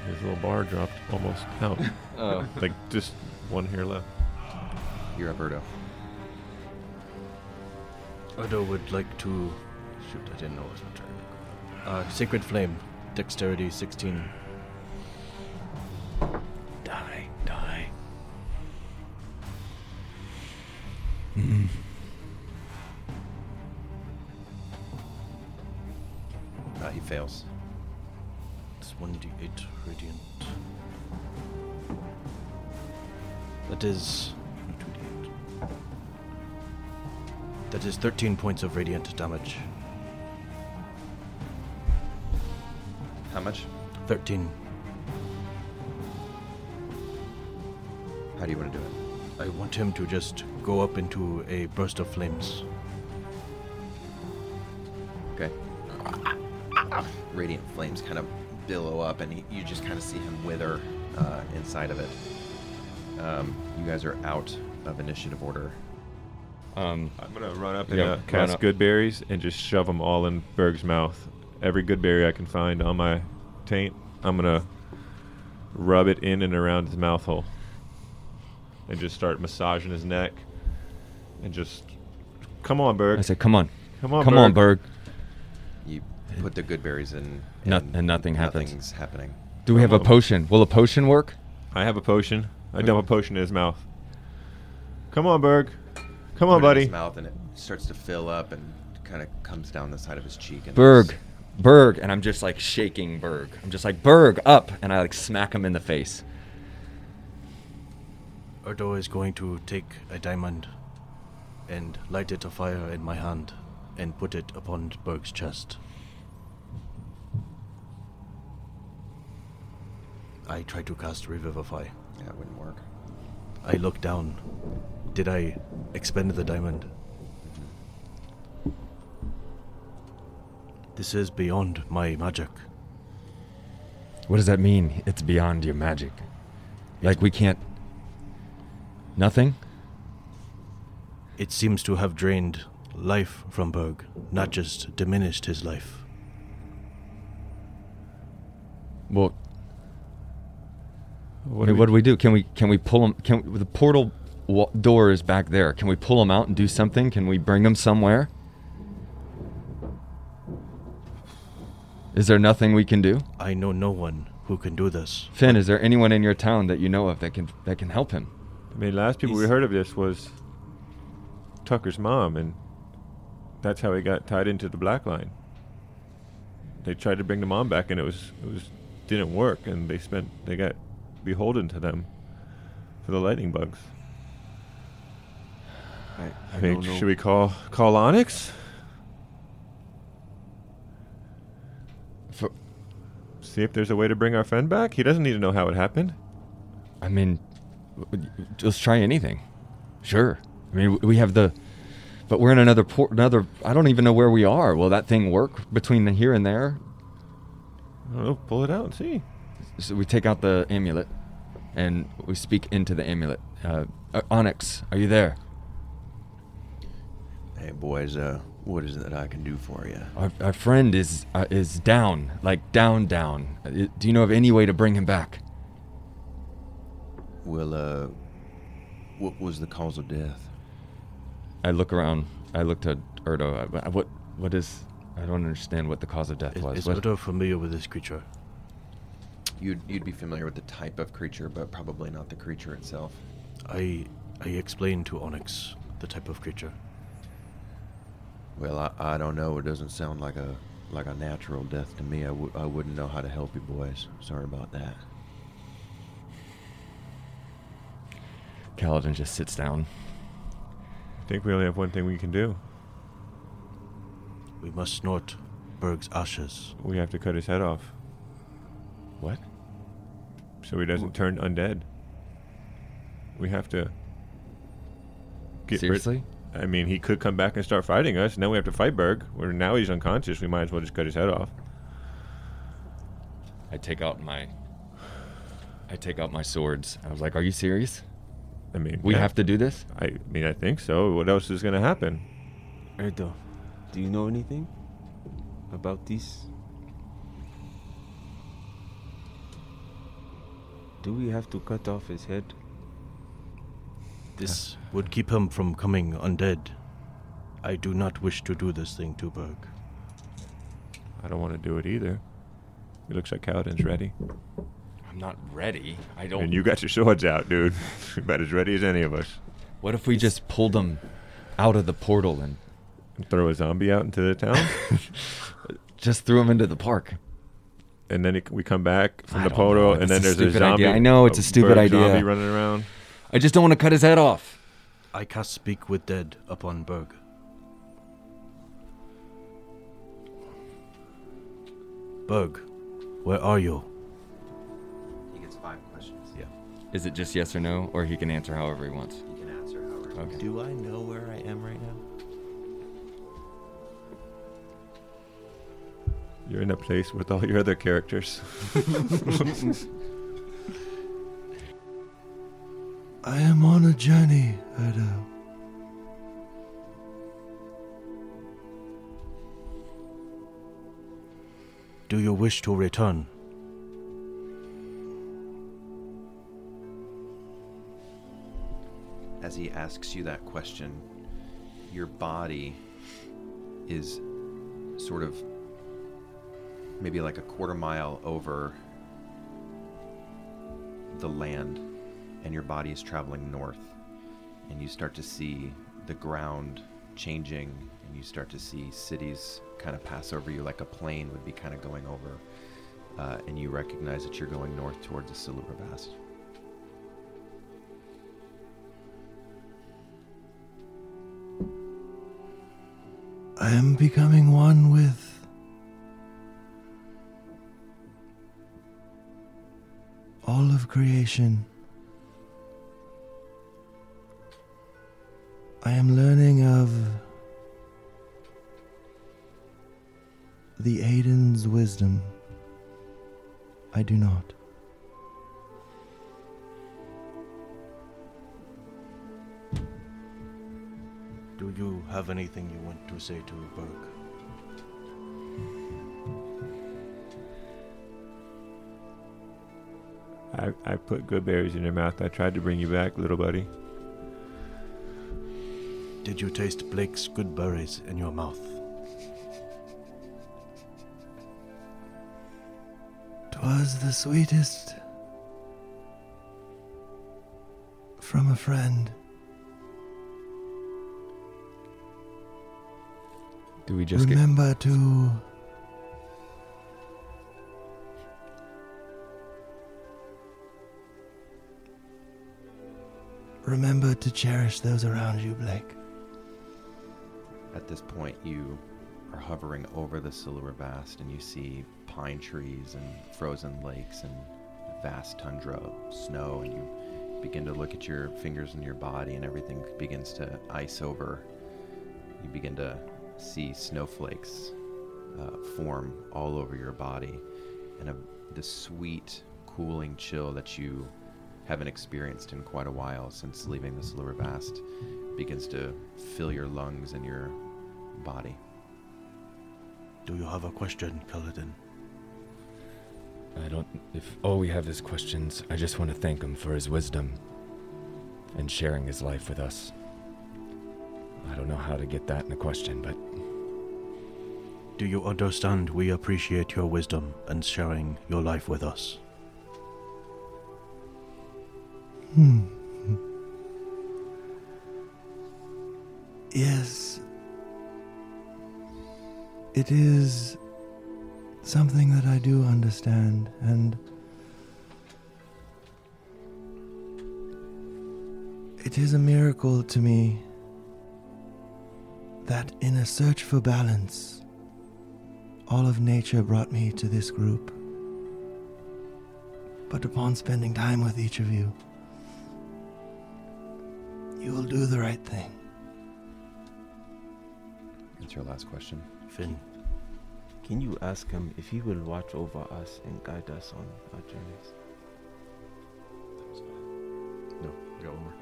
His little bar dropped almost out.
Oh.
like just one here left.
You're Alberto.
Odo would like to. Shoot, I didn't know it was my turn. Uh, Sacred Flame, Dexterity 16.
Die, die.
Uh, he fails.
Ah, It's 1d8 radiant. That is. no, 2d8. That is 13 points of radiant damage.
How much?
13.
How do you want to do it?
I want him to just go up into a burst of flames.
Okay. Radiant flames kind of billow up, and he, you just kind of see him wither uh, inside of it. Um, you guys are out of initiative order.
Um,
I'm gonna run up and
Yeah,
uh,
run
cast
up.
good berries and just shove them all in Berg's mouth. Every good berry I can find on my taint, I'm gonna rub it in and around his mouth hole, and just start massaging his neck, and just come on, Berg.
I said, come on,
Come on,
come on, Berg.
You put the good berries in,
No- and nothing happens.
Nothing's happening.
Do we
Oh.
have a
on.
potion? Will a potion work?
I have a potion. I dump a potion in his mouth. Come on, Berg. Come on,
Put it in
buddy.
His mouth, and it starts to fill up, and kind of comes down the side of his cheek. And
Berg, Berg, and I'm just like shaking Berg. I'm just like Berg up, and I like smack him in the face.
Erdo is going to take a diamond and light it afire in my hand and put it upon Berg's chest. I try to cast Revivify.
Yeah, it wouldn't work.
I look down. Did I expend the diamond? This is beyond my magic.
What does that mean? It's beyond your magic. Like we can't. Nothing.
It seems to have drained life from Berg, not just diminished his life.
Well,
What
what, do,
do we-
what do we do? Can we can we pull him? Can the portal wa- door is back there? Can we pull him out and do something? Can we bring him somewhere? Is there nothing we can do?
I know no one who can do this.
Finn, is there anyone in your town that you know of that can that can help him?
I mean, last people we
He's-
heard of this was Tucker's mom, and that's how he got tied into the black line. They tried to bring the mom back, and it was it was didn't work, and they spent they got beholden to them for the lightning bugs.
I, I
I mean,
don't know.
should we call call Onyx?
For,
See if there's a way to bring our friend back. He doesn't need to know how it happened.
I mean, w- w- let's try anything. Sure. I mean, w- we have the, but we're in another port. Another. I don't even know where we are. Will that thing work between the here and there?
I don't know. Oh, Pull it out and see.
So we take out the amulet, and we speak into the amulet. Uh, uh, Onyx, are you there?
Hey boys, uh, what is it that I can do for you?
Our, our friend is uh, is down, like down, down. Uh, do you know of any way to bring him back?
Well, uh, what was the cause of death?
I look around. I look to Erdo. I- I- What? What is? I don't understand what the cause of death
Is,
was.
is
What-
Odo familiar with this creature?
You'd you'd be familiar with the type of creature, but probably not the creature itself.
I I explained to Onyx the type of creature.
Well, I, I don't know. It doesn't sound like a like a natural death to me. I w- I wouldn't know how to help you boys. Sorry about that.
Kaladin just sits down.
I think we only have one thing we can do.
We must snort Berg's ashes.
We have to cut his head off
What?
so he doesn't turn undead. We have to get
Seriously?
Rid- I mean, he could come back and start fighting us. Now we have to fight Berg. Where now he's unconscious. We might as well just cut his head off.
I take out my. I take out my swords. I was like, "Are you serious?
I mean,
We
yeah.
have to do this?"
I mean, I think so. What else is going to happen?
Erdo, do you know anything about this? Do we have to cut off his head?
This would keep him from coming undead. I do not wish to do this thing to Berg.
I don't want to do it either. It looks like Kaladin's ready.
I'm not ready. I don't.
And you got your swords out, dude. About as ready as any of us.
what if we just pulled him out of the portal and
Throw a zombie out into the town,
just threw him into the park?
and then it, we come back from
I
the
don't
portal,
know.
Oh, and
It's
then
a
there's
stupid
a zombie.
idea. I know, it's a stupid
bird
idea.
Zombie running around.
I just don't want to cut his head off.
I cast Speak with Dead upon Berg. Berg, where are you?
He gets five questions.
Yeah.
Is it just yes or no, or he can answer however he wants?
He can answer however.
Okay.
Do I know where I am right now?
You're in a place with all your other characters.
I am on a journey, Erdo.
Do you wish to return?
As he asks you that question, your body is sort of maybe like a quarter mile over the land, and your body is traveling north. And you start to see the ground changing, and you start to see cities kind of pass over you like a plane would be kind of going over. Uh, and you recognize that you're going north towards the Silver Bass.
I am becoming one with. All of creation. I am learning of the Aiden's wisdom. I do not.
Do you have anything you want to say to Berg?
I, I put good berries in your mouth. I tried to bring you back, little buddy.
Did you taste Blake's good berries in your mouth?
Twas the sweetest from a friend.
Do we just get?
Remember to Remember to cherish those around you, Blake.
At this point, you are hovering over the Silver Vast and you see pine trees and frozen lakes and vast tundra of snow, and you begin to look at your fingers and your body, and everything begins to ice over. You begin to see snowflakes uh, form all over your body, and a, the sweet, cooling chill that you haven't experienced in quite a while since leaving the Silver Vast begins to fill your lungs and your body.
Do you have a question, Kaladin?
I don't. If all we have is questions, I just want to thank him for his wisdom and sharing his life with us. I don't know how to get that in a question, but
Do you understand? We appreciate your wisdom and sharing your life with us.
Hmm.
Yes.
It is something that I do understand, and it is a miracle to me that in a search for balance, all of nature brought me to this group. But upon spending time with each of you, you will do the right thing.
That's your last question.
Finn.
Can you ask him if he will watch over us and guide us on our journeys?
No, I got one more.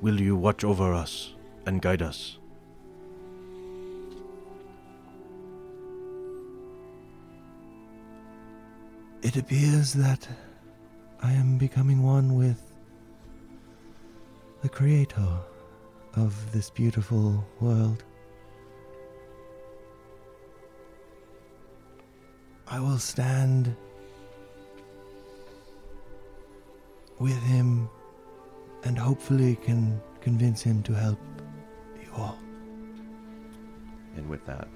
Will you watch over us and guide us?
It appears that I am becoming one with the creator of this beautiful world. I will stand with him and hopefully can convince him to help you all.
And with that,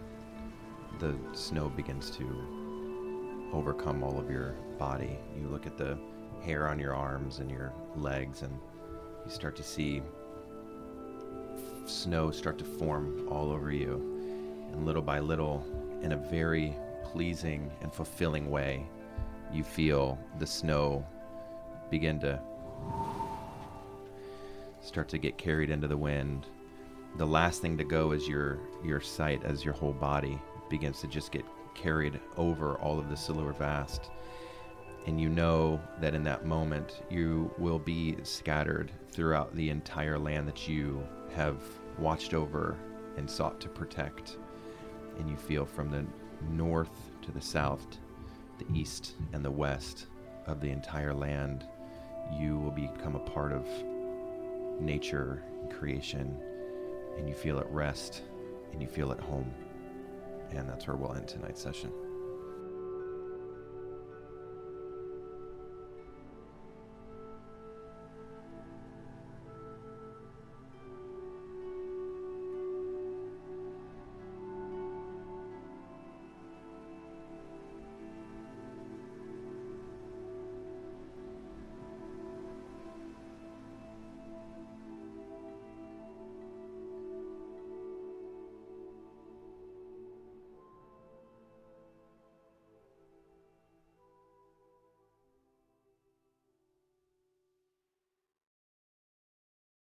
the snow begins to overcome all of your body. You look at the hair on your arms and your legs, and you start to see snow start to form all over you. And little by little, in a very pleasing and fulfilling way, you feel the snow begin to start to get carried into the wind. The last thing to go is your your sight as your whole body begins to just get carried over all of the silver vast. And you know that in that moment you will be scattered throughout the entire land that you have watched over and sought to protect. And you feel from the north to the south, the east and the west of the entire land, you will become a part of nature and creation, and you feel at rest and you feel at home. And that's where we'll end tonight's session.